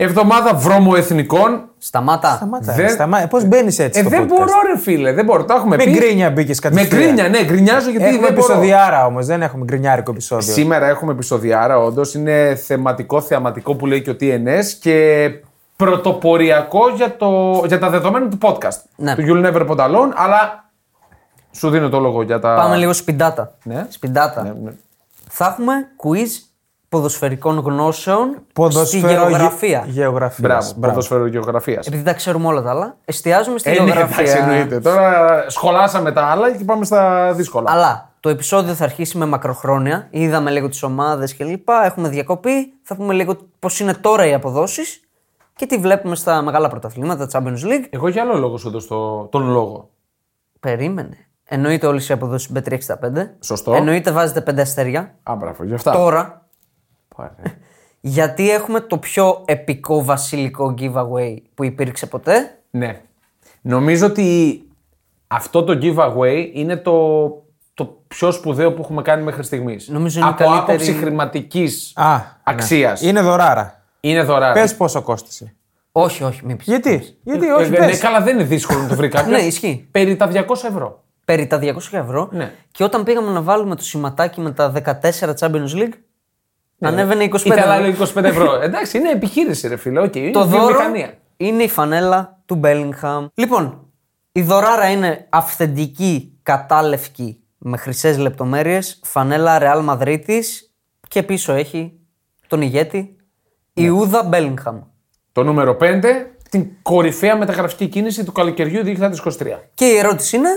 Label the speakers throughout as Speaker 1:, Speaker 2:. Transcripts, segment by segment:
Speaker 1: Εβδομάδα βρωμοεθνικών.
Speaker 2: Σταμάτα.
Speaker 3: Σταμάτα.
Speaker 1: Δεν-
Speaker 3: Σταμά... Πώς μπαίνεις έτσι.
Speaker 1: Ε,
Speaker 3: στο
Speaker 1: δεν
Speaker 3: podcast?
Speaker 1: μπορώ, ρε φίλε, δεν μπορώ. Το έχουμε
Speaker 3: Με
Speaker 1: πει.
Speaker 3: γκρίνια μπήκες
Speaker 1: Με
Speaker 3: κατευθείαν.
Speaker 1: γκρίνια, ναι, γκρινιάζω γιατί
Speaker 3: Έχουμε
Speaker 1: δεν μπορώ.
Speaker 3: επεισοδιάρα όμως, δεν έχουμε γκρινιάρικο επεισόδιο.
Speaker 1: Σήμερα έχουμε επεισοδιάρα, όντως. Είναι θεματικό, θεαματικό που λέει και ο TNS και πρωτοποριακό για, το, για τα δεδομένα του podcast.
Speaker 2: Ναι.
Speaker 1: Του You'll Never Pod Alone, αλλά σου δίνω το λόγο για τα.
Speaker 2: Πάμε λίγο σπιντάτα.
Speaker 1: Ναι.
Speaker 2: Σπιντάτα.
Speaker 1: Ναι, ναι.
Speaker 2: Θα έχουμε quiz ποδοσφαιρικών γνώσεων στη
Speaker 3: Ποδοσφαιρο-
Speaker 2: γεωγραφία.
Speaker 3: Γεωγραφίας.
Speaker 1: Μπράβο, ποδοσφαιρογεωγραφία.
Speaker 2: Επειδή τα ξέρουμε όλα τα άλλα, εστιάζουμε στη
Speaker 1: Ε, ναι,
Speaker 2: γεωγραφία.
Speaker 1: εντάξει, εννοείται. Τώρα σχολάσαμε τα άλλα και πάμε στα δύσκολα.
Speaker 2: Αλλά το επεισόδιο θα αρχίσει με μακροχρόνια. Είδαμε λίγο τις ομάδες κλπ. Έχουμε διακοπή. Θα πούμε λίγο πώς είναι τώρα οι αποδόσεις και τι βλέπουμε στα μεγάλα πρωταθλήματα, Champions League.
Speaker 1: Εγώ για άλλο λόγο σου δώσω τον λόγο.
Speaker 2: Περίμενε. Εννοείται όλες οι αποδόσεις B365.
Speaker 1: Σωστό.
Speaker 2: Εννοείται βάζετε 5 αστέρια.
Speaker 1: Α, μπράβο, γι' αυτά.
Speaker 2: Τώρα,
Speaker 1: Πάρε.
Speaker 2: γιατί έχουμε το πιο επικό βασιλικό giveaway που υπήρξε ποτέ.
Speaker 1: Ναι. Νομίζω ότι αυτό το giveaway είναι το, το πιο σπουδαίο που έχουμε κάνει μέχρι στιγμής.
Speaker 2: Νομίζω είναι η
Speaker 1: Από
Speaker 2: καλύτερη-
Speaker 1: άποψη χρηματικής
Speaker 3: Α, ναι.
Speaker 1: αξίας.
Speaker 3: Είναι δωράρα.
Speaker 1: Είναι δωράρι.
Speaker 3: Πες πόσο κόστησε.
Speaker 2: Όχι, όχι, μην πεις.
Speaker 3: Γιατί, γιατί,
Speaker 1: Ε,
Speaker 3: όχι,
Speaker 1: ναι,
Speaker 3: πες.
Speaker 1: καλά, δεν είναι δύσκολο να το βρει κάποιος.
Speaker 2: Ναι, ισχύει.
Speaker 1: Περί τα 200 ευρώ.
Speaker 2: Περί τα 200 ευρώ.
Speaker 1: Ναι.
Speaker 2: Και όταν πήγαμε να βάλουμε το σηματάκι με τα 14 Champions League, ανέβαινε 25
Speaker 1: Ήταν
Speaker 2: ευρώ.
Speaker 1: άλλο 25 ευρώ. Εντάξει, είναι επιχείρηση, ρε φίλε. Okay, είναι
Speaker 2: Το δώρο
Speaker 1: βιομηχανία.
Speaker 2: είναι η φανέλα του Bellingham. Λοιπόν, η δωράρα είναι αυθεντική, κατάλευκη, με χρυσές λεπτομέρειες, φανέλα Real Madrid της και πίσω έχει τον ηγέτη Ναι. Ιούδα Bellingham.
Speaker 1: Το νούμερο 5, την κορυφαία μεταγραφική κίνηση του καλοκαιριού 2023.
Speaker 2: Και η ερώτηση είναι,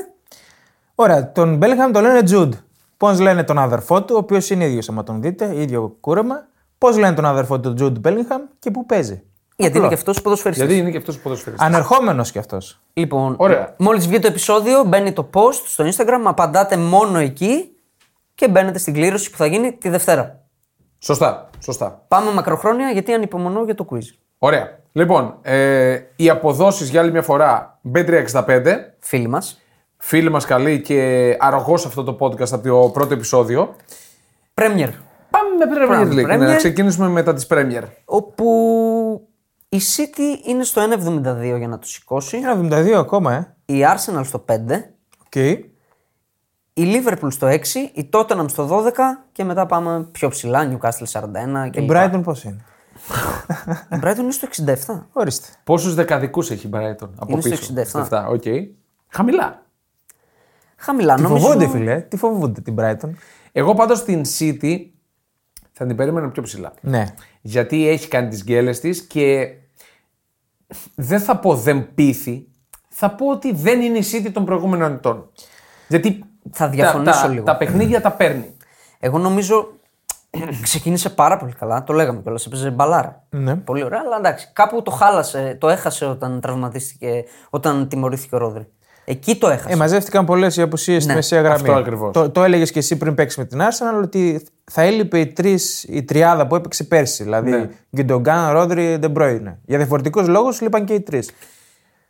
Speaker 3: Ωραία, τον Μπέλγχαμ τον λένε Τζουντ. Πώς λένε τον αδερφό του, ο οποίος είναι ίδιος, άμα τον δείτε, ίδιο κούρεμα. Πώς λένε τον αδερφό του Τζουντ Μπέλγχαμ και πού παίζει.
Speaker 2: γιατί είναι και αυτός ποδοσφαιριστής.
Speaker 1: Γιατί είναι και αυτός ο ποδοσφαιριστής.
Speaker 3: Ανερχόμενος κι αυτός.
Speaker 2: Λοιπόν,
Speaker 1: Ωραία.
Speaker 2: μόλις βγει το επεισόδιο, μπαίνει το post στο Instagram, απαντάτε μόνο εκεί και μπαίνετε στην κλήρωση που θα γίνει τη Δευτέρα.
Speaker 1: Σωστά, σωστά.
Speaker 2: Πάμε μακροχρόνια γιατί ανυπομονώ για το quiz.
Speaker 1: Ωραία. Λοιπόν, ε, οι αποδόσεις για άλλη μια φορά B365.
Speaker 2: Φίλοι μας,
Speaker 1: Φίλοι μας καλοί και αρρωγός αυτό το podcast από το πρώτο επεισόδιο.
Speaker 2: Premier.
Speaker 1: Πάμε με Premier
Speaker 2: Πάμε,
Speaker 1: League. Ναι,
Speaker 2: Premier.
Speaker 1: να ξεκινήσουμε μετά τη Premier.
Speaker 2: όπου η City είναι στο 1,72 για να το σηκώσει,
Speaker 3: Ένα 72 ακόμα, ε.
Speaker 2: η Arsenal στο 5,
Speaker 3: Okay.
Speaker 2: η Liverpool στο 6, η Tottenham στο 12 και μετά πάμε πιο ψηλά, Newcastle 41 και
Speaker 3: Η
Speaker 2: η
Speaker 3: Brighton πώς είναι.
Speaker 2: Η Brighton είναι στο 67.
Speaker 3: Ορίστε.
Speaker 1: Πόσους δεκαδικούς έχει η Brighton από
Speaker 2: Είναι στο
Speaker 1: πίσω.
Speaker 2: 67.
Speaker 1: Αυτά, οκ. Χαμηλά.
Speaker 2: Χαμηλά,
Speaker 3: Τη
Speaker 2: νομίζω.
Speaker 3: φοβούνται, φίλε. Τη φοβούνται την Brighton.
Speaker 1: Εγώ πάντως στην City θα την περίμενα πιο ψηλά.
Speaker 3: Ναι.
Speaker 1: Γιατί έχει κάνει τις γκέλες της και δεν θα πω δεν πείθει, θα πω ότι δεν είναι η City των προηγούμενων ετών. Γιατί
Speaker 2: Θα διαφωνήσω
Speaker 1: τα, τα,
Speaker 2: λίγο.
Speaker 1: τα παιχνίδια τα παίρνει.
Speaker 2: Εγώ νομίζω ξεκίνησε πάρα πολύ καλά. Το λέγαμε κιόλας. Έπαιζε μπαλάρα.
Speaker 3: Ναι.
Speaker 2: Πολύ ωραία, αλλά εντάξει. Κάπου το χάλασε, το έχασε όταν τραυματίστηκε, όταν τιμωρήθηκε ο Ρόδρυ. Εκεί το έχασε.
Speaker 3: Ε, μαζεύτηκαν πολλές οι απουσίες στη μεσαία γραμμή.
Speaker 1: αυτό ακριβώς.
Speaker 3: Το, το έλεγες και εσύ πριν παίξεις με την Arsenal ότι θα έλειπε η, τρεις, η τριάδα που έπαιξε πέρσι. Δηλαδή ναι. Γκιντογκάν, Ρόδρυ, Ντεμπρόινε. Για διαφορετικούς λόγους λείπαν και οι τρεις.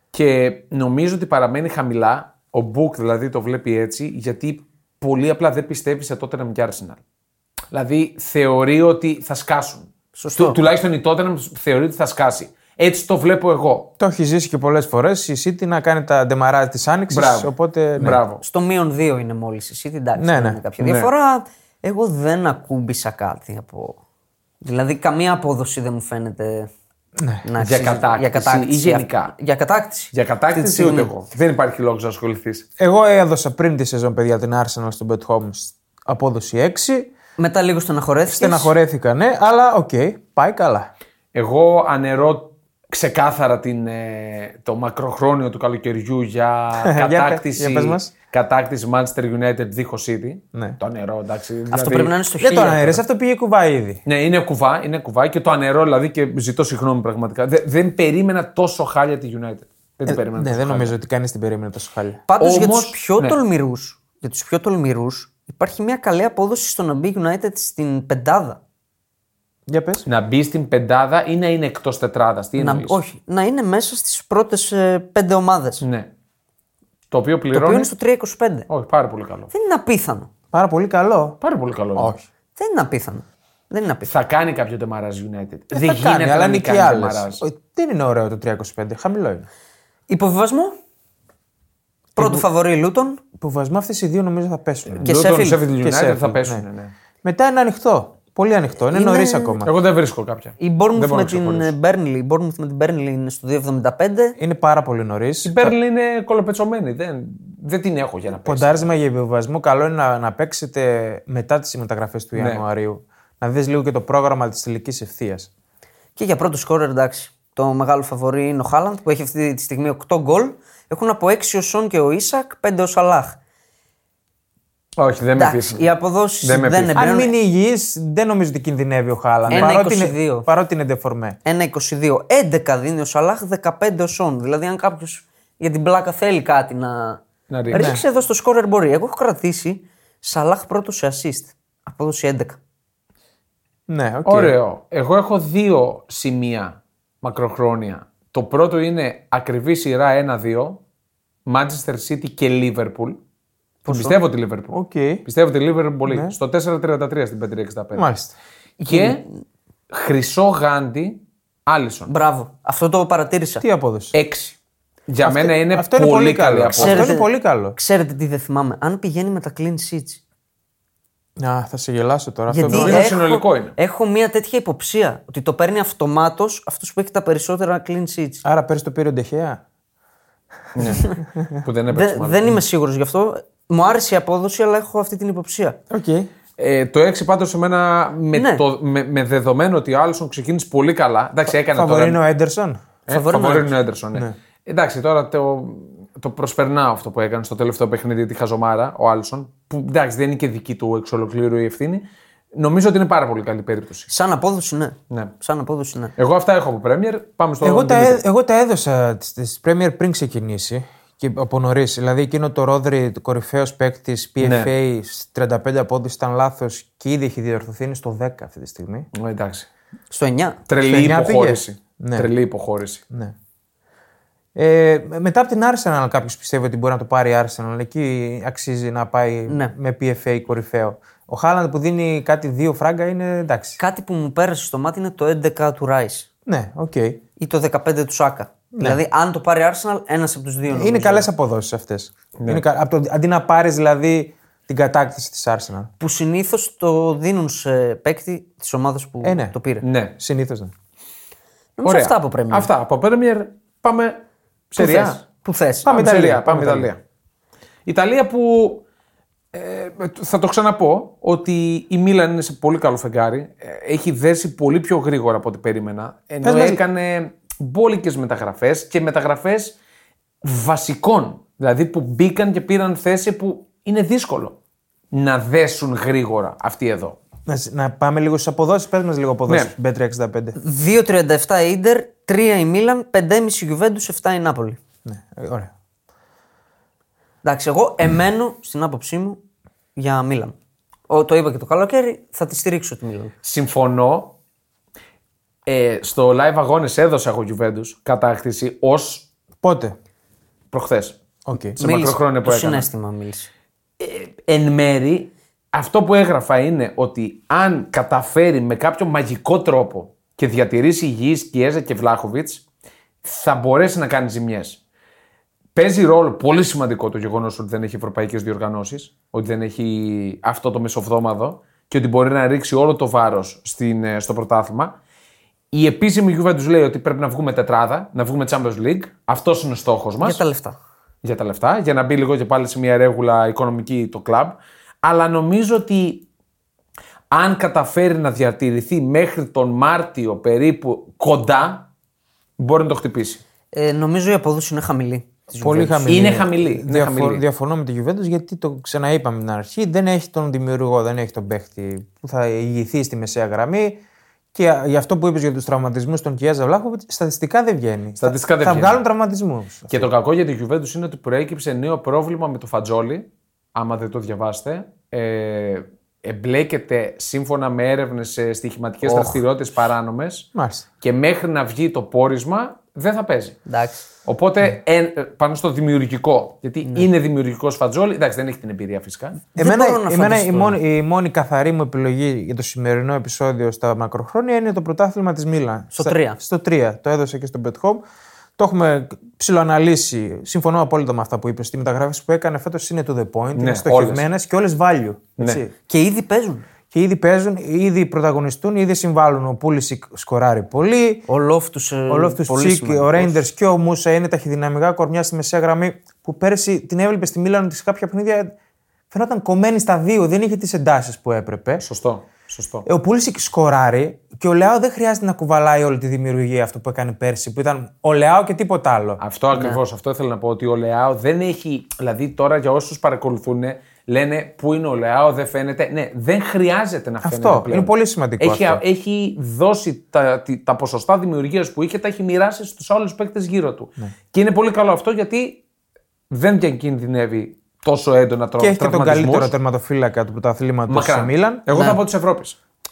Speaker 1: Και νομίζω ότι παραμένει χαμηλά. Ο Μπουκ δηλαδή το βλέπει έτσι, γιατί πολύ απλά δεν πιστεύει σε Tottenham και Arsenal. Δηλαδή θεωρεί ότι θα σκάσουν.
Speaker 2: Σωστό.
Speaker 1: Του- τουλάχιστον η Tottenham θεωρεί ότι θα σκάσει. Έτσι το βλέπω εγώ.
Speaker 3: Το έχει ζήσει και πολλές φορές η City να κάνει τα ντεμαράζ της Άνοιξης.
Speaker 1: Μπράβο.
Speaker 3: Οπότε. Ναι.
Speaker 1: Μπράβο.
Speaker 2: Στο μείον 2 είναι μόλις η City. Εντάξει,
Speaker 3: Ναι,
Speaker 2: δεν
Speaker 3: ναι.
Speaker 2: είναι κάποια
Speaker 1: Ναι.
Speaker 2: διαφορά. Εγώ δεν ακούμπησα κάτι από. Δηλαδή, καμία απόδοση δεν μου φαίνεται. να αξίζει-
Speaker 1: Ναι. κατάκτηση ή γενικά.
Speaker 2: Για κατάκτηση.
Speaker 1: Για
Speaker 2: Αυτή
Speaker 1: κατάκτηση
Speaker 2: τη στιγμή.
Speaker 1: ούτε εγώ. Δεν υπάρχει λόγος να ασχοληθείς.
Speaker 3: Εγώ έδωσα πριν τη σεζόν, παιδιά, την Arsenal στον Bet Home απόδοση 6.
Speaker 2: Μετά λίγο στεναχωρέθηκες.
Speaker 3: Στεναχωρέθηκα, ναι, αλλά οκ, πάει καλά.
Speaker 1: Εγώ ανερώ ξεκάθαρα την, ε, το μακροχρόνιο του καλοκαιριού για
Speaker 3: Για πε-
Speaker 1: κατάκτηση,
Speaker 3: για πες μας.
Speaker 1: κατάκτηση Manchester United δίχως City.
Speaker 3: Ναι.
Speaker 1: Το ανερώ, εντάξει. Δηλαδή,
Speaker 2: Αυτό πρέπει να είναι στο
Speaker 3: Δεν το
Speaker 2: 1000.
Speaker 1: ε,
Speaker 3: αναίρεσαι, αυτό πήγε κουβά ήδη.
Speaker 1: Ναι, είναι κουβά, είναι κουβά και το ανερώ δηλαδή και ζητώ συγγνώμη πραγματικά. Δεν, δεν περίμενα τόσο χάλια τη United. Δεν την περίμενα. τόσο
Speaker 3: Ναι, δεν
Speaker 1: χάλια.
Speaker 3: νομίζω ότι κανείς την περίμενε τόσο χάλια.
Speaker 2: Πάντως για τους
Speaker 1: Όμως,
Speaker 2: πιο
Speaker 1: ναι.
Speaker 2: τολμηρούς. Για τους πιο τολμηρούς υπάρχει μια καλή απόδοση στο να μπει United στην πεντάδα.
Speaker 3: Για πες.
Speaker 1: Να μπει στην πεντάδα ή να είναι εκτός τετράδας. Τι
Speaker 2: Να,
Speaker 1: εννοείς?
Speaker 2: όχι, να είναι μέσα στις πρώτες πέντε ομάδες.
Speaker 1: Ναι. Το οποίο
Speaker 2: Το οποίο
Speaker 1: πληρώνεις.
Speaker 2: είναι στο 3,25.
Speaker 1: Όχι, πάρα πολύ καλό.
Speaker 2: Δεν είναι απίθανο.
Speaker 3: Πάρα πολύ καλό.
Speaker 1: Πάρα πολύ καλό.
Speaker 3: Όχι.
Speaker 2: Δεν είναι απίθανο. Δεν είναι απίθανο.
Speaker 1: Θα κάνει κάποιο Ντεμαράζ United.
Speaker 3: Δεν Ε, θα κάνει, αλλά
Speaker 1: μην
Speaker 3: είναι και
Speaker 1: κάνει
Speaker 3: άλλες.
Speaker 1: Ντεμαράζ.
Speaker 3: Δεν είναι ωραίο το 325, χαμηλό είναι.
Speaker 2: Υποβιβασμό. Πρώτο φαβορή Λούτον.
Speaker 3: Υποβασμό αυτές οι δύο νομίζω θα πέσουν.
Speaker 2: Και
Speaker 1: Luton,
Speaker 2: Sheffield.
Speaker 1: Sheffield
Speaker 3: Και
Speaker 1: United θα
Speaker 3: Sheffield,
Speaker 1: πέσουν.
Speaker 3: ναι.
Speaker 1: ναι.
Speaker 3: Μετά είναι ανοιχτό. Πολύ ανοιχτό. Είναι,
Speaker 2: Είναι-
Speaker 3: νωρίς νωρί ακόμα.
Speaker 1: Εγώ δεν βρίσκω κάποια.
Speaker 2: Η
Speaker 1: Δεν
Speaker 2: Bournemouth
Speaker 1: μπορώ
Speaker 2: με
Speaker 1: να ξεχωρίσω.
Speaker 2: την ε, Burnley. Η Bournemouth με την Burnley είναι στο 2,75.
Speaker 3: Είναι πάρα πολύ νωρίς.
Speaker 1: Η Μπέρλι είναι κολοπετσωμένη. Δεν, δεν την έχω για να παίξει.
Speaker 3: Ποντάρισμα για υποβιβασμό. Καλό είναι να, να παίξετε μετά τις μεταγραφέ του Ιανουαρίου. Να δεις λίγο και το πρόγραμμα της τελικής ευθείας.
Speaker 2: Και για πρώτο σκόρερ, εντάξει. Το μεγάλο φαβορή είναι ο Χάλαντ που έχει αυτή τη στιγμή 8 γκολ. Έχουν από 6 ο Σον και ο Ισακ, 5 ο Σαλάχ.
Speaker 1: Όχι, δεν με
Speaker 2: Εντάξει,
Speaker 1: πείθει.
Speaker 2: οι αποδόσεις
Speaker 1: Δεν
Speaker 2: δεν,
Speaker 1: με
Speaker 2: Ε, δεν
Speaker 1: πείθει.
Speaker 3: Αν
Speaker 2: εμπνέουν.
Speaker 3: μείνει υγιής, δεν νομίζω ότι κινδυνεύει ο Χάλαν.
Speaker 2: Ένα
Speaker 3: Παρότι
Speaker 2: 22.
Speaker 3: είναι, παρότι είναι ντεφορμέ.
Speaker 2: 1-22. 11 δίνει ο Σαλάχ, 15 ο Σον. Δηλαδή, αν κάποιος για την πλάκα θέλει κάτι να.
Speaker 1: Να ρίξει.
Speaker 2: Ρίξε εδώ στο σκόρερ μπορεί. Εγώ έχω κρατήσει Σαλάχ πρώτο σε assist. Απόδοση 11.
Speaker 3: Ναι, οκ.
Speaker 1: Ωραίο. Εγώ έχω δύο σημεία μακροχρόνια. Το πρώτο είναι ακριβή σειρά 1-2. Manchester City και Liverpool. Την πιστεύω τη Liverpool.
Speaker 3: Οκ. Ναι.
Speaker 1: Πιστεύω τη Liverpool πολύ. Στο 4-33 στην 5-65.
Speaker 3: Μάλιστα.
Speaker 1: Και χρυσό γάντι Άλισον.
Speaker 2: Μπράβο. Αυτό το παρατήρησα.
Speaker 3: Τι απόδοση.
Speaker 1: 6. Για μένα είναι
Speaker 3: αυτό
Speaker 1: πολύ,
Speaker 3: είναι πολύ
Speaker 1: καλή
Speaker 3: καλό.
Speaker 1: απόδοση.
Speaker 3: Αυτό είναι πολύ καλό.
Speaker 2: Ξέρετε τι δεν θυμάμαι. Αν πηγαίνει με τα clean sheets.
Speaker 3: Α, θα σε γελάσω τώρα.
Speaker 2: Γιατί
Speaker 3: αυτό
Speaker 1: νομίζω
Speaker 2: έχω,
Speaker 1: συνολικό είναι.
Speaker 2: έχω μια τέτοια υποψία ότι το παίρνει αυτομάτως αυτός που έχει τα περισσότερα clean sheets.
Speaker 3: Άρα πέρσι το πήρε ο Ντεχέα.
Speaker 1: Που δεν έπαιξε
Speaker 2: Δε-
Speaker 1: μάλλον.
Speaker 2: δεν είμαι σίγουρος γι' αυτό. Μου άρεσε η απόδοση, αλλά έχω αυτή την υποψία.
Speaker 3: Οκ.
Speaker 1: Ε, το 6 πάντως σε μένα με,
Speaker 2: Ναι.
Speaker 1: το, με, με δεδομένο ότι ο Άλισον ξεκίνησε πολύ καλά. Εντάξει, έκανε
Speaker 3: Φαβορή
Speaker 1: τώρα.
Speaker 3: είναι ο Έντερσον.
Speaker 1: Ε,
Speaker 2: Φαβορή είναι ο
Speaker 1: φαβορή είναι ο Έντερσον. Ναι. Εντάξει, τώρα το, το προσπερνάω αυτό που έκανε στο τελευταίο παιχνίδι τη Χαζομάρα, ο Άλισον. Που εντάξει, δεν είναι και δική του εξ ολοκλήρου η ευθύνη. Νομίζω ότι είναι πάρα πολύ καλή περίπτωση.
Speaker 2: Σαν απόδοση, ναι.
Speaker 1: Ναι.
Speaker 2: Σαν απόδοση, ναι.
Speaker 1: Εγώ αυτά έχω από Premier. Πάμε στο
Speaker 3: Ε, Εγώ τα,
Speaker 1: Premier.
Speaker 3: έ- εγώ τα έδωσα τη Premier πριν ξεκινήσει και από νωρίς. Δηλαδή εκείνο το Ρόδρυ, το κορυφαίο παίκτη PFA στις 35 απόδοση ήταν λάθος και ήδη έχει διορθωθεί. Είναι στο 10 αυτή τη στιγμή.
Speaker 1: Ε, Εντάξει.
Speaker 2: Στο 9.
Speaker 1: Τρελή
Speaker 3: εννιά
Speaker 1: υποχώρηση.
Speaker 3: πήγε. Ναι.
Speaker 1: Τρελή υποχώρηση.
Speaker 3: Ναι. Ε, με- μετά από την Arsenal, κάποιος πιστεύει ότι μπορεί να το πάρει η Arsenal. Εκεί αξίζει να πάει
Speaker 2: Ναι.
Speaker 3: με PFA κορυφαίο. Ο Χάλαντ που δίνει κάτι δύο φράγκα είναι εντάξει.
Speaker 2: Κάτι που μου πέρασε στο μάτι είναι το 11 του Rice
Speaker 3: Ναι, οκ.
Speaker 2: ή το 15 του Σάκα.
Speaker 1: Ναι.
Speaker 2: Δηλαδή, αν το πάρει Arsenal, ένας από τους δύο.
Speaker 3: Είναι
Speaker 2: νομίζω.
Speaker 3: καλές αποδόσεις αυτές.
Speaker 1: Ναι.
Speaker 3: Αντί να πάρεις δηλαδή την κατάκτηση της Arsenal.
Speaker 2: Που συνήθως το δίνουν σε παίκτη της ομάδας που
Speaker 3: Ε, ναι.
Speaker 2: το πήρε.
Speaker 1: Ναι.
Speaker 3: Συνήθως ναι.
Speaker 2: Νομίζω αυτά από Premier.
Speaker 1: Αυτά από Premier. Πάμε σε
Speaker 2: Που
Speaker 1: Ριά.
Speaker 2: θες. Που θες.
Speaker 1: Πάμε
Speaker 3: Ιταλία,
Speaker 1: Ιταλία. Πάμε
Speaker 3: πάμε
Speaker 1: Ιταλία. Ιταλία που ε, θα το ξαναπώ ότι η Μίλαν είναι σε πολύ καλό φεγγάρι. Ε, Έχει δέσει πολύ πιο γρήγορα από ό,τι περίμενα. Ενώ
Speaker 3: Πες μας-
Speaker 1: έκανε μπόλικες μεταγραφές και μεταγραφές βασικών. Δηλαδή που μπήκαν και πήραν θέση που είναι δύσκολο να δέσουν γρήγορα αυτοί εδώ.
Speaker 3: Να, σ- να πάμε λίγο στις αποδόσεις. Πες μας λίγο αποδόσεις.
Speaker 1: Ναι.
Speaker 3: Μπέτρια 65.
Speaker 2: 2,37 Ιντερ, 3 η Μίλαν, 5,5 Γιουβέντου, 7 η Νάπολη.
Speaker 3: Ναι, ε, ωραία.
Speaker 2: Εντάξει, εγώ εμένω στην άποψή μου για Μίλαν. Ο, το είπα και το καλοκαίρι, θα τη στηρίξω τη Μίλαν.
Speaker 1: Συμφωνώ. Ε, στο live αγώνες έδωσα εγώ Juventus κατάκτηση ως
Speaker 3: Πότε.
Speaker 1: προχθές.
Speaker 3: Οκ.
Speaker 1: Σε μακροχρόνια που
Speaker 2: το
Speaker 1: έκανα.
Speaker 2: συνέστημα μίλησε.
Speaker 1: εν μέρη αυτό που έγραφα είναι ότι αν καταφέρει με κάποιο μαγικό τρόπο και διατηρήσει υγιείς Κιέζα και Βλάχοβιτς θα μπορέσει να κάνει ζημιές. Παίζει ρόλο πολύ σημαντικό το γεγονός ότι δεν έχει ευρωπαϊκές διοργανώσεις, ότι δεν έχει αυτό το μεσοβδόμαδο και ότι μπορεί να ρίξει όλο το βάρος στο πρωτάθλημα. Η επίσημη Juventus λέει ότι πρέπει να βγούμε τετράδα, να βγούμε Champions League. Αυτός είναι ο στόχος μας
Speaker 2: Για τα λεφτά.
Speaker 1: για τα λεφτά, για να μπει λίγο και πάλι σε μια ρέγουλα οικονομική το κλαμπ. Αλλά νομίζω ότι αν καταφέρει να διατηρηθεί μέχρι τον Μάρτιο περίπου κοντά, μπορεί να το χτυπήσει.
Speaker 2: Ε, νομίζω η απόδοση είναι χαμηλή. της
Speaker 3: Πολύ
Speaker 2: Juventus.
Speaker 3: χαμηλή.
Speaker 1: Είναι χαμηλή, είναι
Speaker 3: Διαφο-
Speaker 1: χαμηλή.
Speaker 3: Διαφωνώ με τη Juventus γιατί το ξαναείπαμε την αρχή. Δεν έχει τον δημιουργό, δεν έχει τον παίχτη που θα ηγηθεί στη μεσαία γραμμή. Και α, γι' αυτό που είπες για τους τραυματισμούς των Κιάζα Βλάχοβιτ, στατιστικά δεν βγαίνει.
Speaker 1: Στατιστικά δεν
Speaker 3: θα
Speaker 1: βγαίνει.
Speaker 3: βγάλουν τραυματισμούς.
Speaker 1: Και το κακό για τη Juventus είναι ότι προέκυψε νέο πρόβλημα με το Φατζόλι. Άμα δεν το διαβάσετε, ε, εμπλέκεται σύμφωνα με έρευνες σε στοιχηματικές δραστηριότητες παράνομες
Speaker 3: Μάλιστα.
Speaker 1: και μέχρι να βγει το πόρισμα δεν θα παίζει.
Speaker 2: Εντάξει.
Speaker 1: Οπότε εν- ε, πάνω στο δημιουργικό. Γιατί
Speaker 3: Ναι.
Speaker 1: είναι δημιουργικό φατζόλι. Εντάξει, δεν έχει την εμπειρία φυσικά.
Speaker 2: Δεν
Speaker 3: Εμένα,
Speaker 2: μπορώ να
Speaker 3: εμένα η,
Speaker 2: φανταστώ.
Speaker 3: μόνη, η μόνη καθαρή μου επιλογή για το σημερινό επεισόδιο στα μακροχρόνια είναι το πρωτάθλημα της Μίλαν.
Speaker 2: Στο
Speaker 3: Στα-
Speaker 2: τρία.
Speaker 3: Στο 3. Το έδωσα και στο Bet Home. Το έχουμε ψηλοαναλύσει. Συμφωνώ απόλυτα με αυτά που είπες. Οι μεταγράφε που έκανε φέτος είναι to the point. είναι στοχευμένες και όλες value. Έτσι.
Speaker 2: Και ήδη παίζουν.
Speaker 3: Και ήδη παίζουν, ήδη πρωταγωνιστούν, ήδη συμβάλλουν. Ο Πούλησικ σκοράρει πολύ.
Speaker 2: Ο Λόφτους, ε,
Speaker 3: Ο Λόφτους
Speaker 2: πολύ
Speaker 3: Τσίκ,
Speaker 2: σημαντικός.
Speaker 3: ο Ρέιντερ και ο Μούσα είναι ταχυδυναμικά κορμιά στη μεσαία γραμμή που πέρσι την έβλεπε στη Μίλαν ότι σε κάποια παιχνίδια φαινόταν κομμένη στα δύο, δεν είχε τις εντάσεις που έπρεπε.
Speaker 1: Σωστό. Σωστό.
Speaker 3: Ε, Ο Πούλησικ σκοράρει και ο Λεάο δεν χρειάζεται να κουβαλάει όλη τη δημιουργία αυτό που έκανε πέρσι, που ήταν ο Λεάο και τίποτα άλλο.
Speaker 1: Αυτό ακριβώς. Αυτό ήθελα να πω. Ότι ο Λεάο δεν έχει. Δηλαδή τώρα για όσους παρακολουθούν λένε πού είναι ο Λεάο, δεν φαίνεται. Ναι, δεν χρειάζεται να φαίνεται.
Speaker 3: Αυτό.
Speaker 1: πλέον.
Speaker 3: Είναι πολύ σημαντικό
Speaker 1: Έχει,
Speaker 3: αυτό.
Speaker 1: έχει δώσει τα, τι- τα ποσοστά δημιουργίας που είχε, τα έχει μοιράσει στους άλλους παίκτες γύρω του.
Speaker 3: Ναι.
Speaker 1: Και είναι πολύ καλό αυτό γιατί δεν διακινδυνεύει τόσο έντονα τρο,
Speaker 3: και έχει και τον
Speaker 1: τραυματισμούς.
Speaker 3: καλύτερο τερματοφύλακα του πρωταθλήματο
Speaker 1: Μακράν.
Speaker 3: στη
Speaker 2: Ε,
Speaker 3: Μίλαν.
Speaker 1: Εγώ θα πω της Ευρώπης.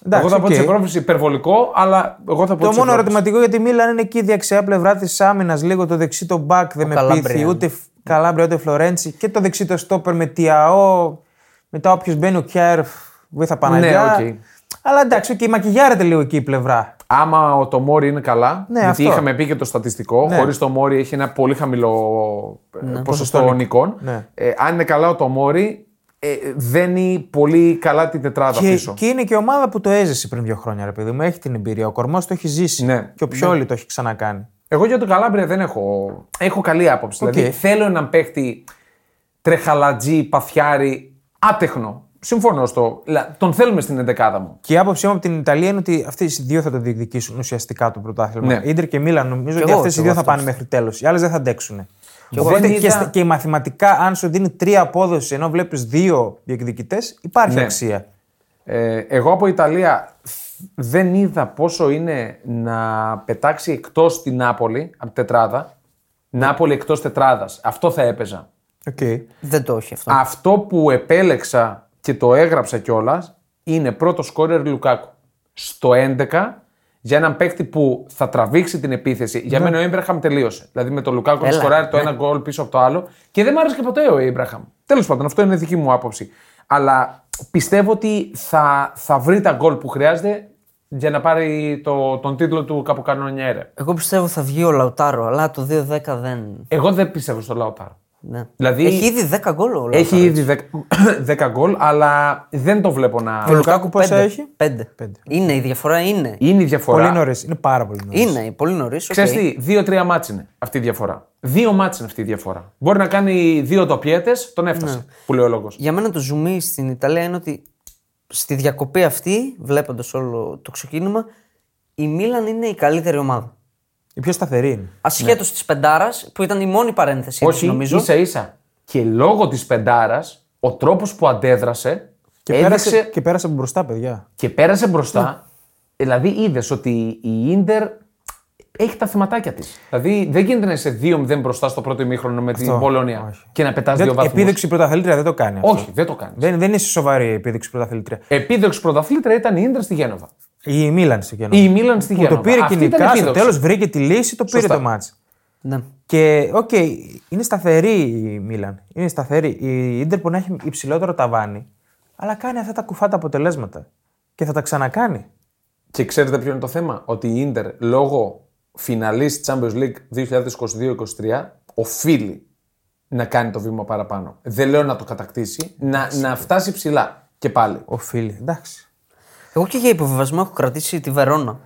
Speaker 3: Εντάξει,
Speaker 1: Εγώ θα πω της
Speaker 3: οκ.
Speaker 1: Ευρώπη υπερβολικό, αλλά εγώ θα πω
Speaker 3: Το
Speaker 1: της
Speaker 3: μόνο
Speaker 1: Ευρώπης.
Speaker 3: ερωτηματικό για τη Μίλαν είναι εκεί η δεξιά πλευρά της άμυνας. Λίγο το δεξί το μπακ δεν με
Speaker 2: Καλάμπρια.
Speaker 3: πείθει. Ούτε Φ- Καλάμπρια ούτε Φλωρέντσι. Και το δεξί το στόπερ με Τιαό. Μετά όποιος μπαίνει ο Κιάρφ βοήθα Παναγιά.
Speaker 1: Ναι, οκ.
Speaker 3: Αλλά εντάξει, okay, μακιγιάρεται λίγο εκεί η πλευρά.
Speaker 1: Άμα ο το Μόρι είναι καλά,
Speaker 3: Ναι,
Speaker 1: γιατί
Speaker 3: αυτό.
Speaker 1: είχαμε πει και το στατιστικό,
Speaker 3: Ναι.
Speaker 1: χωρίς το Μόρι έχει ένα πολύ χαμηλό ε, ποσοστό
Speaker 3: Ποσοστό
Speaker 1: νικών.
Speaker 3: Ναι.
Speaker 1: Ε, αν είναι καλά ο το Μόρι, ε, δένει πολύ καλά την τετράδα
Speaker 3: Και,
Speaker 1: πίσω.
Speaker 3: και είναι και η ομάδα που το έζησε πριν δύο χρόνια, ρε παιδί μου. Έχει την εμπειρία. Ο κορμός το έχει ζήσει.
Speaker 1: Ναι.
Speaker 3: Και ο Πιόλι το έχει ξανακάνει.
Speaker 1: Εγώ για τον Καλάμπρια δεν έχω. Έχω καλή άποψη.
Speaker 3: Οκ.
Speaker 1: Δηλαδή θέλω έναν παίχτη τρεχαλατζή, παθιάρι, άτεχνο. Συμφωνώ στο. λα- Τον θέλουμε στην εντεκάδα μου.
Speaker 3: Και η άποψή μου από την Ιταλία είναι ότι αυτές οι δύο θα το διεκδικήσουν ουσιαστικά το πρωτάθλημα.
Speaker 1: Ναι.
Speaker 3: Ιντερ και Μίλαν νομίζω ότι
Speaker 2: εγώ,
Speaker 3: αυτές
Speaker 2: κι
Speaker 3: οι
Speaker 2: εγώ
Speaker 3: δύο
Speaker 2: αυτό
Speaker 3: θα πάνε μέχρι τέλος. Οι άλλες δεν θα αντέξουν. Και,
Speaker 1: εγώ δεν
Speaker 3: και,
Speaker 1: είδα-
Speaker 3: στα- και η μαθηματικά, αν σου δίνει τρία απόδοση ενώ βλέπεις δύο διεκδικητές, υπάρχει
Speaker 1: Ναι.
Speaker 3: αξία.
Speaker 1: Ε, εγώ από Ιταλία δεν είδα πόσο είναι να πετάξει εκτός την Νάπολη από τετράδα. Νάπολη εκτός τετράδας. Αυτό θα έπαιζα.
Speaker 3: Okay.
Speaker 2: Δεν το έχει αυτό.
Speaker 1: Αυτό που επέλεξα και το έγραψα κιόλας είναι πρώτο σκόρερ Λουκάκου. Στο 11 για έναν παίκτη που θα τραβήξει την επίθεση. Για μένα ο Ήμπραχαμ τελείωσε. Δηλαδή με τον Λουκάκου να
Speaker 2: Έλα,
Speaker 1: σκοράρει το ένα γκολ πίσω από το άλλο. Και δεν μ' άρεσε και ποτέ ο Ήμπραχαμ. Τέλος πάντων, αυτό είναι δική μου άποψη. Αλλά πιστεύω ότι θα, θα βρει τα γκολ που χρειάζεται για να πάρει το, τον τίτλο του Καποκανονιέρε.
Speaker 2: Εγώ πιστεύω θα βγει ο Λαουτάρο, αλλά το 2-10 δεν.
Speaker 1: Εγώ δεν πιστεύω στο Λαοτάρο.
Speaker 2: Ναι.
Speaker 1: Δηλαδή-
Speaker 2: Έχει ήδη 10 γκολ ο Λαουτάρο.
Speaker 1: Έχει ήδη 10 γκολ, αλλά δεν το βλέπω να.
Speaker 3: Ο Λουκάκου πόσα έχει.
Speaker 2: 5. Είναι, η διαφορά είναι.
Speaker 1: Είναι η διαφορά.
Speaker 3: Πολύ νωρίς. Είναι πάρα πολύ νωρίς.
Speaker 2: Είναι, πολύ νωρίς.
Speaker 1: Ξέρεις τι, δύο-τρία μάτς είναι αυτή η διαφορά. Δύο μάτς είναι αυτή η διαφορά. Μπορεί να κάνει δύο τοπιέτες, τον έφτασε,
Speaker 3: Ναι.
Speaker 1: που λέει ο λόγος.
Speaker 2: Για μένα το ζουμί στην Ιταλία είναι ότι στη διακοπή αυτή, βλέποντας όλο το ξεκίνημα, η Μίλαν είναι η καλύτερη ομάδα.
Speaker 3: Η πιο σταθερή είναι.
Speaker 2: Ασχέτως
Speaker 3: Ναι.
Speaker 2: της Πεντάρας, που ήταν η μόνη παρένθεση της,
Speaker 1: Όχι,
Speaker 2: νομίζω.
Speaker 1: ίσα ίσα. Και λόγω της πεντάρας, ο τρόπος που αντέδρασε
Speaker 3: Και,
Speaker 1: έδειξε
Speaker 3: πέρασε, Ναι. και πέρασε από μπροστά, παιδιά.
Speaker 1: και πέρασε μπροστά. Δηλαδή είδες ότι η Ίντερ έχει τα θεματάκια της. Δηλαδή δεν γίνεται να είσαι 2-0 μπροστά στο πρώτο ημίχρονο με την Πολωνία και να πετάς δύο
Speaker 3: Δεν,
Speaker 1: βαθμούς.
Speaker 3: επίδειξη πρωταθλήτρια δεν το κάνει αυτό.
Speaker 1: Όχι, δεν το κάνεις.
Speaker 3: Δεν, δεν είσαι σοβαρή η επίδειξη πρωταθλήτρια.
Speaker 1: Επίδοξη πρωταθλήτρια ήταν η Ίντερ στη Γένοβα.
Speaker 3: Η Μίλαν στο κενό.
Speaker 1: Ή η Μίλαν στη
Speaker 3: Ναι. Που
Speaker 1: Γένοβα.
Speaker 3: το πήρε
Speaker 1: Αυτή ήταν
Speaker 3: κοινικά, στο
Speaker 1: επίδοξη.
Speaker 3: τέλος βρήκε τη λύση, το πήρε
Speaker 1: Σωστά.
Speaker 3: το μάτσο.
Speaker 2: Ναι.
Speaker 3: Και οκ, είναι σταθερή η Μίλαν. Είναι σταθερή. Η Ιντερ μπορεί να έχει υψηλότερο ταβάνι, αλλά κάνει αυτά τα κουφάτα αποτελέσματα. Και θα τα ξανακάνει.
Speaker 1: Και ξέρετε ποιο είναι το θέμα. Ότι η Ίντερ λόγω φιναλής Champions League 2022-2023 οφείλει να κάνει το βήμα παραπάνω. Δεν λέω να το κατακτήσει, να, να φτάσει ψηλά. Και πάλι.
Speaker 3: Οφείλει. Εντάξει.
Speaker 2: Εγώ και για υποβιβασμό έχω κρατήσει τη Βερόνα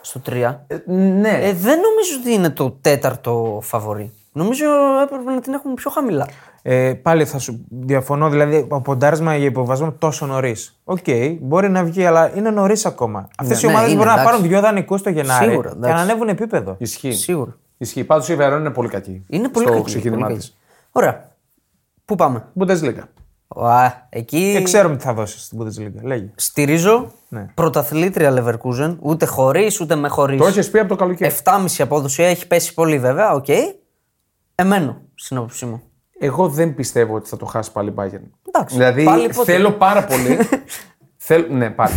Speaker 2: στο 3.
Speaker 1: ναι.
Speaker 2: Ε, δεν νομίζω ότι είναι το τέταρτο φαβορή. Νομίζω έπρεπε να την έχουμε πιο χαμηλά.
Speaker 3: Ε, πάλι θα σου διαφωνώ, δηλαδή ο ποντάρισμα για υποβασμό τόσο νωρίς. Οκ, μπορεί να βγει, αλλά είναι νωρίς ακόμα. Αυτές οι
Speaker 2: ναι,
Speaker 3: ομάδες
Speaker 2: είναι,
Speaker 3: μπορούν να
Speaker 2: εντάξει.
Speaker 3: πάρουν δύο δανεικούς το Γενάρη
Speaker 2: Σίγουρα,
Speaker 3: και
Speaker 2: εντάξει.
Speaker 3: να ανέβουν επίπεδο.
Speaker 1: Ισχύει.
Speaker 2: Σίγουρα.
Speaker 1: Ισχύει. Πάντως η Βερόνα είναι πολύ κακή.
Speaker 2: Είναι πολύ
Speaker 1: στο
Speaker 2: κακή,
Speaker 1: ξεκίνημά
Speaker 2: πολύ
Speaker 1: της.
Speaker 2: κακή. Ωραία. Πού πάμε.
Speaker 1: Bundesliga.
Speaker 2: Ουα, εκεί
Speaker 1: Ε,
Speaker 3: Και ξέρουμε τι θα δώσει στην Bundesliga.
Speaker 2: Δηλαδή,
Speaker 3: Λέγε.
Speaker 2: στηρίζω
Speaker 3: Ναι.
Speaker 2: πρωταθλήτρια Leverkusen. Ούτε χωρίς ούτε με χωρίς.
Speaker 1: Το έχεις πει από το καλοκαίρι.
Speaker 2: 7,5 απόδοση έχει πέσει πολύ βέβαια. Οκ. Εμένω στην άποψή μου.
Speaker 1: Εγώ δεν πιστεύω ότι θα το χάσει πάλι η Bayern.
Speaker 2: Εντάξει.
Speaker 1: Δηλαδή
Speaker 2: Πάλι πότε.
Speaker 1: θέλω πάρα πολύ Θέλ... Ναι, πάλι.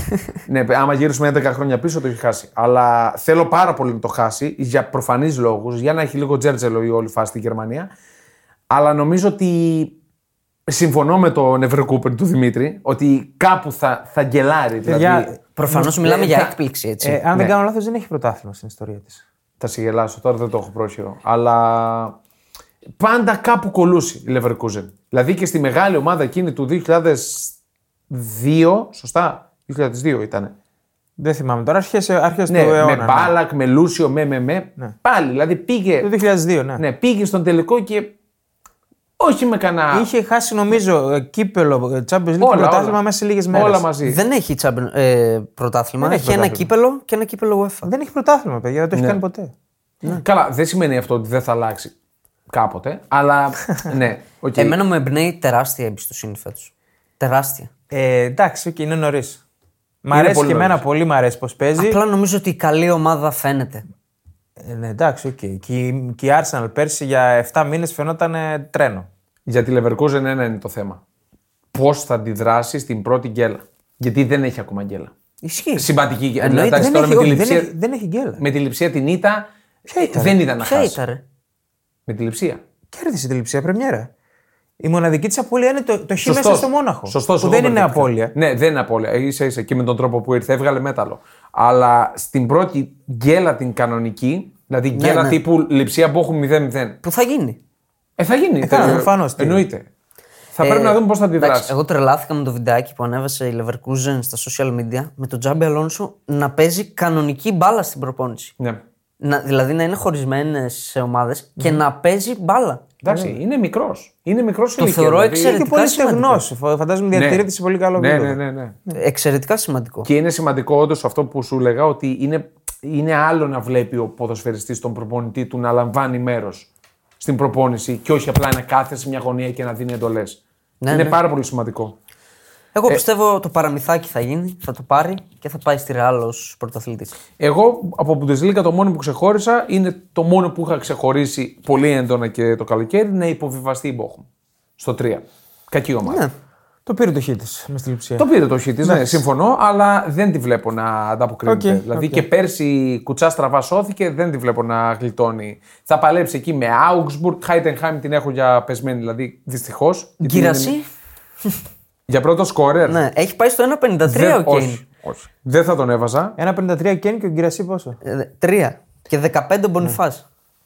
Speaker 1: ναι, άμα γυρίσουμε 11 χρόνια πίσω το έχει χάσει. Αλλά θέλω πάρα πολύ να το χάσει για προφανείς λόγους, για να έχει λίγο τζέρτζελο η όλη φάση στη Γερμανία. Αλλά νομίζω ότι συμφωνώ με τον Ευρωκούπερ του Δημήτρη ότι κάπου θα, θα γελάρει. Δηλαδή,
Speaker 2: Προφανώς μιλάμε για έκπληξη, έτσι.
Speaker 3: Ε, αν δεν
Speaker 1: Ναι.
Speaker 3: κάνω λάθος, δεν έχει πρωτάθλημα στην ιστορία της.
Speaker 1: θα σε γελάσω, τώρα δεν το έχω πρόχειρο. Αλλά πάντα κάπου κολούσε η Leverkusen. Δηλαδή και στη μεγάλη ομάδα εκείνη του 2002, σωστά, 2002 ήταν.
Speaker 3: Δεν θυμάμαι τώρα, αρχές
Speaker 1: Ναι,
Speaker 3: του αιώνα.
Speaker 1: με
Speaker 3: ναι.
Speaker 1: Μπάλακ, με Λούσιο, με με με. Πάλι, δηλαδή πήγε,
Speaker 3: Το 2002, ναι.
Speaker 1: ναι, πήγε στον τελικό και όχι με κανένα.
Speaker 3: Είχε χάσει, νομίζω, ε, κύπελο, ε, Champions League,
Speaker 1: Όλα,
Speaker 3: πρωτάθλημα
Speaker 1: όλα.
Speaker 3: μέσα σε λίγες μέρες.
Speaker 1: Όλα μαζί.
Speaker 2: Δεν έχει τσάμπεν- ε, πρωτάθλημα.
Speaker 1: Δεν έχει
Speaker 2: έχει ένα
Speaker 1: πρωτάθλημα.
Speaker 2: κύπελο και ένα κύπελο UEFA.
Speaker 3: Δεν έχει πρωτάθλημα, παιδιά, δεν το
Speaker 1: Ναι.
Speaker 3: έχει κάνει ποτέ.
Speaker 1: Καλά, δεν σημαίνει αυτό ότι δεν θα αλλάξει κάποτε, αλλά ναι. οκ.
Speaker 2: Εμένα μου εμπνέει τεράστια εμπιστοσύνη φέτος. Τεράστια.
Speaker 3: Ε, εντάξει, οκ, είναι νωρίς. Μ'
Speaker 1: Είναι
Speaker 3: αρέσει
Speaker 1: πολύ
Speaker 3: και εμένα
Speaker 1: νωρίς.
Speaker 3: πολύ, μ' αρέσει πώ παίζει.
Speaker 2: Απλά νομίζω ότι η καλή ομάδα φαίνεται.
Speaker 3: Ε, ναι, εντάξει, οκ. Και, η- και η Arsenal πέρσι για 7 μήνε φαινόταν ε, τρένο.
Speaker 1: Για τη Leverkusen ένα είναι το θέμα. Πώς θα αντιδράσει στην πρώτη γκέλα. Γιατί δεν έχει ακόμα γκέλα.
Speaker 2: Ισχύει.
Speaker 1: Συμπατική γκέλα.
Speaker 2: Εννοείται,
Speaker 1: Εντάξει,
Speaker 3: Ε, Δεν
Speaker 1: τώρα
Speaker 3: έχει,
Speaker 1: με, τη Ναι.
Speaker 3: όχι, δεν,
Speaker 1: λειψία,
Speaker 3: έχει, δεν έχει γκέλα.
Speaker 1: με τη λειψία την ήττα. ε,
Speaker 3: ήταν?
Speaker 1: Δεν ήταν να
Speaker 2: Ποια
Speaker 1: χάσει.
Speaker 2: ήταν, ρε.
Speaker 1: Με τη λειψία.
Speaker 3: Κέρδισε τη λειψία πρεμιέρα. Η μοναδική της απώλεια είναι το, το χ μέσα
Speaker 1: Σωστός.
Speaker 3: στο Μόναχο.
Speaker 1: Σωστός,
Speaker 3: που
Speaker 1: εγώ
Speaker 3: δεν είναι
Speaker 1: μπερδεύτηκα.
Speaker 3: απώλεια.
Speaker 1: Ναι, δεν είναι απώλεια. Ίσα ίσα και με τον τρόπο που ήρθε, έβγαλε μέταλλο. Αλλά στην πρώτη γκέλα την κανονική, δηλαδή γκέλα
Speaker 2: ναι.
Speaker 1: τύπου λειψία που έχουν 0-0.
Speaker 2: Που θα γίνει.
Speaker 1: Ε, θα γίνει.
Speaker 3: καλά,
Speaker 1: θα-
Speaker 3: προφανώς, τι.
Speaker 1: Εννοείται. Θα
Speaker 2: Ε,
Speaker 1: πρέπει να δούμε πώς θα
Speaker 2: εντάξει,
Speaker 1: αντιδράσει.
Speaker 2: Εγώ τρελάθηκα με το βιντεάκι που ανέβασε η Leverkusen στα social media με τον Τζάμπι Αλόνσο να παίζει κανονική μπάλα στην προπόνηση.
Speaker 1: Ναι.
Speaker 2: Να, δηλαδή να είναι χωρισμένες σε ομάδες και να παίζει μπάλα.
Speaker 1: Εντάξει, είναι μικρός. Είναι δηλαδή μικρός Το
Speaker 2: θεωρώ
Speaker 3: Και
Speaker 2: εξαιρετικά
Speaker 3: πολύ
Speaker 2: σημαντικό.
Speaker 3: στεγνό. Φαντάζομαι διατηρείται σε πολύ καλό
Speaker 1: ναι,
Speaker 3: επίπεδο.
Speaker 1: ναι, ναι, ναι.
Speaker 2: Εξαιρετικά σημαντικό.
Speaker 1: Και είναι σημαντικό όντως αυτό που σου λέγα ότι είναι, είναι άλλο να βλέπει ο ποδοσφαιριστής τον προπονητή του να λαμβάνει μέρος στην προπόνηση και όχι απλά να κάθεται σε μια γωνία και να δίνει εντολές.
Speaker 2: Ναι,
Speaker 1: είναι
Speaker 2: ναι.
Speaker 1: πάρα πολύ σημαντικό.
Speaker 2: Εγώ
Speaker 1: ε,
Speaker 2: πιστεύω το παραμυθάκι θα γίνει, θα το πάρει και θα πάει στη Ρεάλ ως πρωταθλητής.
Speaker 1: Εγώ από Bundesliga το μόνο που ξεχώρισα είναι το μόνο που είχα ξεχωρίσει πολύ έντονα και το καλοκαίρι να υποβιβαστεί η Bochum στο 3. Κακή ομάδα.
Speaker 2: Ναι.
Speaker 3: Το πήρε το χ της μες στη λειψία.
Speaker 1: Το πήρε το χ της, ναι, συμφωνώ, αλλά δεν τη βλέπω να ανταποκρίνεται.
Speaker 3: Οκ,
Speaker 1: δηλαδή
Speaker 3: οκ.
Speaker 1: και πέρσι η κουτσά στραβά σώθηκε, δεν τη βλέπω να γλιτώνει. Θα παλέψει εκεί με Augsburg, Heidenheim την έχω για πεσμένη, δηλαδή δυστυχώς.
Speaker 2: Κύραση.
Speaker 1: Για πρώτο σκόρερ.
Speaker 2: Ναι, έχει πάει στο 1,53
Speaker 1: δεν,
Speaker 2: ο Κέιν.
Speaker 1: όχι, όχι. Δεν θα τον έβαζα.
Speaker 3: 1,53 Κέν και ο Γκυρασί πόσο.
Speaker 2: Ε, Τρία. Και 15
Speaker 3: Ναι.
Speaker 2: Μπονιφά.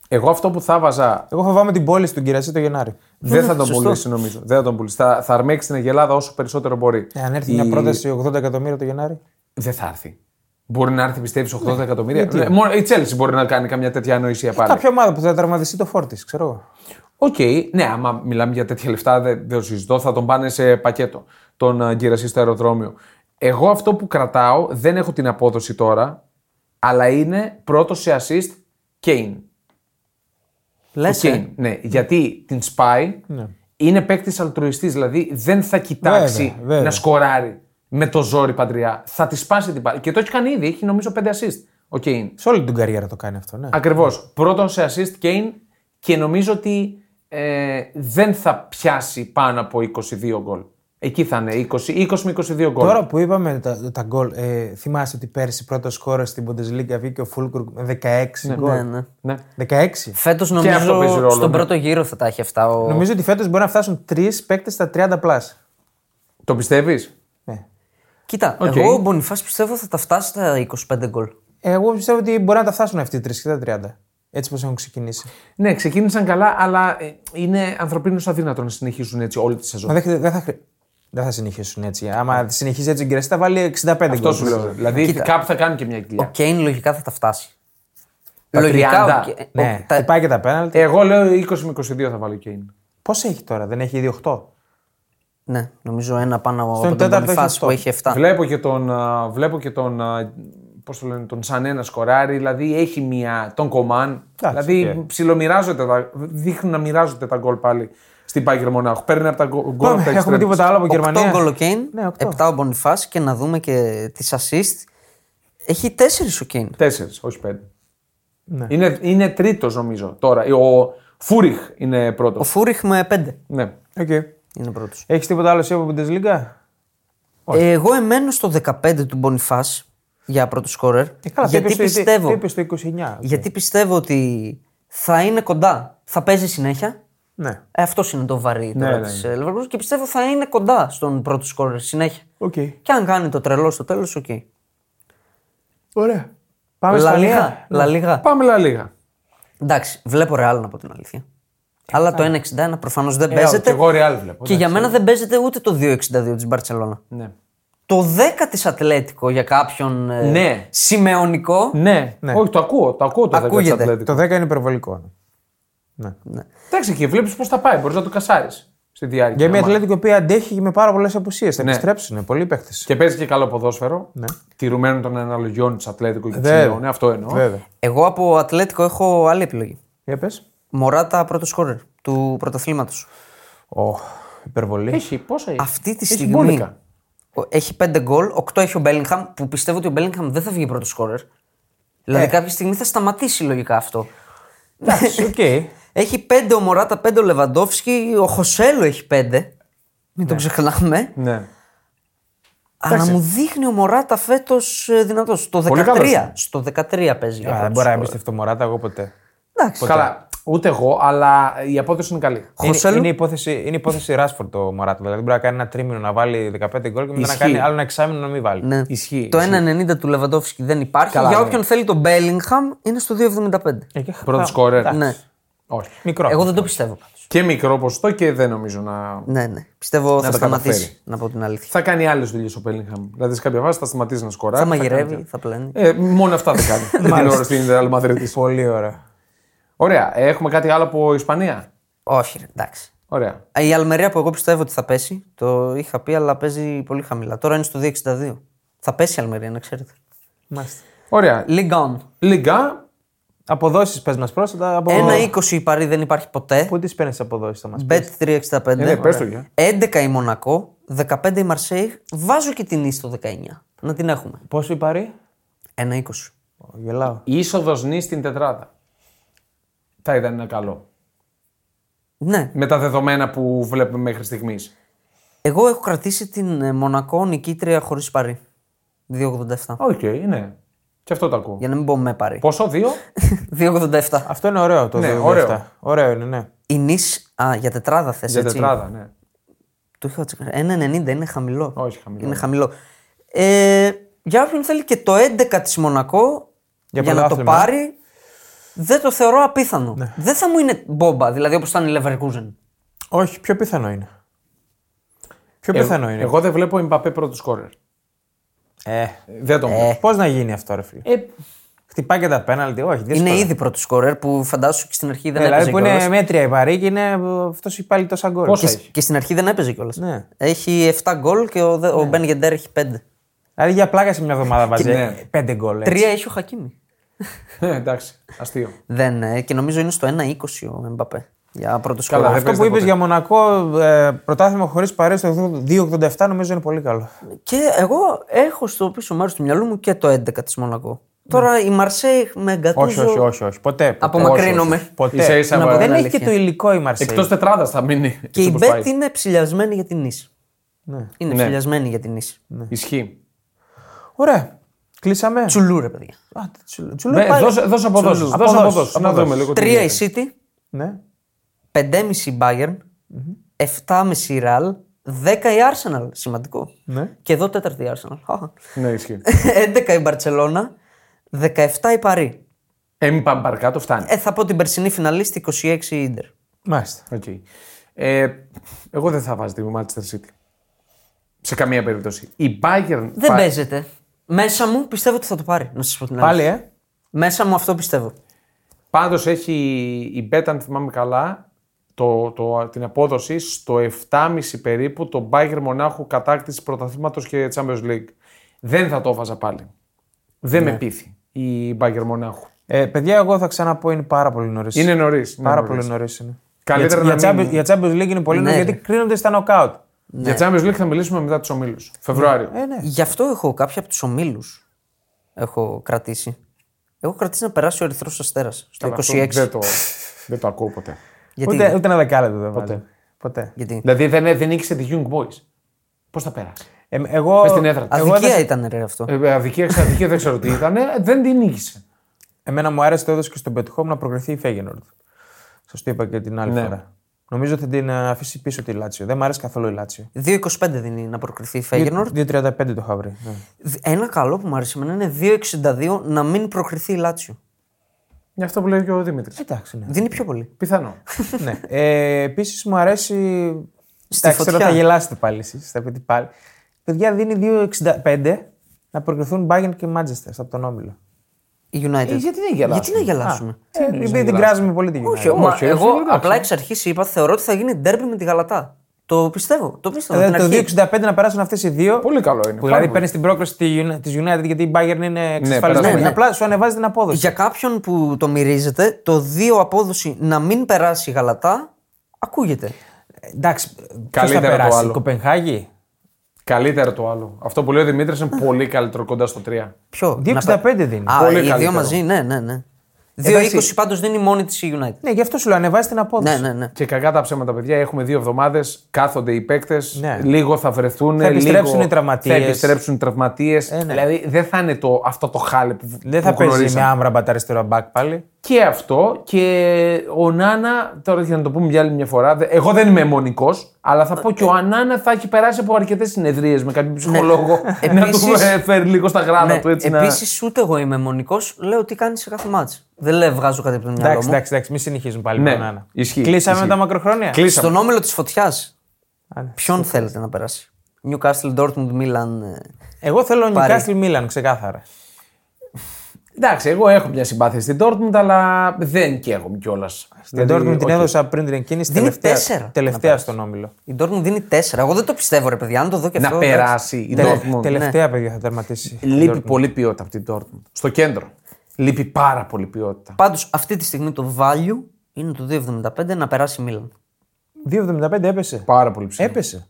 Speaker 1: Εγώ αυτό που θα βάζα
Speaker 3: Εγώ φοβάμαι την πόλη του Γκυρασί το Γενάρη.
Speaker 1: δεν θα τον
Speaker 2: Σωστό.
Speaker 1: πουλήσει νομίζω. Δεν θα τον πουλήσει. Θα, θα αρμέξει την Αγελάδα όσο περισσότερο μπορεί.
Speaker 3: Ε, αν έρθει
Speaker 1: Η-
Speaker 3: μια πρόταση 80 εκατομμύρια το Γενάρη.
Speaker 1: Δεν θα έρθει. Μπορεί να έρθει, πιστεύεις, 80 εκατομμύρια. Ναι, μόνο η Chelsea μπορεί να κάνει καμιά τέτοια ανοησία πάλι.
Speaker 3: Κάποια ομάδα που Ε, θα τραυματιστεί το φόρτη, ξέρω εγώ.
Speaker 1: Οκ, ναι, άμα μιλάμε για τέτοια λεφτά, δεν, δεν το συζητώ. Θα τον πάνε σε πακέτο τον γκυρασί στο αεροδρόμιο. Εγώ αυτό που κρατάω, δεν έχω την απόδοση τώρα, αλλά είναι πρώτο σε assist Kane.
Speaker 2: Λες.
Speaker 1: Kane,
Speaker 3: ε.
Speaker 1: ναι, γιατί την σπάει,
Speaker 3: Ναι.
Speaker 1: είναι παίκτης αλτρουιστής, δηλαδή δεν θα κοιτάξει
Speaker 3: Βέβαια, βέβαια.
Speaker 1: να σκοράρει με το ζόρι παντριά. Θα τη σπάσει την πάλι. Και το έχει κάνει ήδη, έχει νομίζω 5 assist ο Kane.
Speaker 3: Σε όλη την καριέρα το κάνει αυτό, ναι.
Speaker 1: Ακριβώς. Πρώτον σε assist Kane και νομίζω ότι ε, δεν θα πιάσει πάνω από 22 γκολ. Εκεί θα είναι 20, 20 με 22 γκολ.
Speaker 3: Τώρα που είπαμε τα, τα γκολ, ε, θυμάστε ότι πέρσι πρώτος σκόρε στην Bundesliga βγήκε ο Φούλκουρ με 16 γκολ.
Speaker 2: Ναι, ναι.
Speaker 1: Ναι.
Speaker 3: 16.
Speaker 2: Φέτο
Speaker 1: αυτό
Speaker 2: νομίζω
Speaker 1: παίζει ρόλο,
Speaker 2: στον
Speaker 1: ναι.
Speaker 2: πρώτο γύρο θα τα έχει αυτά. Ο...
Speaker 3: Νομίζω ότι φέτος μπορεί να φτάσουν τρεις παίκτες στα 30 πλάσ.
Speaker 1: Το πιστεύεις.
Speaker 3: Ναι.
Speaker 2: Κοίτα,
Speaker 1: Οκ.
Speaker 2: εγώ ο Μπονιφάς πιστεύω θα τα φτάσει στα 25 γκολ.
Speaker 3: Ε, Εγώ πιστεύω ότι μπορεί να τα φτάσουν αυτοί οι τρεις και τα 30. Έτσι πώ έχουν ξεκινήσει.
Speaker 1: Ναι, ξεκίνησαν καλά, αλλά ε, είναι ανθρωπίνως αδύνατο να συνεχίσουν έτσι όλη τη σεζόν.
Speaker 3: Μα δεν, δεν θα, χρει- δεν θα συνεχίσουν έτσι. Άμα συνεχίζει έτσι ο Γκρέσι, θα βάλει 65
Speaker 1: Αυτό
Speaker 3: γκολ.
Speaker 1: σου λέω. Δηλαδή
Speaker 2: Κοίτα.
Speaker 1: κάπου θα κάνουν και μια κοιλιά.
Speaker 2: Ο Κέιν λογικά θα τα φτάσει.
Speaker 1: Τα 30.
Speaker 2: ο Κέιν-
Speaker 3: Ναι,
Speaker 2: ο- τα-
Speaker 3: πάει και τα πέναλτι.
Speaker 1: Εγώ λέω 20 με 22 θα βάλει ο Kane.
Speaker 3: Πώς έχει τώρα, δεν έχει ήδη 8.
Speaker 2: ναι, νομίζω ένα πάνω από τον
Speaker 3: τέταρτο
Speaker 2: Μπονιφά
Speaker 3: έχει
Speaker 2: που έχει 7.
Speaker 1: Βλέπω και τον. α, βλέπω και τον α, πώς το λένε, τον Σανέ να σκοράρει, δηλαδή έχει μια. τον Κομάν.
Speaker 3: Εντάξει,
Speaker 1: δηλαδή
Speaker 3: οκ.
Speaker 1: ψιλομοιράζονται τα. δείχνουν να μοιράζονται τα γκολ πάλι στην Πάγκερ Μονάχου. Παίρνει από τα γκο- γκολ.
Speaker 3: Πάμε,
Speaker 1: από τα
Speaker 3: έχουμε
Speaker 1: extreme.
Speaker 3: τίποτα άλλο από
Speaker 2: 8
Speaker 3: Γερμανία.
Speaker 2: γκολ ο Κέιν,
Speaker 3: Ναι, οκτώ.
Speaker 2: 7 ο Μπονιφάς και να δούμε και τις assist. Έχει 4 ο Κέιν.
Speaker 1: Τέσσερις, όχι πέντε.
Speaker 3: Ναι.
Speaker 1: Είναι, είναι τρίτος νομίζω τώρα. Ο Φούριχ είναι πρώτος.
Speaker 2: Ο Φούριχ με 5
Speaker 1: Ναι.
Speaker 3: Okay.
Speaker 2: είναι πρώτος.
Speaker 3: Έχεις τίποτα άλλο εσύ από Bundesliga.
Speaker 2: Εγώ εμένω στο 15 του Μπονιφάς για πρώτο σκόρερ.
Speaker 1: Ε,
Speaker 3: Ε, Καλά,
Speaker 2: γιατί
Speaker 3: το είπες στο-
Speaker 2: πιστεύω.
Speaker 3: Το είπε στο 29.
Speaker 2: Γιατί πιστεύω ότι θα είναι κοντά. Θα παίζει συνέχεια.
Speaker 3: Ναι.
Speaker 2: Ε, Αυτός είναι το βαρύ τώρα
Speaker 1: ναι,
Speaker 2: της, ε, Leverkusen και πιστεύω θα είναι κοντά στον πρώτο σκόρερ συνέχεια.
Speaker 3: Οκ.
Speaker 2: Και αν κάνει το τρελό στο τέλος, οκ.
Speaker 3: Ωραία. Πάμε στα
Speaker 2: Λαλίγα.
Speaker 1: Ναι.
Speaker 3: νέα.
Speaker 2: Λαλίγα.
Speaker 1: Πάμε λα λίγα.
Speaker 2: Εντάξει, βλέπω Real να πω την
Speaker 1: Ε,
Speaker 2: αλήθεια. Αλλά το 1,61 προφανώς δεν
Speaker 1: Και ναι.
Speaker 2: παίζεται.
Speaker 1: Ε, εγώ ναι. ρεάλ βλέπω.
Speaker 2: Και για μένα δεν παίζεται ούτε το 2,62 της Μπαρσελόνα.
Speaker 1: Ναι.
Speaker 2: Το 10 της Ατλέτικο για κάποιον ε,
Speaker 1: Ναι.
Speaker 2: σημεωνικό.
Speaker 1: Ναι. όχι, το ακούω. Το ακούω το
Speaker 2: Ακούγεται.
Speaker 1: 10 της Ατλέτικο.
Speaker 3: Το 10 είναι υπερβολικό. Ναι.
Speaker 1: Εντάξει, και βλέπεις πώς θα πάει. Μπορείς να το κασάρεις στη διάρκεια.
Speaker 3: Για μια
Speaker 1: Άμα-
Speaker 3: Ατλέτικο η οποία αντέχει με πάρα πολλές απουσίες. Θα επιστρέψουν πολλοί παίχτε.
Speaker 1: Και παίζει και καλό ποδόσφαιρο.
Speaker 3: Ναι.
Speaker 1: Τηρουμένων των αναλογιών της Ατλέτικο και της
Speaker 3: Βέβαια.
Speaker 1: Λιόν. Αυτό εννοώ.
Speaker 3: Βέβαια.
Speaker 2: Εγώ από Ατλέτικο έχω άλλη επιλογή.
Speaker 3: Για πες.
Speaker 2: Μωράτα πρώτος σκόρερ του πρωταθλήματος.
Speaker 3: Ω, υπερβολή.
Speaker 1: Έχει, πόσα έχει.
Speaker 2: Αυτή τη
Speaker 1: Έχει
Speaker 2: στιγμή.
Speaker 1: μπόλικα.
Speaker 2: ο- Έχει 5 γκολ, 8 έχει ο Μπέλιγχαμ που πιστεύω ότι ο Μπέλιγχαμ δεν θα βγει πρώτος σκόρερ.
Speaker 1: Ε.
Speaker 2: Δηλαδή κάποια στιγμή θα σταματήσει λογικά αυτό.
Speaker 3: Εντάξει, οκ.
Speaker 2: Έχει 5 ο Μωράτα, 5 ο Λεβαντόφσκι, ο Χωσέλο έχει 5. Μην το ξεχνάμε.
Speaker 1: Ναι.
Speaker 2: Αλλά μου δείχνει ο Μωράτα φέτος δυνατός. Στο
Speaker 1: Πολύ
Speaker 2: 13.
Speaker 1: καλός. Ε,
Speaker 2: Στο 13 παίζει. για
Speaker 3: Α,
Speaker 2: πρώτο
Speaker 3: Δεν μπορώ να
Speaker 2: σκόρερ.
Speaker 3: εμπιστευτώ Μωράτα εγώ ποτέ.
Speaker 2: Εντάξει.
Speaker 1: Καλά, ούτε εγώ, αλλά η απόδοση είναι καλή.
Speaker 3: Είναι,
Speaker 2: Χωσέλο.
Speaker 3: είναι, υπόθεση, είναι υπόθεση Ράσφορντ το Μωράτα. Δηλαδή μπορεί να κάνει ένα τρίμηνο να βάλει 15 γκολ και μετά να
Speaker 1: Ισχύει.
Speaker 3: κάνει άλλο ένα εξάμηνο να μην βάλει.
Speaker 2: Ναι.
Speaker 1: Ισχύει,
Speaker 2: το
Speaker 1: ισχύει.
Speaker 2: 1,90 του Λεβαντόφσκι δεν υπάρχει.
Speaker 1: Καλά,
Speaker 2: Για
Speaker 1: ναι.
Speaker 2: όποιον θέλει τον Μπέλιγχαμ είναι στο 2,75.
Speaker 3: Ε, και χα-
Speaker 1: Πρώτο
Speaker 3: α,
Speaker 1: σκόρερ.
Speaker 2: Ναι.
Speaker 1: Όχι.
Speaker 3: Μικρό.
Speaker 2: Εγώ δεν το πιστεύω πάντως.
Speaker 1: Και μικρό ποσοστό και δεν νομίζω να.
Speaker 2: Ναι, ναι. Πιστεύω θα
Speaker 1: τα
Speaker 2: σταματήσει.
Speaker 1: καταφέρει.
Speaker 2: Να πω την αλήθεια.
Speaker 1: Θα κάνει άλλες δουλειές ο Bellingham. Δηλαδή σε κάποια βάση θα σταματήσει να σκοράρει.
Speaker 2: Θα
Speaker 1: κάνει
Speaker 2: μαγειρεύει,
Speaker 1: κάτι.
Speaker 2: θα πλένει.
Speaker 1: Ε, μόνο αυτά δεν κάνει. την ώρα στην Real Madrid.
Speaker 3: Πολύ ωραία.
Speaker 1: Ωραία. ε, Έχουμε κάτι άλλο από Ισπανία.
Speaker 2: Όχι, ρε, εντάξει.
Speaker 1: Ωραία.
Speaker 2: Η Αλμερία που εγώ πιστεύω ότι θα πέσει, το είχα πει, αλλά παίζει πολύ χαμηλά. Τώρα είναι στο 2,62. Θα πέσει η Αλμερία, να ξέρετε.
Speaker 3: Μάλιστα.
Speaker 1: Ωραία.
Speaker 2: Λίγκαον.
Speaker 1: Λίγκα.
Speaker 3: Αποδόσεις πες μας πρόσφατα. Από...
Speaker 2: Ένα 20 η Παρή δεν υπάρχει ποτέ.
Speaker 3: Πού τις παίρνεις αποδόσεις θα μας πεις.
Speaker 2: Bet 3,65.
Speaker 1: ναι, πες το, για.
Speaker 2: 11 η Μονακό. 15 η Μαρσέη. Βάζω και την ίση στο 19. Να την έχουμε.
Speaker 3: Πόσο η Παρή.
Speaker 2: Ένα 20.
Speaker 3: Ω, Γελάω.
Speaker 1: Είσοδος νη στην τετράδα. Θα ήταν ένα καλό.
Speaker 2: Ναι.
Speaker 1: Με τα δεδομένα που βλέπουμε μέχρι στιγμής.
Speaker 2: Εγώ έχω κρατήσει την ε, Μονακό νικήτρια χωρίς Παρή. 2,87.
Speaker 1: Οκ, ναι. Και αυτό το ακούω.
Speaker 2: Για να μην πω με Παρή.
Speaker 1: Πόσο, δύο.
Speaker 2: 2,87.
Speaker 3: Αυτό είναι ωραίο το
Speaker 1: Ναι,
Speaker 3: 2,7.
Speaker 1: ωραίο.
Speaker 3: ωραίο είναι, ναι.
Speaker 2: Η Νις, α, για τετράδα θες,
Speaker 1: Για
Speaker 2: έτσι.
Speaker 1: τετράδα, ναι.
Speaker 2: Το είχα τσεκάρει. 1,90 είναι χαμηλό.
Speaker 1: Όχι, χαμηλό.
Speaker 2: Είναι χαμηλό. Ε, για όποιον θέλει και το 11 της Μονακό για,
Speaker 3: Για
Speaker 2: να το
Speaker 3: πρωτάθλημα.
Speaker 2: πάρει, δεν το θεωρώ απίθανο. Δεν θα μου είναι μπόμπα, δηλαδή όπως ήταν η Leverkusen.
Speaker 3: Όχι, πιο πιθανό είναι. Πιο πιθανό Ε, είναι.
Speaker 1: Εγώ δεν βλέπω Εμπαπέ πρώτος σκόρερ.
Speaker 3: Ε,
Speaker 1: Δεν τον βλέπω.
Speaker 3: ε. Πώς να γίνει αυτό, ρε φίλε.
Speaker 1: Ε,
Speaker 3: Χτυπάει και τα πέναλτι, όχι. Δύσκολα.
Speaker 2: Είναι ήδη πρώτο σκόρερ που φαντάσου και στην αρχή δεν
Speaker 3: Δηλαδή
Speaker 2: έπαιζε
Speaker 3: που
Speaker 2: κιόλας.
Speaker 3: είναι μέτρια η Παρή και είναι αυτός έχει πάλι τόσα γκολ.
Speaker 1: Πόσα
Speaker 3: Και-
Speaker 1: έχει.
Speaker 2: Και στην αρχή δεν έπαιζε κιόλας.
Speaker 3: Ναι.
Speaker 2: Έχει 7 γκολ και ο, Δε- ο Μπεν Γεντέρ έχει 5.
Speaker 3: Δηλαδή για πλάκα σε μια εβδομάδα βάζει
Speaker 1: ναι.
Speaker 3: πέντε γκολ. έτσι.
Speaker 2: Τρία έχει ο Χακίμη.
Speaker 1: ε, εντάξει, αστείο.
Speaker 2: Δεν, ε, και νομίζω είναι στο 1,20 ο Εμπαπέ για πρώτο σκόρερ.
Speaker 1: δεν
Speaker 3: Αυτό
Speaker 1: παίζεται
Speaker 3: που είπε
Speaker 1: ποτέ.
Speaker 3: για Μονακό, ε, πρωτάθλημα χωρίς παρέ στο 2,87 νομίζω είναι πολύ καλό.
Speaker 2: Και εγώ έχω στο πίσω μέρος του μυαλού μου και το 11 της Μονακό. Τώρα η Μαρσέη με
Speaker 3: Όχι,
Speaker 2: εγκατούζω.
Speaker 3: όχι, όχι, όχι. Ποτέ. ποτέ.
Speaker 2: Απομακρύνομαι.
Speaker 3: Όχι, όχι. Ποτέ.
Speaker 1: Ίσα- ίσα
Speaker 3: Να
Speaker 1: βαρύ.
Speaker 3: δεν έχει
Speaker 2: αλήθεια.
Speaker 3: και το υλικό η Μαρσέη.
Speaker 1: Εκτός τετράδας θα μείνει.
Speaker 2: Και
Speaker 1: έτσι
Speaker 2: η
Speaker 1: όπως πάει.
Speaker 2: Μπέτ είναι ψηλιασμένη για την Ισ. Είναι
Speaker 1: Ναι.
Speaker 2: ψηλιασμένη για την Ισ.
Speaker 1: Ισχύει.
Speaker 3: Ωραία. Κλείσαμε.
Speaker 2: Τσουλούρε, παιδιά.
Speaker 3: Α, τσου- τσουλού
Speaker 1: Ναι,
Speaker 3: πάλι.
Speaker 1: δώσε, δώσε αποδόσεις,
Speaker 3: Τσουλού.
Speaker 1: Δώσε
Speaker 3: Αποδόσεις,
Speaker 1: αποδόσεις, Να
Speaker 3: αποδόσεις.
Speaker 1: δούμε λίγο. τι
Speaker 2: Τρία η
Speaker 1: γίνεται.
Speaker 2: City,
Speaker 3: Ναι.
Speaker 2: 5,5 η Bayern, 7,5 η Real, 10 η Arsenal. Σημαντικό.
Speaker 3: Ναι.
Speaker 2: Και εδώ τέταρτη η Arsenal. Χαχα.
Speaker 1: Ναι, ισχύει.
Speaker 2: 11 η Μπαρσελόνα, 17 η Παρή.
Speaker 1: Εμεί πάμε παρακάτω, φτάνει.
Speaker 2: Ε, θα πω την περσινή φιναλίστη 26 η Ιντερ.
Speaker 3: Μάλιστα.
Speaker 1: Οκ. Ε, εγώ δεν θα βάζω τη Manchester City. Σε καμία περίπτωση. Η Bayern.
Speaker 2: Δεν
Speaker 1: Πα-
Speaker 2: παίζεται. Μέσα μου πιστεύω ότι θα το πάρει. Να σας πω την αλήθεια.
Speaker 3: Πάλι, ε.
Speaker 2: Μέσα μου αυτό πιστεύω.
Speaker 1: Πάντως έχει η Bet, αν θυμάμαι καλά, το, το, την απόδοση στο 7,5 περίπου το Bayern Μονάχου κατάκτηση πρωταθλήματος και Champions League. Δεν θα το έβαζα πάλι. Δεν
Speaker 3: Ναι.
Speaker 1: με πείθει η Bayern Μονάχου.
Speaker 3: ε. Παιδιά, εγώ θα ξαναπώ είναι πάρα πολύ νωρίς.
Speaker 1: Είναι νωρίς. είναι
Speaker 3: πάρα
Speaker 1: νωρίς.
Speaker 3: πολύ νωρίς. Είναι.
Speaker 1: Καλύτερα
Speaker 3: για,
Speaker 1: να
Speaker 3: για,
Speaker 1: μην-
Speaker 3: Champions, για Champions League είναι πολύ
Speaker 2: Ναι,
Speaker 3: νωρίς
Speaker 2: ρε.
Speaker 3: γιατί κρίνονται στα νοκάουτ.
Speaker 1: Για Champions League θα μιλήσουμε μετά τους ομίλους. Φεβρουάριο.
Speaker 3: Ε, ναι.
Speaker 2: Γι' αυτό έχω κάποια από τους ομίλους. Έχω κρατήσει. Έχω κρατήσει να περάσει ο Ερυθρός Αστέρας στο
Speaker 1: Αλλά αυτό
Speaker 2: 26.
Speaker 1: Δεν το, δεν το ακούω ποτέ.
Speaker 2: Γιατί,
Speaker 3: Ούτε, ούτε ένα δεκάλεπτο δεν βάζω. Ποτέ.
Speaker 1: Ναι.
Speaker 2: γιατί.
Speaker 1: Δηλαδή δεν, δεν νίκησε τη Young Boys. Πώς θα περάσει.
Speaker 3: Ε, εγώ,
Speaker 1: Πες την έδρα.
Speaker 3: εγώ
Speaker 2: Αδικία
Speaker 3: έδωσα-
Speaker 2: ήταν ρε αυτό.
Speaker 1: Ε, αδικία, ξαδικία, δεν ξέρω τι ήταν. Δεν την νίκησε.
Speaker 3: Εμένα μου άρεσε το έδωσε και στον Πετχόμ να προκριθεί η Φέγενορντ. Σα το είπα και την άλλη
Speaker 1: Ναι.
Speaker 3: φορά. Νομίζω θα την ε, αφήσει πίσω τη Λάτσιο. Δεν μου αρέσει καθόλου η Λάτσιο.
Speaker 2: 2,25 δίνει να προκριθεί η Φέγενορ.
Speaker 3: 2.35 το είχα βρει. Ναι.
Speaker 2: Ένα καλό που μου αρέσει εμένα είναι 2,62 να μην προκριθεί η Λάτσιο.
Speaker 1: Είναι αυτό που λέει και ο Δημήτρης.
Speaker 3: Εντάξει, ναι.
Speaker 2: Δίνει πιο πολύ.
Speaker 1: Πιθανό.
Speaker 3: ναι. Ε, Επίσης μου αρέσει.
Speaker 2: Στη
Speaker 3: Εντάξει, τώρα
Speaker 2: φωτιά.
Speaker 3: θα γελάσετε πάλι εσείς. Θα πείτε πάλι. Παιδιά δίνει 2,65 να προκριθούν Μπάγκεν και Μάντζεστερ από τον Όμιλο.
Speaker 2: Η United.
Speaker 1: Ε, γιατί να γελάσουμε.
Speaker 2: Γιατί να γελάσουμε.
Speaker 3: Ε, επειδή την κράζουμε πολύ την
Speaker 2: Όχι,
Speaker 3: United.
Speaker 2: μα
Speaker 1: όχι,
Speaker 2: εγώ
Speaker 1: εντάξει.
Speaker 2: απλά εξ αρχής είπα θεωρώ ότι θα γίνει ντέρμπι με τη Γαλατά. Το πιστεύω. Το πιστεύω. από την
Speaker 3: Δηλαδή
Speaker 2: αρχή.
Speaker 3: το 2,65 να περάσουν αυτές οι δύο.
Speaker 1: Πολύ καλό είναι.
Speaker 3: Που δηλαδή
Speaker 1: Πάρα πολύ.
Speaker 3: παίρνεις την πρόκριση τη United γιατί η Bayern είναι εξασφαλισμένη.
Speaker 1: περασμένη.
Speaker 3: Απλά σου ανεβάζει την απόδοση.
Speaker 2: Για κάποιον που το μυρίζεται, το 2 απόδοση να μην περάσει η Γαλατά ακούγεται.
Speaker 3: Ε, Εντάξει, ποιος θα
Speaker 1: Καλύτερα το
Speaker 3: περάσει,
Speaker 1: άλλο.
Speaker 3: η Κοπενχάγη.
Speaker 1: Καλύτερο το άλλο. Αυτό που λέει ο Δημήτρης είναι πολύ καλύτερο κοντά στο 3.
Speaker 2: Ποιο.
Speaker 3: 2,65
Speaker 2: να...
Speaker 3: δίνει.
Speaker 2: Α,
Speaker 1: Πολύ
Speaker 2: οι δύο
Speaker 1: καλύτερο.
Speaker 2: μαζί, ναι, ναι, ναι. 2,20
Speaker 3: Εντάξει.
Speaker 2: πάντω δίνει μόνη της η United.
Speaker 3: Ναι, γι' αυτό σου λέω, ανεβάζει την απόδοση.
Speaker 2: Ναι, ναι, ναι.
Speaker 1: Και κακά τα ψέματα, παιδιά. Έχουμε δύο εβδομάδες. Κάθονται οι παίκτες.
Speaker 3: Ναι.
Speaker 1: Λίγο θα βρεθούν.
Speaker 3: Θα επιστρέψουν
Speaker 1: λίγο...
Speaker 3: οι τραυματίες.
Speaker 1: Θα επιστρέψουν οι τραυματίες.
Speaker 3: ναι.
Speaker 1: Δηλαδή δεν θα είναι το, αυτό το χάλι που,
Speaker 3: Δεν
Speaker 1: που
Speaker 3: θα παίζει
Speaker 1: γνωρίσαμε.
Speaker 3: με άμρα μπαταριστερό μπακ πάλι.
Speaker 1: Και αυτό και ο Νάνα. Τώρα για να το πούμε για άλλη μια φορά. δε- Εγώ δεν είμαι αιμονικός, αλλά θα πω και
Speaker 3: Ε.
Speaker 1: ο Ανάνα θα έχει περάσει από αρκετές συνεδρίες με
Speaker 3: Ναι.
Speaker 1: κάποιον ψυχολόγο. να του
Speaker 2: Επίσης-
Speaker 1: ε, φέρει λίγο στα γράμματα του έτσι. να-
Speaker 2: Επίσης, Ναι, ούτε εγώ είμαι μονικό. Λέω τι κάνει σε κάθε μάτς. Δεν λέω βγάζω κάτι από το μυαλό
Speaker 3: Εντάξει,
Speaker 2: μου.
Speaker 3: εντάξει, εντάξει, μην συνεχίζουμε πάλι
Speaker 1: Ναι,
Speaker 3: με τον Άννα.
Speaker 1: ισχύει,
Speaker 3: Κλείσαμε
Speaker 1: ισχύει.
Speaker 3: τα μακροχρόνια.
Speaker 1: Κλείσαμε.
Speaker 2: Στον όμιλο της φωτιάς,
Speaker 3: Α, ναι.
Speaker 2: ποιον θέλετε να περάσει. Newcastle, Dortmund, Milan. ε,
Speaker 3: Εγώ θέλω
Speaker 2: Πάρε.
Speaker 3: Νιουκάστιλ Μίλαν, ξεκάθαρα.
Speaker 1: Εντάξει, εγώ έχω μια συμπάθεια στην Dortmund, αλλά δεν καίγομαι κιόλας. Δηλαδή,
Speaker 3: Στην Dortmund την έδωσα πριν την εκκίνηση.
Speaker 2: Δίνει
Speaker 3: τελευταία-
Speaker 2: τέσσερα να
Speaker 3: Τελευταία
Speaker 2: περάσει.
Speaker 3: στον όμιλο.
Speaker 2: Η Dortmund δίνει 4. Εγώ δεν το πιστεύω, ρε παιδιά, αν το δω και
Speaker 1: Να
Speaker 2: αυτό. εντάξει.
Speaker 1: περάσει η
Speaker 3: Τελε-
Speaker 2: ναι.
Speaker 1: Dortmund.
Speaker 3: Τελευταία, παιδιά, θα τερματίσει.
Speaker 1: Λείπει πολύ ποιότητα από την Dortmund. Στο κέντρο. Λείπει πάρα πολύ ποιότητα.
Speaker 2: Πάντως, αυτή τη στιγμή το value είναι το 2,75 να περάσει η Μίλαν.
Speaker 3: 2,75 έπεσε.
Speaker 1: Πάρα πολύ ψηλό.
Speaker 3: Έπεσε.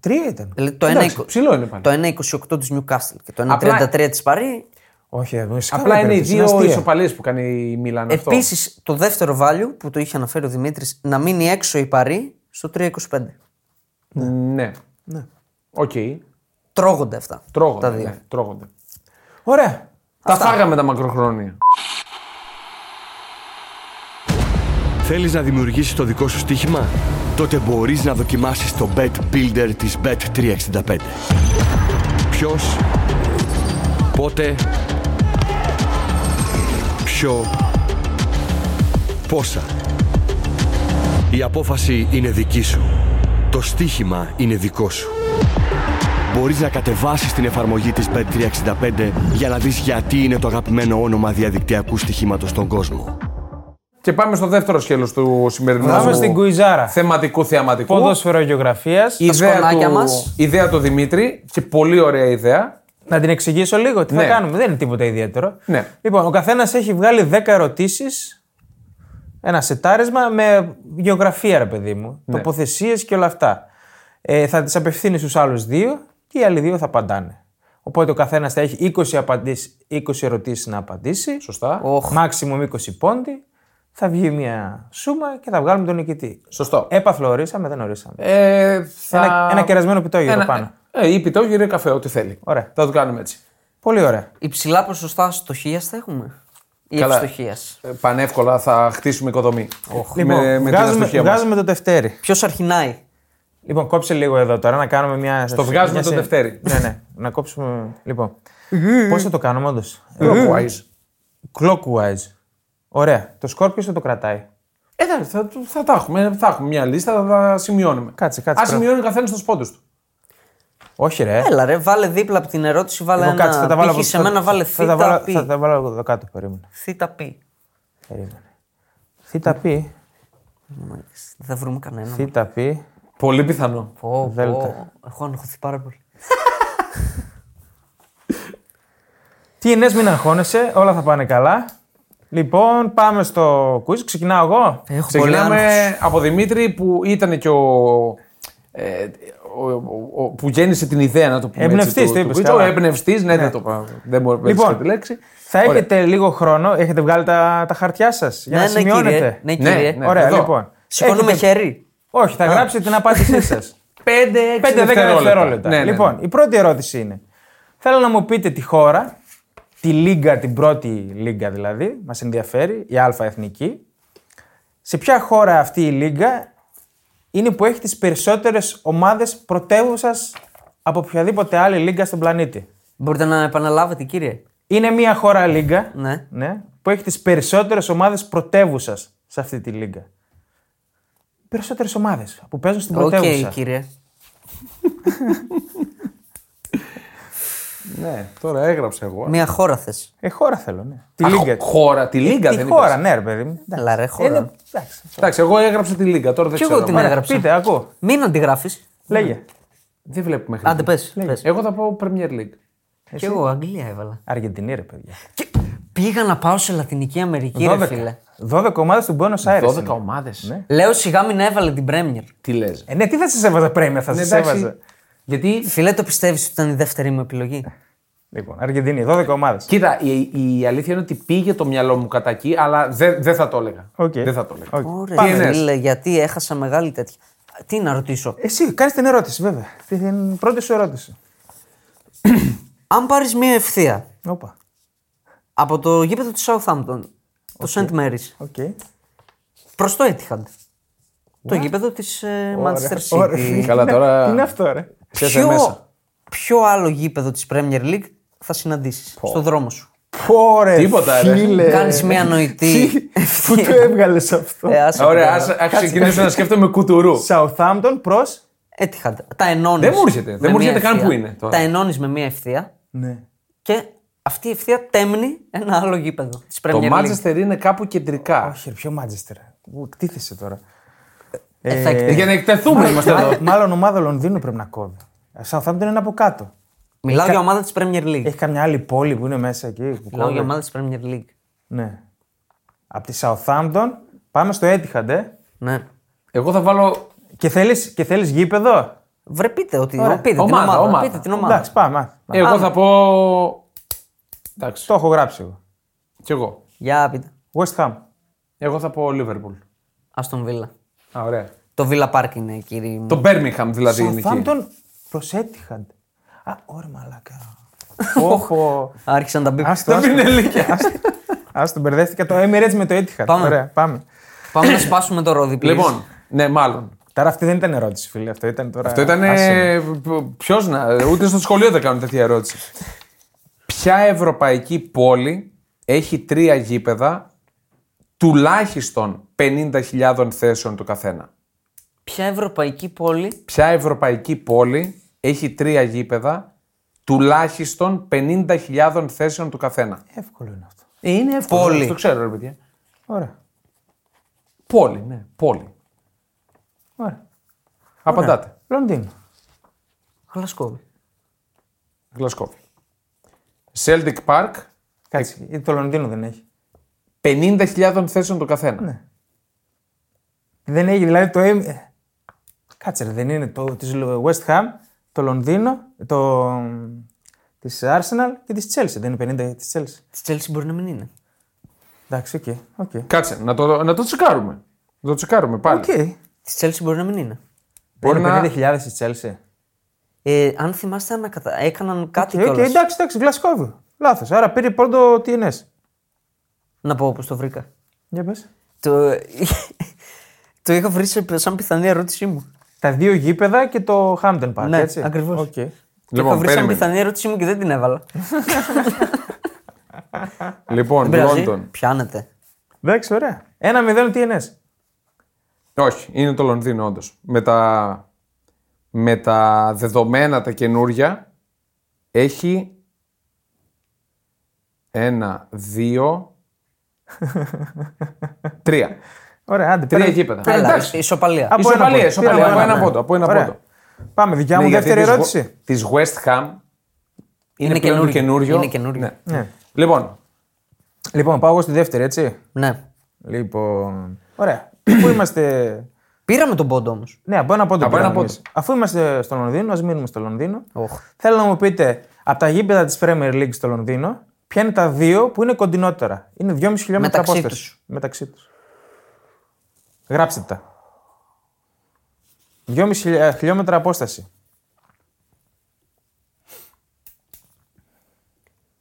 Speaker 3: Τρία ήταν.
Speaker 2: Δηλαδή, το
Speaker 1: Εντάξει,
Speaker 2: 1,20
Speaker 1: ψηλό είναι πάλι.
Speaker 2: το 1,28 της Newcastle και το 1,33
Speaker 1: Απλά-
Speaker 2: τη Παρή.
Speaker 3: Όχι, ε, εγώ είσαι
Speaker 1: Απλά
Speaker 3: καλά,
Speaker 1: είναι οι
Speaker 3: παιδιά, είναι
Speaker 1: δύο
Speaker 3: αστεία.
Speaker 1: ισοπαλίες που κάνει η Μίλαν αυτό.
Speaker 2: Επίσης, το δεύτερο value που το είχε αναφέρει ο Δημήτρης να μείνει έξω η Παρή στο 3,25.
Speaker 1: Ναι.
Speaker 3: Ναι.
Speaker 1: Οκ.
Speaker 2: Τρώγονται αυτά.
Speaker 1: Τρώγονται.
Speaker 2: Τα δύο.
Speaker 1: ναι, τρώγονται.
Speaker 3: Ωραία.
Speaker 1: Τα φάγαμε τα μακροχρόνια.
Speaker 4: Θέλεις να δημιουργήσεις το δικό σου στοίχημα? Τότε μπορείς να δοκιμάσεις το Bet Builder της Bet365. Ποιος, πότε, ποιο, πόσα. Η απόφαση είναι δική σου. Το στοίχημα είναι δικό σου. Μπορείς να κατεβάσεις την εφαρμογή της Bet365 για να δεις γιατί είναι το αγαπημένο όνομα διαδικτυακού στοιχήματος στον κόσμο.
Speaker 1: Και πάμε στο δεύτερο σκέλος του σημερινού
Speaker 3: Πάμε στην Κουιζάρα.
Speaker 1: θεματικού θεαματικού.
Speaker 3: Ποδόσφαιρο γεωγραφίας.
Speaker 1: Η ιδέα,
Speaker 2: σκονάκια
Speaker 1: του,
Speaker 2: μας.
Speaker 1: ιδέα του Δημήτρη και πολύ ωραία ιδέα.
Speaker 3: Να την εξηγήσω λίγο τι
Speaker 1: Ναι.
Speaker 3: θα κάνουμε. Δεν είναι τίποτα ιδιαίτερο.
Speaker 1: Ναι.
Speaker 3: Λοιπόν, ο καθένας έχει βγάλει 10 ερωτήσεις. Ένα σετάρισμα με γεωγραφία, ρε παιδί μου.
Speaker 1: Ναι.
Speaker 3: Τοποθεσίες και όλα αυτά. Ε, θα τις απευθύνεις στους άλλους δύο και οι άλλοι δύο θα απαντάνε. Οπότε ο καθένας θα έχει 20, απαντήσεις, 20 ερωτήσεις να απαντήσει.
Speaker 1: Σωστά.
Speaker 2: Οχ.
Speaker 3: Μάξιμουμ 20 πόντι. Θα βγει μια σούμα και θα βγάλουμε τον νικητή.
Speaker 1: Σωστό.
Speaker 3: Έπαθλο ορίσαμε, δεν ορίσαμε.
Speaker 1: Ε, θα...
Speaker 3: Ένα, ένα κερασμένο πιτόγυρο
Speaker 1: Ένα-
Speaker 3: πάνω.
Speaker 1: Ε, ή πιτόγυρο ή καφέ, ό,τι θέλει.
Speaker 3: Ωραία.
Speaker 1: Θα το κάνουμε έτσι.
Speaker 3: Πολύ ωραία.
Speaker 2: Υψηλά ποσοστά αστοχίας θα έχουμε. Ή
Speaker 1: Καλά.
Speaker 2: ευστοχία.
Speaker 1: Ε, Πανεύκολα θα χτίσουμε οικοδομή.
Speaker 3: Λοιπόν,
Speaker 1: με, με την
Speaker 3: βγάζουμε,
Speaker 1: αστοχία μας.
Speaker 3: βγάζουμε το Δευτέρι.
Speaker 2: Ποιος αρχινάει.
Speaker 3: Λοιπόν, κόψε λίγο εδώ τώρα να κάνουμε μια. Το
Speaker 1: βγάζουμε το Δευτέρι.
Speaker 3: ναι, ναι. Να κόψουμε. Λοιπόν. Πώς θα το κάνουμε, όντως.
Speaker 2: Ε,
Speaker 1: Clockwise.
Speaker 3: Clockwise. Ωραία. Το Σκόρπιος θα το κρατάει.
Speaker 1: Εντάξει, Ε, θα, θα τα έχουμε. Θα έχουμε μια λίστα, θα τα σημειώνουμε.
Speaker 3: Κάτσε, κάτσε,
Speaker 1: Ας σημειώνει ο καθένας τους πόντους του.
Speaker 3: Όχι, ρε.
Speaker 2: Έλα ρε, βάλε δίπλα από την ερώτηση, βάλε
Speaker 3: Εγώ
Speaker 2: ένα.
Speaker 3: κάτσε, θα τα βάλω
Speaker 2: π.χ.
Speaker 3: από-
Speaker 2: σε μένα,
Speaker 3: θα-
Speaker 2: βάλε
Speaker 3: θα, τα βάλω,
Speaker 2: θήτα
Speaker 3: θα
Speaker 2: πι.
Speaker 3: τα βάλω εδώ κάτω. Περίμενε.
Speaker 2: Θήτα πι.
Speaker 3: περίμενε. Θήτα πι.
Speaker 2: Δεν θα βρούμε κανένα.
Speaker 3: Θήτα πι.
Speaker 1: Πολύ πιθανό.
Speaker 2: Πω, πω.
Speaker 3: Δέλτα.
Speaker 2: Έχω αγχωθεί πάρα πολύ.
Speaker 3: Τι ενέ, μην αγχώνεσαι. Όλα θα πάνε καλά. Λοιπόν, πάμε στο quiz. Ξεκινάω εγώ.
Speaker 2: Έχω πολύ άγχος.
Speaker 1: Ξεκινάμε από Δημήτρη που ήταν και ο. Ε, ο, ο- ο- που γέννησε την ιδέα να το πούμε.
Speaker 3: Εμπνευστής,
Speaker 1: έτσι,
Speaker 3: το είπες
Speaker 1: quiz.
Speaker 3: καλά.
Speaker 1: Ο εμπνευστής, ναι, δεν το είπα. Δεν μπορεί να
Speaker 3: Λοιπόν,
Speaker 1: τη λέξη.
Speaker 3: Θα
Speaker 1: Ωραία.
Speaker 3: έχετε λίγο χρόνο. Έχετε βγάλει τα, τα χαρτιά σας για να
Speaker 2: Ναι, ναι,
Speaker 3: σημειώνετε.
Speaker 2: κύριε. Ναι,
Speaker 1: Ναι,
Speaker 2: κύριε.
Speaker 1: ναι.
Speaker 3: Ωραία,
Speaker 1: εδώ.
Speaker 3: λοιπόν.
Speaker 2: Σηκώνουμε
Speaker 3: Έχετε-
Speaker 2: χέρι.
Speaker 3: Όχι, θα γράψετε την απάντησή σας. 5-6 δευτερόλεπτα.
Speaker 1: Ναι, ναι, ναι.
Speaker 3: Λοιπόν, η πρώτη ερώτηση είναι. Θέλω να μου πείτε τη χώρα, τη λίγα, την πρώτη λίγα δηλαδή, μας ενδιαφέρει, η Α Εθνική. Σε ποια χώρα αυτή η λίγα είναι που έχει τις περισσότερες ομάδες πρωτεύουσας από οποιαδήποτε άλλη λίγα στον πλανήτη.
Speaker 2: Μπορείτε να επαναλάβετε, κύριε.
Speaker 3: Είναι μια χώρα λίγα
Speaker 2: Ναι.
Speaker 3: που έχει τις περισσότερες ομάδες πρωτεύουσας σε αυτή τη λίγα. Περισσότερες ομάδες που παίζουν στην
Speaker 2: Οκ,
Speaker 3: πρωτεύουσα.
Speaker 2: κύριε.
Speaker 1: Ναι, τώρα έγραψα εγώ.
Speaker 2: Μια χώρα θες.
Speaker 3: Ε, χώρα θέλω, ναι. Τη
Speaker 1: Α,
Speaker 3: λίγα.
Speaker 1: χω- Χώρα, τη Λίγκα
Speaker 3: Τη
Speaker 1: δεν
Speaker 3: χώρα,
Speaker 1: είπες.
Speaker 3: ναι, ρε παιδί μου. Εντάξει.
Speaker 2: Έλα ρε, χώρα.
Speaker 3: Ε, εντάξει.
Speaker 1: Εντάξει, εγώ έγραψα τη Λίγκα, τώρα δεν
Speaker 2: Κι εγώ
Speaker 1: ξέρω.
Speaker 2: την
Speaker 1: Μα-
Speaker 2: έγραψα. Έγραψε.
Speaker 3: Πείτε, ακούω.
Speaker 2: Μην αντιγράφεις.
Speaker 3: Λέγε.
Speaker 1: Δεν βλέπω μέχρι.
Speaker 2: Άντε, πε.
Speaker 1: Εγώ θα πω Premier League.
Speaker 2: Κι εγώ Αγγλία έβαλα.
Speaker 3: Αργεντινή, ρε παιδιά.
Speaker 2: Και... Πήγα να πάω σε Λατινική Αμερική, ρε φίλε.
Speaker 3: 12 ομάδες του Buenos Aires.
Speaker 1: 12
Speaker 3: είναι.
Speaker 1: ομάδες.
Speaker 3: Ναι.
Speaker 2: Λέω σιγά μην έβαλε την Πρέμιερ.
Speaker 1: Τι λες.
Speaker 3: Ε, ναι, τι θα σας έβαζα πρέμια, θα
Speaker 1: Ναι,
Speaker 3: σας έβαζα.
Speaker 1: Γιατί.
Speaker 2: Φίλε, το πιστεύεις ότι ήταν η δεύτερη μου επιλογή.
Speaker 3: Λοιπόν, Αργεντινή, 12 ομάδες.
Speaker 1: Κοίτα, η, η αλήθεια είναι ότι πήγε το μυαλό μου κατά εκεί, αλλά δεν δεν θα το έλεγα.
Speaker 3: Οκ.
Speaker 1: Δεν θα το έλεγα.
Speaker 3: Οκ.
Speaker 1: Πάμε.
Speaker 2: Ωραία, φίλε, γιατί έχασα μεγάλη τέτοια. Τι να ρωτήσω.
Speaker 3: Εσύ, κάνεις την ερώτηση, βέβαια. Την πρώτη σου ερώτηση.
Speaker 2: Αν πάρεις μία ευθεία
Speaker 3: Όπα.
Speaker 2: από το γήπεδο του Southampton, το St. Mary's,
Speaker 3: Οκ.
Speaker 2: προς το Etihad. Το γήπεδο της Manchester City.
Speaker 3: Ωραία, φίλε.
Speaker 1: Καλά, τώρα-
Speaker 3: Τι είναι αυτό, ρε.
Speaker 1: Ξέρεις, μέσα.
Speaker 2: Ποιο, ποιο άλλο γήπεδο της Premier League θα συναντήσεις στον δρόμο σου.
Speaker 3: Πόρε.
Speaker 1: Τίποτα, ρε.
Speaker 3: Φίλε.
Speaker 2: Κάνεις μια νοητή
Speaker 3: Τι- Πού το έβγαλες αυτό.
Speaker 2: Ε, άσε
Speaker 1: Ωραία,
Speaker 2: τώρα.
Speaker 1: ας ας ξεκινήσω να σκέφτομαι κουτουρού.
Speaker 3: Southampton προς.
Speaker 2: Etihad. Τα ενώνεις.
Speaker 1: Δεν μου έρχεται. Δεν μου έρχεται καν που είναι τώρα.
Speaker 2: Τα ενώνεις με μία ευθεία
Speaker 3: Ναι.
Speaker 2: και αυτή η ευθεία τέμνει ένα άλλο γήπεδο της Premier
Speaker 1: Το
Speaker 2: League.
Speaker 1: Manchester είναι κάπου κεντρικά.
Speaker 3: Όχι, ρε, ποιο Μάντζεστερ. Μου εκτίθεσαι τώρα.
Speaker 2: Ε, θα
Speaker 1: Ε,
Speaker 2: εκτεθεί.
Speaker 1: Για να εκτεθούμε είμαστε εδώ.
Speaker 3: Μάλλον- Μάλλον ομάδα Λονδίνου πρέπει να κόβει. Southampton είναι από κάτω.
Speaker 2: Μιλάω για ομάδα της Premier League.
Speaker 1: Ε,
Speaker 3: Έχει καμιά άλλη πόλη που είναι μέσα εκεί. Που
Speaker 2: Μιλάω
Speaker 3: κόβει.
Speaker 2: για ομάδα της Premier League.
Speaker 3: Ναι. Από τη Southampton πάμε στο Etihad. ε.
Speaker 2: Ναι.
Speaker 1: Εγώ θα βάλω.
Speaker 3: Και θέλεις, και θέλεις γήπεδο.
Speaker 2: Βρε πείτε ότι. Πείτε,
Speaker 1: Ομάδα,
Speaker 2: την ομάδα,
Speaker 1: ομάδα.
Speaker 2: πείτε την ομάδα.
Speaker 3: Εντάξει, πάμε. α, πάμε.
Speaker 1: Εγώ θα πω. Εντάξει,
Speaker 3: Το έχω γράψει εγώ.
Speaker 1: κι εγώ.
Speaker 2: Για πείτε.
Speaker 3: West Ham.
Speaker 1: Εγώ θα πω Liverpool.
Speaker 2: Αστον Βίλα.
Speaker 1: Α, ωραία.
Speaker 2: Το Villa Park είναι, κύριε μου.
Speaker 1: Το Birmingham δηλαδή είναι εκεί.
Speaker 3: Southampton προς Etihad. Α, ωραία μαλάκα. Όχο.
Speaker 2: Άρχισαν τα μπίπ.
Speaker 3: Άστο, άστο. Άστο. Άστο, μπερδεύτηκα το Emirates με το Etihad.
Speaker 2: Πάμε.
Speaker 3: Ωραία, πάμε.
Speaker 2: Πάμε να σπάσουμε το ρόδι, please.
Speaker 1: Λοιπόν, ναι, μάλλον.
Speaker 3: Τώρα αυτή δεν ήταν ερώτηση, φίλε. Αυτό ήταν τώρα.
Speaker 1: Αυτό ήταν.
Speaker 3: άσχημο.
Speaker 1: Ποιος να. Ούτε στο σχολείο δεν κάνουν τέτοια ερώτηση. Ποια ευρωπαϊκή πόλη έχει τρία γήπεδα τουλάχιστον 50.000 θέσεων το καθένα.
Speaker 2: Ποια ευρωπαϊκή πόλη.
Speaker 1: Ποια ευρωπαϊκή πόλη έχει τρία γήπεδα τουλάχιστον 50.000 θέσεων το καθένα.
Speaker 3: Εύκολο είναι αυτό.
Speaker 1: Είναι εύκολο.
Speaker 2: Πόλη.
Speaker 1: Το ξέρω, ρε παιδιά.
Speaker 3: Ωραία.
Speaker 1: Πόλη, ναι, πόλη.
Speaker 3: Ωραία.
Speaker 1: Απαντάτε.
Speaker 3: Λονδίνο.
Speaker 2: Γλασκόβη.
Speaker 1: Γλασκόβη. Celtic Park,
Speaker 3: Κάτσε, γιατί το Λονδίνο δεν έχει.
Speaker 1: 50.000 θέσεων το καθένα.
Speaker 3: Δεν έχει, δηλαδή το. εμ- ε, Κάτσε, ρε, δεν είναι το της West Ham, το Λονδίνο, το. της Arsenal και της Chelsea. Δεν είναι 50 της Chelsea.
Speaker 2: Της Chelsea μπορεί να μην είναι.
Speaker 3: Εντάξει, οκ. οκ.
Speaker 1: Κάτσε, να το, να το τσεκάρουμε. Να το τσεκάρουμε πάλι.
Speaker 3: Οκ.
Speaker 2: Της Chelsea μπορεί να μην είναι.
Speaker 1: Μπορεί
Speaker 3: είναι
Speaker 1: να-
Speaker 3: 50.000 της Chelsea.
Speaker 2: Ε, αν θυμάστε, ανακατα... έκαναν κάτι
Speaker 3: Οκ, οκ,
Speaker 2: κιόλας.
Speaker 3: Ε, εντάξει, εντάξει, Γλασκόβι. Λάθος. Άρα πήρε πρώτο TNS.
Speaker 2: Να πω πώς το βρήκα.
Speaker 3: Για πες.
Speaker 2: Το, το είχα βρει σε- σαν πιθανή ερώτησή μου.
Speaker 3: Τα δύο γήπεδα και το Hampton Park.
Speaker 2: Ναι,
Speaker 3: έτσι.
Speaker 2: ακριβώς.
Speaker 3: Οκ.
Speaker 2: το είχα
Speaker 1: Λοιπόν,
Speaker 2: βρει σαν
Speaker 1: περίμενε.
Speaker 2: πιθανή ερώτησή μου και δεν την έβαλα.
Speaker 1: Λοιπόν,
Speaker 2: Πειράζει.
Speaker 1: Λόντον.
Speaker 2: Πιάνετε.
Speaker 3: Εντάξει, ωραία. Ένα μηδέν TNS.
Speaker 1: Όχι, είναι το Λονδίνο, όντως. Με τα, με τα δεδομένα τα καινούρια έχει ένα, δύο, τρία.
Speaker 3: Ωραία, άντε.
Speaker 1: Τρία
Speaker 3: πέρα-
Speaker 1: γήπεδα.
Speaker 2: Έλα,
Speaker 1: Εντάξει.
Speaker 2: ισοπαλία.
Speaker 3: Από ένα
Speaker 1: Ισοπαλία,
Speaker 3: πόντο.
Speaker 1: ισοπαλία,
Speaker 3: Πήραμε
Speaker 1: από
Speaker 3: ένα,
Speaker 1: ένα
Speaker 3: ναι.
Speaker 1: πόντο, από ένα
Speaker 3: Ωραία.
Speaker 1: πόντο.
Speaker 3: Πάμε, δικιά μου δεύτερη ερώτηση.
Speaker 1: Της West Ham είναι, πλέον
Speaker 2: καινούριο.
Speaker 1: καινούριο.
Speaker 2: Είναι καινούριο.
Speaker 1: Ναι. Λοιπόν,
Speaker 3: Λοιπόν, πάω εγώ στη δεύτερη, έτσι.
Speaker 2: Ναι.
Speaker 3: Λοιπόν. Ωραία. Αφού είμαστε.
Speaker 2: Πήραμε τον πόντο όμως.
Speaker 3: Ναι, από ένα πόντο.
Speaker 1: Από ένα
Speaker 3: πήραμε
Speaker 1: πόντο.
Speaker 3: εμείς. Αφού είμαστε στο Λονδίνο, ας μείνουμε στο Λονδίνο. Θέλω να μου πείτε από τα γήπεδα της Premier League στο Λονδίνο, ποια είναι τα δύο που είναι κοντινότερα. Είναι 2,5 χιλιόμετρα
Speaker 2: Μεταξύ
Speaker 3: απόσταση. Μεταξύ τους. Γράψτε τα. 2,5 χιλιά- ε, χιλιόμετρα απόσταση.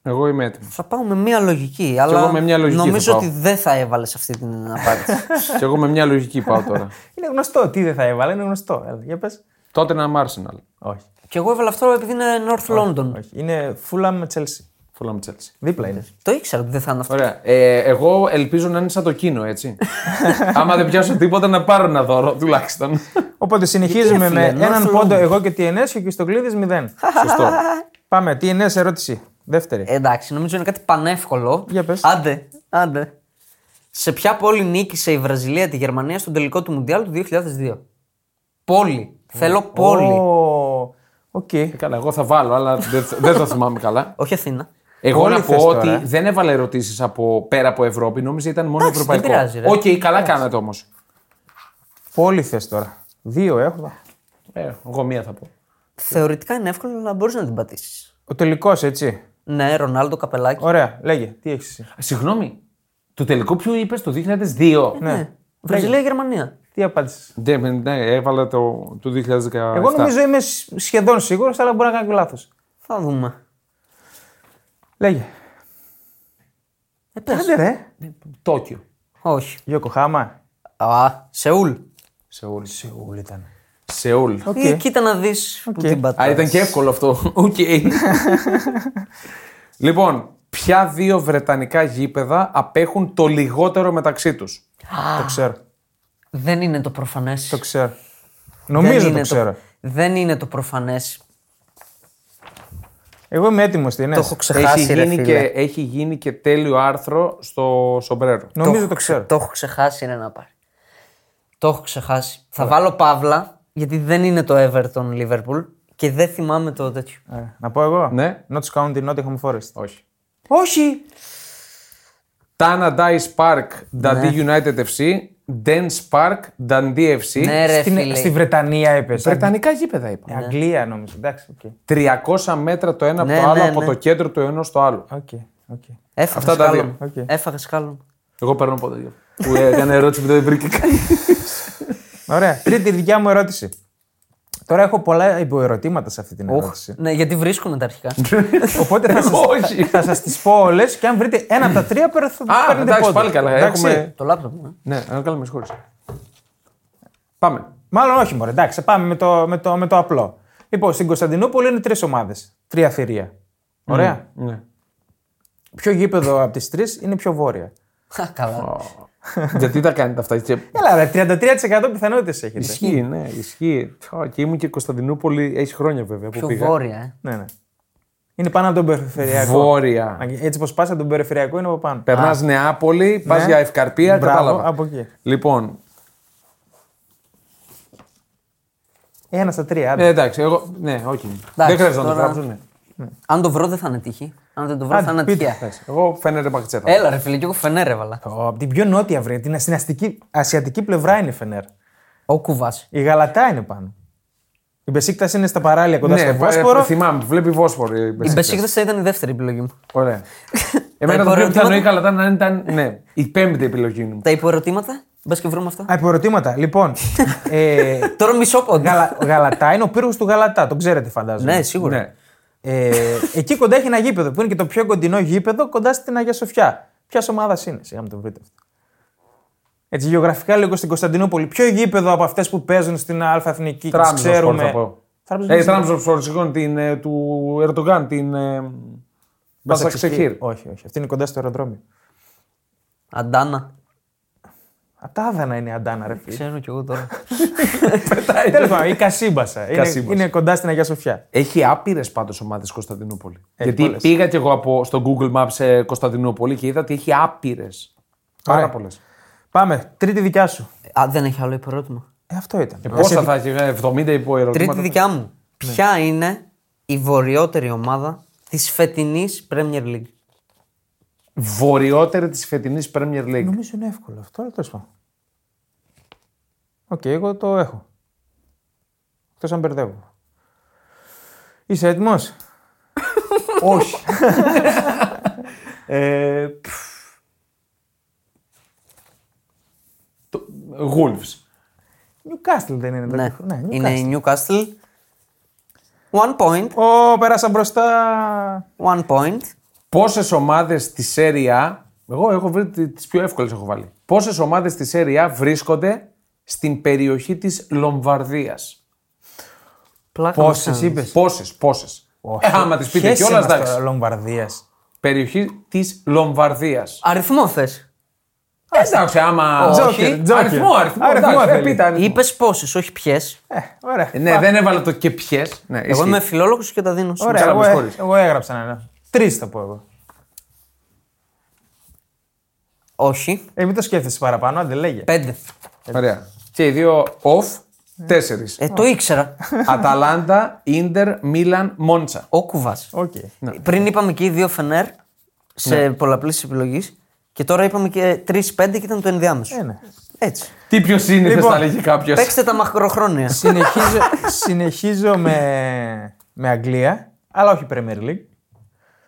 Speaker 1: Εγώ είμαι έτοιμος.
Speaker 2: Θα πάω με μία λογική, αλλά
Speaker 1: εγώ με μια λογική θα
Speaker 2: νομίζω
Speaker 1: πάω.
Speaker 2: ότι δεν θα έβαλες αυτή την απάντηση.
Speaker 1: και εγώ με μια λογική πάω τώρα.
Speaker 3: Είναι γνωστό. Τι δεν θα έβαλα, είναι γνωστό. Έλα, για πες.
Speaker 1: Τότε να είμαι Arsenal.
Speaker 3: Όχι.
Speaker 2: και εγώ έβαλα αυτό επειδή είναι North London.
Speaker 3: όχι. Είναι Fulham με Chelsea.
Speaker 1: Φούλα με Chelsea.
Speaker 3: Δίπλα είναι.
Speaker 2: Το ήξερα ότι δεν θα είναι αυτό.
Speaker 1: Ωραία. Ε, εγώ ελπίζω να είναι σαν το κίνο, έτσι. Άμα δεν πιάσω τίποτα, να πάρω ένα δώρο τουλάχιστον.
Speaker 3: Οπότε συνεχίζουμε
Speaker 2: Γιατί, ρε,
Speaker 3: με
Speaker 2: φίλε, North
Speaker 3: έναν
Speaker 2: London.
Speaker 3: πόντο εγώ και TNS και ο Κυστοκλήδης 0.
Speaker 1: Σωστό.
Speaker 3: Πάμε. TNS ερώτηση. Δεύτερη.
Speaker 2: Ε, εντάξει, νομίζω είναι κάτι πανεύκολο.
Speaker 3: Για πες.
Speaker 2: Άντε, άντε. Σε ποια πόλη νίκησε η Βραζιλία τη Γερμανία στον τελικό του Μουντιάλ του 2002. Πόλη. Θέλω πόλη.
Speaker 3: Ω, Οκ.
Speaker 1: Ε, Καλά, εγώ θα βάλω, αλλά δεν, θα- δεν θα θυμάμαι καλά.
Speaker 2: Όχι Αθήνα.
Speaker 1: Εγώ
Speaker 3: Πολύ
Speaker 1: να πω
Speaker 3: θες
Speaker 1: ότι
Speaker 3: τώρα, ε.
Speaker 1: δεν έβαλα ερωτήσεις από πέρα από Ευρώπη, νόμιζα ήταν μόνο
Speaker 2: Εντάξει, δεν
Speaker 1: ευρωπαϊκό.
Speaker 2: πειράζει, ρε.
Speaker 1: Οκ, καλά κάνατε όμως.
Speaker 3: Πόλη θες τώρα. Δύο έχω.
Speaker 1: Ε, εγώ μία θα πω.
Speaker 2: Θεωρητικά είναι εύκολο, αλλά μπορείς να την πατήσεις.
Speaker 3: Ο τελικός, έτσι.
Speaker 2: Ναι, Ρονάλντο Καπελάκη.
Speaker 3: Ωραία, λέγε. Τι έχεις εσύ.
Speaker 1: Συγγνώμη, του τελικού ποιου είπες το 2002.
Speaker 3: Ναι.
Speaker 2: Βραζιλία-Γερμανία.
Speaker 3: Τι απάντησες.
Speaker 1: Ναι, ναι, έβαλα το, το 2017.
Speaker 3: Εγώ νομίζω είμαι σ- σχεδόν σίγουρος, αλλά μπορεί να κάνω και λάθος.
Speaker 2: Θα δούμε.
Speaker 3: Λέγε.
Speaker 2: Ε, πες.
Speaker 3: Άντε ρε.
Speaker 1: Τόκιο.
Speaker 2: Όχι.
Speaker 3: Γιωκοχάμα.
Speaker 2: Α, Σεούλ.
Speaker 1: Σεούλ. Σεούλ.
Speaker 3: Ούλ ήταν.
Speaker 1: Σεούλ.
Speaker 3: Οκ.
Speaker 2: Ε, κοίτα να δεις που την πατάς.
Speaker 1: Α, ήταν και εύκολο αυτό. Οκ. λοιπόν, ποια δύο βρετανικά γήπεδα απέχουν το λιγότερο μεταξύ τους.
Speaker 3: Το ξέρω.
Speaker 2: Δεν είναι το προφανές.
Speaker 3: Το ξέρω. Νομίζω
Speaker 2: είναι
Speaker 3: το ξέρω.
Speaker 2: Δεν είναι το προφανές.
Speaker 3: Εγώ είμαι ναι. έτοιμο στην
Speaker 2: Το έχω ξεχάσει.
Speaker 1: έχει,
Speaker 2: ρε,
Speaker 1: γίνει
Speaker 2: φίλε.
Speaker 1: και, έχει γίνει και τέλειο άρθρο στο Σομπρέρο.
Speaker 3: Νομίζω
Speaker 2: έχω
Speaker 3: το
Speaker 2: ξε-
Speaker 3: ξέρω.
Speaker 2: Το έχω ξεχάσει, είναι να πάρει. Το έχω ξεχάσει. Θα βάλω παύλα, γιατί δεν είναι το Everton Liverpool και δεν θυμάμαι το τέτοιο.
Speaker 3: Ε, Να πω εγώ.
Speaker 1: Ναι.
Speaker 3: Not County, Nottingham Forest.
Speaker 1: Όχι.
Speaker 3: Όχι.
Speaker 1: Τάνα Dice Park, Dundee United FC, Dance Park, Dundee FC.
Speaker 2: Ναι, ρε
Speaker 3: Στην,
Speaker 2: φίλε.
Speaker 3: στη Βρετανία είπε.
Speaker 1: Βρετανικά γήπεδα είπα.
Speaker 3: Ε, Αγγλία νομίζω. Εντάξει, οκ.
Speaker 1: 300 μέτρα το ένα
Speaker 2: Ναι,
Speaker 1: από το άλλο,
Speaker 2: ναι,
Speaker 1: από
Speaker 2: ναι.
Speaker 1: το κέντρο του ενός στο άλλο.
Speaker 3: Οκ, οκ.
Speaker 2: Έφαγα
Speaker 1: Αυτά τα
Speaker 2: σκάλο.
Speaker 3: δύο. Οκ.
Speaker 2: Έφαγα σκάλο.
Speaker 1: Εγώ παίρνω από το Που ε, έκανε ερώτηση που δεν βρήκε κανείς.
Speaker 3: Ωραία. Τρίτη δικιά μου ερώτηση. Τώρα έχω πολλά υποερωτήματα σε αυτή την
Speaker 2: Ουχ.
Speaker 3: ερώτηση.
Speaker 2: Ναι, γιατί βρίσκουμε τα αρχικά.
Speaker 3: Οπότε θα σας,
Speaker 1: Όχι.
Speaker 3: θα σας τις πω όλες και αν βρείτε ένα από τα τρία παίρνε- θα
Speaker 1: Α,
Speaker 3: παίρνετε
Speaker 1: εντάξει,
Speaker 3: πόντο.
Speaker 1: πάλι καλά,
Speaker 3: Εντάξει.
Speaker 1: έχουμε-
Speaker 2: το λάπτοπ. ναι.
Speaker 1: Ναι, αλλά καλά, με συγχώρησε. Πάμε.
Speaker 3: Μάλλον όχι μωρέ, εντάξει, πάμε με το, με το, με το απλό. Λοιπόν, στην Κωνσταντινούπολη είναι τρεις ομάδες, τρία θηρία. Ωραία.
Speaker 1: Ναι.
Speaker 3: Ποιο γήπεδο από τις τρεις είναι πιο βόρεια.
Speaker 2: Α, Καλά.
Speaker 1: Γιατί τα κάνετε αυτά. Και...
Speaker 3: Έλα ρε, 33% πιθανότητες έχετε.
Speaker 1: Ισχύει, ναι, ισχύει. Ω, Και ήμουν και η Κωνσταντινούπολη, έχεις χρόνια βέβαια που
Speaker 2: Πιο
Speaker 1: πήγα.
Speaker 2: βόρεια, ε.
Speaker 3: ναι, ναι. Είναι πάνω από τον περιφερειακό.
Speaker 1: Βόρεια.
Speaker 3: Έτσι πως πας από τον περιφερειακό είναι από πάνω.
Speaker 1: Περνάς Νεάπολη, πας
Speaker 3: Ναι.
Speaker 1: για ευκαρπία,
Speaker 3: Μπράβο,
Speaker 1: κατάλαβα.
Speaker 3: από εκεί.
Speaker 1: Λοιπόν,
Speaker 3: Ένα στα τρία. άντε.
Speaker 1: ε, εντάξει, εγώ. Ναι, όχι. δεν χρειάζεται να το
Speaker 2: τώρα-
Speaker 1: γράψουν. Ναι.
Speaker 2: Αν το βρω, δεν θα είναι τύχη. Αν δεν το βρω, θα είναι
Speaker 3: πείτε.
Speaker 2: τυχαία.
Speaker 1: Εντάξει, Εγώ φαίνεται παχτσέτα.
Speaker 2: Έλα, ρε φίλε, και εγώ φενέρευαλα.
Speaker 3: Ω, Από την πιο νότια βρε, την στην αστική- ασιατική πλευρά είναι η Φενέρ.
Speaker 2: Ο κουβάς.
Speaker 3: Η Γαλατά είναι πάνω. Η Μπεσίκτας είναι στα παράλια κοντά
Speaker 1: ναι,
Speaker 3: στο
Speaker 1: βα-
Speaker 3: Βόσπορο.
Speaker 1: ε, θυμάμαι, βλέπει Βόσπορο. η
Speaker 2: Η
Speaker 1: Μπεσίκτας.
Speaker 2: Μπεσίκτας θα ήταν η δεύτερη επιλογή μου.
Speaker 1: Ωραία.
Speaker 2: Τα
Speaker 1: Εμένα το πιο
Speaker 2: υπορρεωτήματα-
Speaker 1: πιθανό ή καλά ήταν να ήταν. Ναι, η πέμπτη επιλογή μου.
Speaker 2: Τα υποερωτήματα, μπα και βρούμε
Speaker 1: ε,
Speaker 2: αυτά.
Speaker 3: Α, υποερωτήματα. Λοιπόν, ε,
Speaker 2: Τώρα μισό πόντι.
Speaker 3: Γαλα, Γαλατά είναι ο πύργος του Γαλατά, τον ξέρετε φαντάζομαι.
Speaker 2: Ναι, σίγουρα.
Speaker 1: Ναι.
Speaker 3: Ε, εκεί κοντά έχει ένα γήπεδο που είναι και το πιο κοντινό γήπεδο κοντά στην Αγία Σοφιά. Ποιας ομάδας είναι, σιγά με το βρείτε αυτό. Έτσι, γεωγραφικά λίγο στην Κωνσταντινούπολη. Ποιο γήπεδο από αυτές που παίζουν στην Αλφα Εθνική και τις
Speaker 1: Τράμζοσπορ
Speaker 3: ξέρουμε.
Speaker 1: θα πω.
Speaker 3: Τράπεζα
Speaker 1: Ε, Τράμζοσπορ, συγγνώμη, την, ε, του Ερντογάν, την. ε, Μπασαξεχήρ.
Speaker 3: Όχι, όχι. Αυτή είναι κοντά στο αεροδρόμιο.
Speaker 2: Αντάνα.
Speaker 3: Από τα Άδανα είναι η Αντάνα, ρε φίλε.
Speaker 2: Ε, Ξέρω κι εγώ τώρα.
Speaker 3: Τέλος πάντων, η Κασίμπασα. είναι,
Speaker 1: Κασίμπασα.
Speaker 3: είναι κοντά στην Αγία Σοφιά.
Speaker 1: Έχει άπειρες πάντως ομάδες Κωνσταντινούπολη. Γιατί
Speaker 3: πολλές.
Speaker 1: πήγα κι εγώ από, στο Google Maps ε, Κωνσταντινούπολη και είδα ότι έχει άπειρες. Πάρα
Speaker 3: Ωραία.
Speaker 1: πολλές.
Speaker 3: Πάμε, τρίτη δικιά σου.
Speaker 2: Α, δεν έχει άλλο υποερώτημα.
Speaker 3: Ε, αυτό ήταν.
Speaker 1: Ε, πόσα θα έχει, ε, 70 υποερωτήματα.
Speaker 2: Τρίτη δικιά μου. Ποια είναι η βορειότερη ομάδα της φετινής Premier League.
Speaker 1: Βορειότερη της φετινής Premier League.
Speaker 3: Νομίζω είναι εύκολο αυτό, αλλά τέλος πάντων. Οκ, εγώ το έχω. Εκτός αν μπερδεύω. Είσαι έτοιμος.
Speaker 1: Όχι.
Speaker 3: Ε,
Speaker 1: Το- Wolves.
Speaker 3: Newcastle δεν είναι.
Speaker 2: Ναι,
Speaker 3: το- ναι
Speaker 2: είναι
Speaker 3: Newcastle.
Speaker 2: η Newcastle. One point.
Speaker 3: Ω, πέρασα μπροστά.
Speaker 2: One point.
Speaker 1: Πόσες ομάδες τη Σέρια. Εγώ έχω βρει τις πιο εύκολες έχω βάλει. Πόσες ομάδες τη Σέρια βρίσκονται στην περιοχή της Λομβαρδίας.
Speaker 2: Πλάκα
Speaker 3: Πόσες
Speaker 2: μας κάνεις.
Speaker 3: είπες?
Speaker 1: Πόσες, πόσες. Ε, άμα τις πείτε κιόλα, εντάξει.
Speaker 3: Λομβαρδίας.
Speaker 1: Περιοχή της Λομβαρδίας.
Speaker 2: Αριθμό θες.
Speaker 1: Εντάξει, άμα.
Speaker 3: Τζόκερ,
Speaker 1: όχι.
Speaker 3: τζόκερ.
Speaker 1: Αριθμό, αριθμό.
Speaker 3: Αριθμό
Speaker 1: εντάξει,
Speaker 3: θέλει.
Speaker 1: ε, πείτε αριθμό.
Speaker 2: Είπες πόσες, όχι ποιες.
Speaker 3: Ε, ωραία.
Speaker 1: Ε, Ναι, δεν έβαλα το και ποιες. Ναι,
Speaker 2: Εγώ
Speaker 1: ισχύει.
Speaker 2: είμαι φιλόλογος και τα δίνω.
Speaker 3: Ωραία,
Speaker 1: Τσάλα,
Speaker 3: εγώ,
Speaker 1: με συγχωρείς.
Speaker 3: εγώ έγραψα ένα. Τρεις θα πω εγώ.
Speaker 2: Όχι.
Speaker 3: Ε, μην το σκέφτεσαι παραπάνω, αν δεν λέγε.
Speaker 2: Πέντε.
Speaker 1: Ωραία. Και οι δύο off,
Speaker 3: Ναι.
Speaker 1: τέσσερις.
Speaker 2: Ε, το ήξερα.
Speaker 1: Αταλάντα, Ίντερ, Μίλαν, Μόντσα.
Speaker 2: Ο Κουβάς.
Speaker 3: Οκ. Ε,
Speaker 2: Πριν είπαμε και οι δύο φενέρ σε ναι. πολλαπλής επιλογής. Και τώρα είπαμε και τρει-πέντε και ήταν το ενδιάμεσο.
Speaker 3: Ε, ναι.
Speaker 2: Έτσι.
Speaker 1: Τι πιο σύνηθες
Speaker 3: Λοιπόν,
Speaker 1: θα λέγει κάποιος.
Speaker 2: Παίξτε τα μακροχρόνια.
Speaker 3: συνεχίζω συνεχίζω με, με Αγγλία, αλλά όχι Premier League.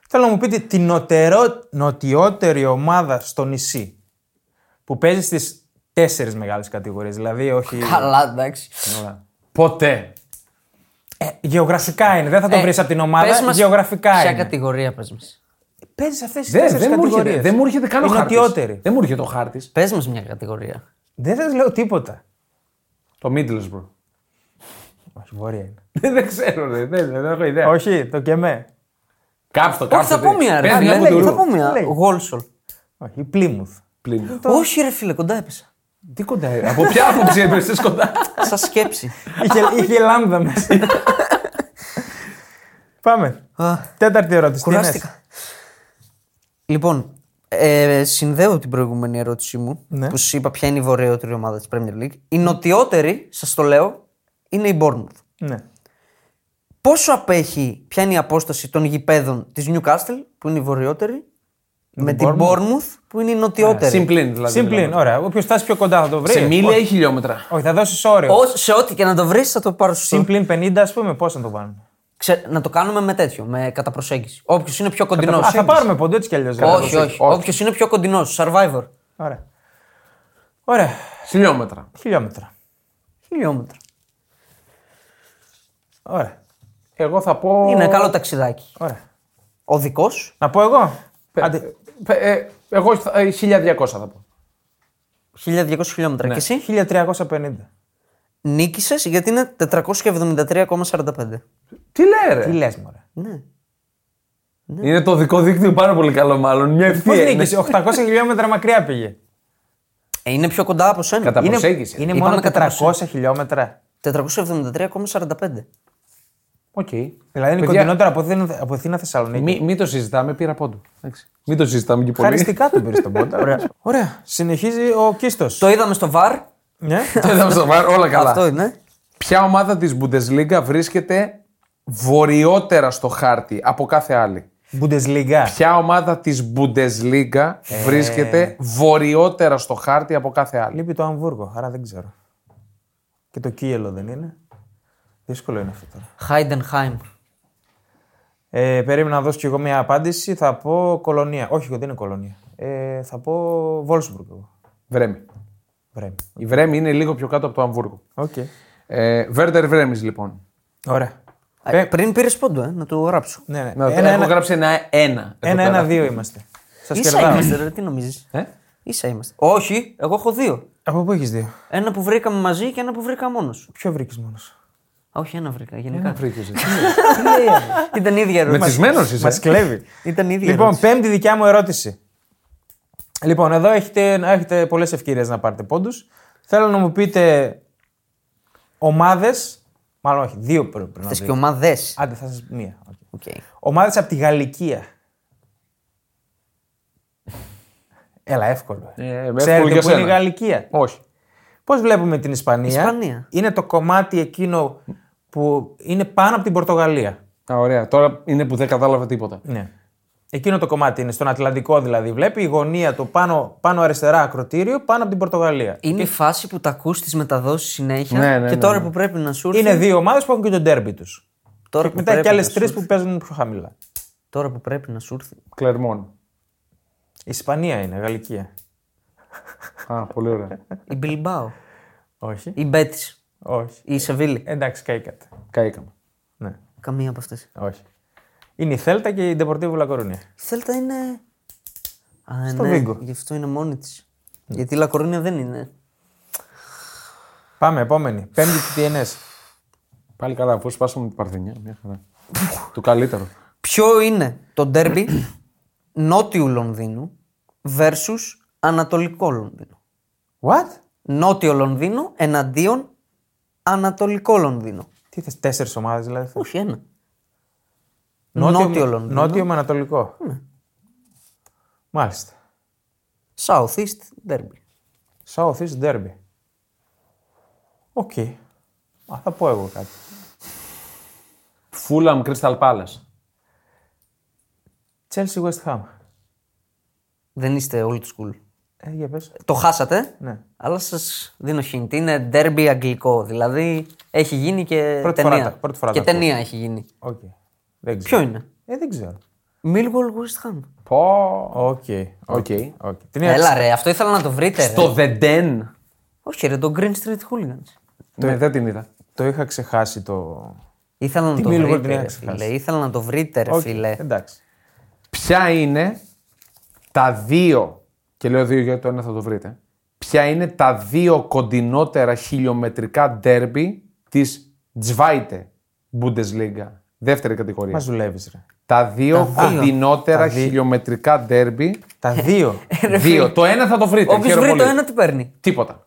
Speaker 3: Θέλω να μου πείτε τη νοτερό, νοτιότερη ομάδα στο νησί που παίζει στις τέσσερις μεγάλες κατηγορίες, δηλαδή όχι...
Speaker 2: Καλά, εντάξει.
Speaker 1: Ποτέ.
Speaker 3: Ε, γεωγραφικά είναι, δεν
Speaker 1: Ε,
Speaker 3: θα το βρεις από την
Speaker 2: Ε, πες
Speaker 3: ομάδα,
Speaker 2: μας
Speaker 3: γεωγραφικά
Speaker 2: Ποια
Speaker 3: είναι.
Speaker 2: κατηγορία πες μας.
Speaker 3: Παίζεις σε αυτές τις
Speaker 1: Δεν,
Speaker 3: τέσσερις
Speaker 1: δεν, μου έρχεται,
Speaker 3: κατηγορίες.
Speaker 1: δεν μου έρχεται καν ο
Speaker 3: Η
Speaker 1: χάρτης.
Speaker 3: νοτιότερη.
Speaker 1: Δεν μου έρχεται ο χάρτης.
Speaker 2: Πες μας μια κατηγορία.
Speaker 3: Δεν σας λέω τίποτα.
Speaker 1: Το Middlesbrough.
Speaker 3: Όχι, βόρεια είναι.
Speaker 1: δεν ξέρω, ρε, δεν, δεν έχω ιδέα. Όχι.
Speaker 3: όχι, το και με.
Speaker 1: Κάψτε το,
Speaker 2: Όχι,
Speaker 1: κάψτε
Speaker 2: θα
Speaker 1: το.
Speaker 2: πω μια ρε.
Speaker 1: Πες μια
Speaker 2: φίλε,
Speaker 1: κουντουρού.
Speaker 2: Θα πω μια.
Speaker 3: Λέει.
Speaker 2: Γόλσολ.
Speaker 3: Όχι, η Πλήμουθ.
Speaker 1: Πλην.
Speaker 2: Όχι, ρε φίλε, κοντά έπεσα.
Speaker 1: Τι κοντά είναι. Από ποια άποψη έπεσε κοντά.
Speaker 2: Σα σκέψη.
Speaker 3: είχε, είχε λάμδα μέσα. Πάμε.
Speaker 2: Α,
Speaker 3: Τέταρτη ερώτηση. Τι είναι?
Speaker 2: Κουράστηκα. Λοιπόν, ε, συνδέω την προηγούμενη ερώτησή μου
Speaker 3: Ναι.
Speaker 2: που σα είπα ποια είναι η βορειότερη ομάδα της Premier League. Η νοτιότερη, σας το λέω, είναι η Bournemouth.
Speaker 3: Ναι.
Speaker 2: Πόσο απέχει, ποια είναι η απόσταση των γηπέδων της Newcastle, που είναι η βορειότερη, με την Bournemouth, που είναι η νοτιότερη.
Speaker 1: Συμπλήν δηλαδή.
Speaker 3: Συμπλήν, ωραία. Όποιος φτάσει πιο κοντά θα το βρει.
Speaker 1: Σε μίλια
Speaker 3: Όχι,
Speaker 1: ή χιλιόμετρα.
Speaker 3: Όχι, θα δώσεις όριο.
Speaker 2: Ό, σε ό,τι και να το βρεις, θα το πάρω στο-
Speaker 3: Συμπλήν 50, ας πούμε, πώς να το βάλουμε.
Speaker 2: Ξε- να το κάνουμε με τέτοιο, με κατά προσέγγιση. Όποιος είναι πιο κοντινός.
Speaker 3: Α, θα πάρουμε ποντό έτσι κι αλλιώς.
Speaker 2: Ναι, Όχι, όχι. Όποιος είναι πιο κοντινός, survivor.
Speaker 3: Ωραία. Ωραία.
Speaker 1: Χιλιόμετρα.
Speaker 3: Χιλιόμετρα.
Speaker 2: Χιλιόμετρα.
Speaker 3: Ωραία.
Speaker 1: Εγώ θα πω.
Speaker 2: Είναι καλό ταξιδάκι.
Speaker 3: Ωραία.
Speaker 2: Ο δικός.
Speaker 3: Να πω εγώ.
Speaker 1: Πε-
Speaker 3: Άντε.
Speaker 1: πε- ε, εγώ θα- ε, 1200 θα πω.
Speaker 2: 1200 χιλιόμετρα. Και εσύ
Speaker 3: 1350.
Speaker 2: νίκησες γιατί είναι 473,45.
Speaker 1: Τι λέει, ρε.
Speaker 3: Τι λες, μωρέ.
Speaker 1: Είναι το δικό δίκτυο πάρα πολύ καλό, μάλλον. Μια
Speaker 3: Πώς
Speaker 1: ευθεία. είναι.
Speaker 3: νίκησες, 800 χιλιόμετρα μακριά πήγε.
Speaker 2: Ε, είναι πιο κοντά από σένα.
Speaker 1: Κατά
Speaker 2: είναι
Speaker 1: προσέγγιση.
Speaker 3: Είναι
Speaker 2: Είπαμε
Speaker 3: μόνο 400
Speaker 2: 400.
Speaker 3: χιλιόμετρα.
Speaker 2: 473,45.
Speaker 1: Οκ.
Speaker 3: Δηλαδή
Speaker 1: Παιδιά,
Speaker 3: είναι κοντινότερα από Αθήνα- από Αθήνα Θεσσαλονίκη.
Speaker 1: Μην μη το συζητάμε, πήρα πόντο. Εντάξει. Μην το συζητάμε και πολύ.
Speaker 3: Χαριστικά τον πήρες τον πόντο. Ωραία. Ωραία. Συνεχίζει ο Κίστος.
Speaker 2: Το είδαμε στο βαρ.
Speaker 3: Ναι.
Speaker 1: Δεν θα στο βάρ, όλα καλά.
Speaker 2: Αυτό είναι.
Speaker 1: Ποια ομάδα της Bundesliga βρίσκεται βορειότερα στο χάρτη από κάθε άλλη.
Speaker 3: Bundesliga.
Speaker 1: Ποια ομάδα της Bundesliga
Speaker 3: Ε.
Speaker 1: βρίσκεται βορειότερα στο χάρτη από κάθε άλλη.
Speaker 3: Λείπει το Αμβούργο, άρα δεν ξέρω. Και το Κίελο δεν είναι. Δύσκολο είναι αυτό τώρα.
Speaker 2: Χάιντενχάιμ.
Speaker 3: Ε, περίμενα να δώσω κι εγώ μια απάντηση. Θα πω κολονία. Όχι, δεν είναι κολονία. Ε, θα πω Βόλσμπουργκ.
Speaker 1: Βρέμη.
Speaker 3: Βρέμι.
Speaker 1: Η Βρέμη είναι λίγο πιο κάτω από το Αμβούργο.
Speaker 3: Οκ.
Speaker 1: Ε, Βέρντερ Βρέμης λοιπόν.
Speaker 3: Ωραία.
Speaker 2: Ε, πριν πήρες πόντο, ε, να το γράψω.
Speaker 3: Ναι, ναι.
Speaker 1: Να,
Speaker 3: ένα,
Speaker 1: έχω
Speaker 3: ένα,
Speaker 1: γράψει ένα ένα. εδώ
Speaker 3: ένα,
Speaker 1: πέρα.
Speaker 3: ένα, δύο είμαστε. Σας
Speaker 2: Ίσα
Speaker 3: κερδάω.
Speaker 2: είμαστε, ρε, τι νομίζεις.
Speaker 1: Ε?
Speaker 2: Ίσα είμαστε. Όχι, εγώ έχω δύο.
Speaker 3: Από πού έχεις δύο.
Speaker 2: Ένα που βρήκαμε μαζί και ένα που βρήκα μόνος.
Speaker 3: Ποιο βρήκες μόνος.
Speaker 2: Όχι, ένα βρήκα γενικά.
Speaker 1: Βρήκες, ε.
Speaker 2: Ήταν ίδια ερώτηση.
Speaker 1: Μεθυσμένος είσαι.
Speaker 3: Μας κλέβει.
Speaker 2: Ήταν ίδια
Speaker 3: Λοιπόν,
Speaker 2: ερώτηση.
Speaker 3: πέμπτη δικιά μου ερώτηση. Λοιπόν, εδώ έχετε, έχετε πολλές ευκαιρίες να πάρετε πόντους. Θέλω να μου πείτε ομάδες, μάλλον όχι, δύο πρέ- πρέπει να
Speaker 2: Θες
Speaker 3: δείτε.
Speaker 2: και ομάδες.
Speaker 3: Άντε, θα σας μία. Okay.
Speaker 2: Okay.
Speaker 3: Ομάδες από τη Γαλλικία. Έλα, εύκολο.
Speaker 1: Ε, εύκολο
Speaker 3: Ξέρετε
Speaker 1: για
Speaker 3: που είναι η
Speaker 1: σένα.
Speaker 3: Γαλλικία.
Speaker 1: Όχι.
Speaker 3: Πώς βλέπουμε την Ισπανία.
Speaker 2: Ισπανία.
Speaker 3: Είναι το κομμάτι εκείνο που είναι πάνω από την Πορτογαλία.
Speaker 1: Α, ωραία. Τώρα είναι που δεν κατάλαβα τίποτα.
Speaker 3: Ναι. Εκείνο το κομμάτι είναι στον Ατλαντικό δηλαδή. Βλέπει η γωνία το πάνω, πάνω αριστερά ακροτήριο πάνω από την Πορτογαλία.
Speaker 2: Είναι η φάση που τα ακούς τις μεταδόσεις συνέχεια
Speaker 1: Ναι, ναι,
Speaker 2: και
Speaker 1: ναι,
Speaker 2: τώρα
Speaker 1: ναι.
Speaker 2: που πρέπει να σου έρθει.
Speaker 3: Είναι δύο ομάδες που έχουν και τον τέρμπι τους.
Speaker 2: Τώρα που
Speaker 3: Μετά
Speaker 2: πρέπει
Speaker 3: και άλλες
Speaker 2: να σου
Speaker 3: τρεις
Speaker 2: έρθει.
Speaker 3: που παίζουν πιο χαμηλά.
Speaker 2: Τώρα που πρέπει να σου έρθει.
Speaker 1: Κλερμόν.
Speaker 3: Η Ισπανία είναι, Γαλλικία.
Speaker 1: Α, πολύ ωραία.
Speaker 2: Η Μπιλμπάο.
Speaker 3: Όχι.
Speaker 2: Η Μπέτης.
Speaker 3: Όχι.
Speaker 2: Η Σεβίλη.
Speaker 3: Εντάξει, καήκατε.
Speaker 1: Καήκαμε.
Speaker 3: Ναι.
Speaker 2: Καμία από αυτές.
Speaker 3: Όχι. Είναι η Θέλτα και η Ντεπορτίβου Λακορούνια.
Speaker 2: Η Θέλτα είναι. Α,
Speaker 3: Στο
Speaker 2: ναι,
Speaker 3: βίγκο. Ναι.
Speaker 2: Γι' αυτό είναι μόνη της. Γιατί η Λακορούνια δεν είναι.
Speaker 3: Πάμε, επόμενη. Πέμπτη του TNS.
Speaker 1: Πάλι καλά, αφού σπάσαμε την Παρθενιά. Μια χαρά. το καλύτερο.
Speaker 2: Ποιο είναι το ντέρμπι νότιου Λονδίνου versus ανατολικό Λονδίνο.
Speaker 3: What?
Speaker 2: Νότιο Λονδίνο εναντίον ανατολικό Λονδίνο.
Speaker 3: Τι θες, τέσσερις ομάδες δηλαδή. θες?
Speaker 2: Όχι ένα.
Speaker 3: Νότιο,
Speaker 2: Νότιο
Speaker 3: με-
Speaker 2: Λονδίνο.
Speaker 3: Νότιο με Ανατολικό.
Speaker 2: Ναι.
Speaker 3: Μάλιστα.
Speaker 2: South East Derby.
Speaker 3: South East Derby. Οκ. Α, θα πω εγώ κάτι.
Speaker 1: Φούλαμ Crystal Palace.
Speaker 3: Chelsea West Ham.
Speaker 2: Δεν είστε old school.
Speaker 3: Ε, για πες.
Speaker 2: Το χάσατε,
Speaker 3: Ναι.
Speaker 2: αλλά σας δίνω hint. Είναι derby αγγλικό, δηλαδή έχει γίνει και
Speaker 3: Πρώτη φορά
Speaker 2: ταινία.
Speaker 3: τα- πρώτη φορά
Speaker 2: και
Speaker 3: τα ακούω.
Speaker 2: ταινία έχει γίνει.
Speaker 3: Οκ. Δεν ξέρω.
Speaker 2: Ποιο είναι?
Speaker 3: Ε, δεν ξέρω.
Speaker 2: Millwall West Ham.
Speaker 1: Πω.
Speaker 3: Οκ. Οκ. Οκ. Την έψα.
Speaker 2: Έλα ρε, αυτό ήθελα να το βρείτε ρε.
Speaker 1: Το The Den.
Speaker 2: Όχι ρε, το Green Street Hooligans.
Speaker 1: Ναι, δεν την είδα.
Speaker 3: Το είχα ξεχάσει το.
Speaker 2: Ήθελα να
Speaker 3: Τι
Speaker 2: το
Speaker 3: Millwall
Speaker 2: βρείτε,
Speaker 3: την
Speaker 2: ρε,
Speaker 3: έχεις
Speaker 2: φίλε.
Speaker 3: χάσει.
Speaker 2: Ήθελα να το βρείτε, ρε,
Speaker 3: Οκ,
Speaker 2: φίλε.
Speaker 3: Εντάξει.
Speaker 1: Ποια είναι τα δύο, και λέω δύο γιατί το ένα θα το βρείτε, ποια είναι τα δύο κοντινότερα χιλιομετρικά ντέρμπι της Zweite Bundesliga, δεύτερη κατηγορία.
Speaker 3: Μα δουλεύει, ρε.
Speaker 1: Τα δύο
Speaker 2: Τα δύο.
Speaker 1: κοντινότερα
Speaker 3: Τα δύο.
Speaker 1: χιλιομετρικά ντέρμπι,
Speaker 3: Τα δύο.
Speaker 1: δύο. Το ένα θα το βρείτε,
Speaker 2: Όποιος
Speaker 1: χαίρομαι
Speaker 2: βρει το
Speaker 1: πολύ.
Speaker 2: ένα, τι παίρνει.
Speaker 1: Τίποτα.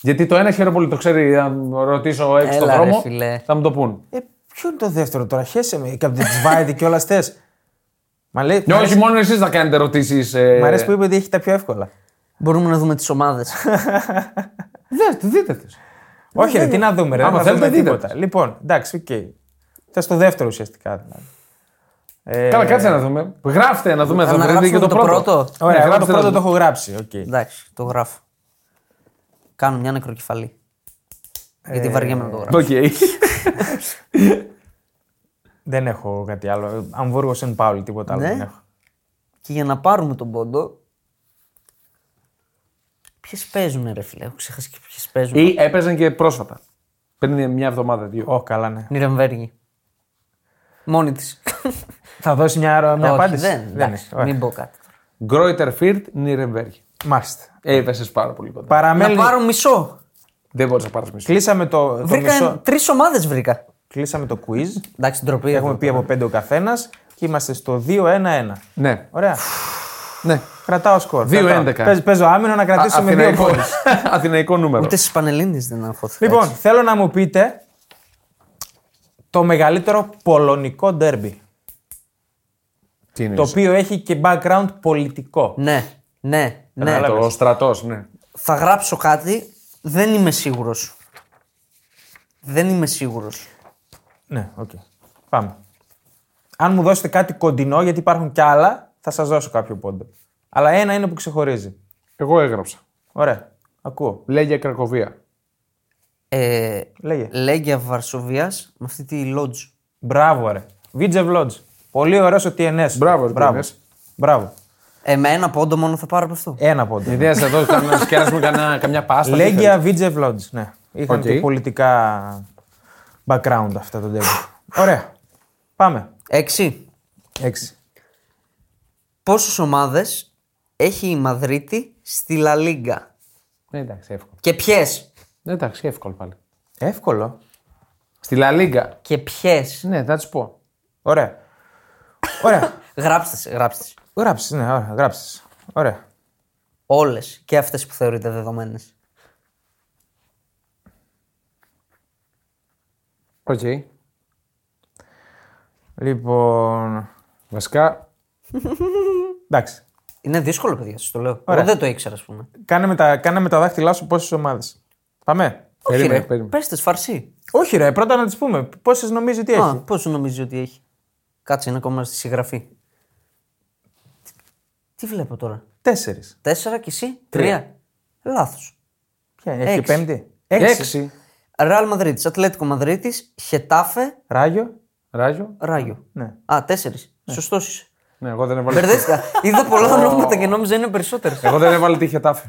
Speaker 1: Γιατί το ένα χαίρομαι πολύ, το ξέρει, αν ρωτήσω έξω στον
Speaker 2: Έλα, ρε,
Speaker 1: δρόμο,
Speaker 2: φιλέ.
Speaker 1: θα μου το πούν.
Speaker 3: ε, ποιο είναι το δεύτερο τώρα, χέσε με. Και από την Τσβάιντι και όλας αυτέ. Μα λέει.
Speaker 1: Ναι,
Speaker 3: μ' αρέσει-
Speaker 1: όχι, μόνο εσείς θα κάνετε ερωτήσεις. ε,
Speaker 3: Μ' αρέσει που είπε ότι έχει τα πιο εύκολα.
Speaker 1: Ναι,
Speaker 2: Μπορούμε να δούμε τις ομάδες.
Speaker 1: Δέστε, δείτε τις.
Speaker 3: Όχι, ρε, τι να δούμε, ρε.
Speaker 1: ναι, Άμα
Speaker 3: δεν θα
Speaker 1: θέλετε,
Speaker 3: δούμε
Speaker 1: δείτε
Speaker 3: τίποτα.
Speaker 1: τους.
Speaker 3: Λοιπόν, εντάξει, οκ. Θα στο δεύτερο ουσιαστικά. δηλαδή.
Speaker 1: Ναι,
Speaker 3: Ε,
Speaker 1: Καλά, κάτσε να δούμε. Γράφτε να δούμε.
Speaker 2: να
Speaker 1: Θα βρείτε
Speaker 2: γράψουμε
Speaker 1: και το,
Speaker 2: το
Speaker 1: πρώτο.
Speaker 2: πρώτο.
Speaker 1: Ναι,
Speaker 3: Ωραία, εγώ το
Speaker 1: γράψτε να
Speaker 3: πρώτο το
Speaker 1: δούμε.
Speaker 3: έχω γράψει. οκ.
Speaker 2: Εντάξει, το γράφω. Κάνω μια νεκροκεφαλή. Γιατί βαριέμαι να
Speaker 3: Ε,
Speaker 2: το γράφω.
Speaker 1: Οκ.
Speaker 3: Δεν έχω κάτι άλλο. Αμβούργος εν Πάουλ, τίποτα άλλο
Speaker 2: Ναι.
Speaker 3: δεν έχω.
Speaker 2: Και για να πάρουμε τον πόντο. Ποιες παίζουν, ρε φίλε. Έχω ξεχάσει και ποιες παίζουν.
Speaker 1: Ή έπαιζαν και πρόσφατα. Πριν μια εβδομάδα, δύο.
Speaker 3: Όχι, καλά, ναι.
Speaker 2: Νιρεμβέργη. Μόνη της.
Speaker 3: Θα δώσει μια, μια απάντηση.
Speaker 2: Δεν, εντάξει,
Speaker 3: είναι. Ναι, Ωραία.
Speaker 2: μην πω κάτι.
Speaker 1: Γκρόιτερ Φίρτ, Νιρεμβέργη.
Speaker 3: Μάλιστα.
Speaker 1: Έπεσε Ε, πάρα πολύ κοντά.
Speaker 3: Παραμένει.
Speaker 2: Να πάρω μισό.
Speaker 1: Δεν μπορείς να πάρεις μισό.
Speaker 3: Κλείσαμε το, το
Speaker 2: Βρήκα
Speaker 3: μισό.
Speaker 2: τρεις ομάδες βρήκα.
Speaker 3: Κλείσαμε το quiz.
Speaker 2: Εντάξει, ντροπή.
Speaker 3: Έχουμε πει από πέντε ο καθένας και είμαστε στο 2-1-1.
Speaker 1: Ναι.
Speaker 3: Ωραία.
Speaker 1: ναι.
Speaker 3: Κρατάω σκορ.
Speaker 1: 2-11.
Speaker 3: κρατάω. Παίζω- Παίζω άμυνο να κρατήσουμε δύο
Speaker 1: Αθηναϊκό.
Speaker 3: πόντου.
Speaker 1: Αθηναϊκό νούμερο.
Speaker 2: Ούτε στι Πανελίνε δεν αγχώθηκα.
Speaker 3: Λοιπόν,
Speaker 2: έτσι.
Speaker 3: θέλω να μου πείτε το μεγαλύτερο πολωνικό ντέρμπι.
Speaker 1: Τι είναι
Speaker 3: Το
Speaker 1: εσύ?
Speaker 3: οποίο έχει και background πολιτικό.
Speaker 2: Ναι, ναι, ναι.
Speaker 1: Ναι, το στρατός, ναι.
Speaker 2: Θα γράψω κάτι. Δεν είμαι σίγουρος. Δεν είμαι σίγουρος.
Speaker 3: Ναι, οκ. Πάμε. Αν μου δώσετε κάτι κοντινό, γιατί υπάρχουν κι άλλα, θα σας δώσω κάποιο πόντο. Αλλά ένα είναι που ξεχωρίζει.
Speaker 1: Εγώ έγραψα.
Speaker 3: Ωραία. Ακούω.
Speaker 1: Λέγια Κρακοβία.
Speaker 3: Ναι,
Speaker 2: Ε,
Speaker 3: Λέγε.
Speaker 2: Λέγκια Βαρσοβίας με αυτή τη lodge.
Speaker 3: Μπράβο, ρε. Βίτζε Βλότζ. Πολύ ωραίος ο TNS.
Speaker 1: Μπράβο, ρε,
Speaker 3: Μπράβο.
Speaker 1: TNS.
Speaker 3: Μπράβο.
Speaker 2: Ε, με ένα πόντο μόνο θα πάρω από αυτό.
Speaker 3: Ένα πόντο.
Speaker 1: Ιδέα σε εδώ να σκέρασουμε κανένα- καμιά πάστα. τι
Speaker 3: Λέγκια Βίτζε Βλότζ. Ναι. Είχαν
Speaker 1: Οκ.
Speaker 3: και πολιτικά background αυτά το τέλο. Ωραία. Πάμε.
Speaker 2: Έξι.
Speaker 3: Έξι.
Speaker 2: Πόσες ομάδες έχει η Μαδρίτη στη Λα Λίγκα
Speaker 1: θέλετε. Ναι, Εντάξει, εύκολο. Ναι,
Speaker 2: και ποιες.
Speaker 1: Εντάξει, εύκολο πάλι.
Speaker 3: Εύκολο.
Speaker 1: Στη Λα Λίγκα.
Speaker 2: Και ποιες.
Speaker 1: Ναι, θα τη πω.
Speaker 3: Ωραία. Ωραία.
Speaker 2: Γράψτες, τις, γράψτε. τις.
Speaker 3: Γράψεις, ναι, ωραία. Γράψεις. Ωραία.
Speaker 2: Όλες και αυτές που θεωρείτε δεδομένες.
Speaker 1: Οκ.
Speaker 3: Λοιπόν.
Speaker 1: Βασικά
Speaker 3: Εντάξει.
Speaker 2: Είναι δύσκολο, παιδιά, σας το λέω.
Speaker 3: Ωραία.
Speaker 2: Εγώ δεν το ήξερα, ας πούμε.
Speaker 3: Κάνε με τα, κάνε με τα δάχτυλά σου πόσες ομάδες. Πάμε.
Speaker 1: Περίμενε,
Speaker 2: Όχι, ρε.
Speaker 1: περίμενε.
Speaker 2: Πες τις, φαρσί.
Speaker 3: Όχι, ρε, πρώτα να τις πούμε. Πόσες νομίζει ότι έχει.
Speaker 2: Α, πώ νομίζει ότι έχει. Κάτσε, είναι ακόμα στη συγγραφή. Τι- Τι βλέπω τώρα.
Speaker 3: Τέσσερις.
Speaker 2: Τέσσερα και εσύ. Τρία. Λάθος.
Speaker 3: Ποια είναι, έχει και
Speaker 2: Έξι.
Speaker 3: πέμπτη.
Speaker 1: Έξι.
Speaker 2: Ρεάλ Μαδρίτη, Ατλέτικο Μαδρίτη, Χετάφε,
Speaker 3: Ράγιο.
Speaker 1: Ράγιο.
Speaker 2: Ράγιο.
Speaker 3: Ναι.
Speaker 2: Α, τέσσερις. Σωστός είσαι.
Speaker 1: Ναι, εγώ δεν έβαλα.
Speaker 2: Μπερδέστηκα. Είδα πολλά ονόματα και νόμιζα είναι περισσότερες.
Speaker 1: εγώ δεν έβαλα τη χετάφη.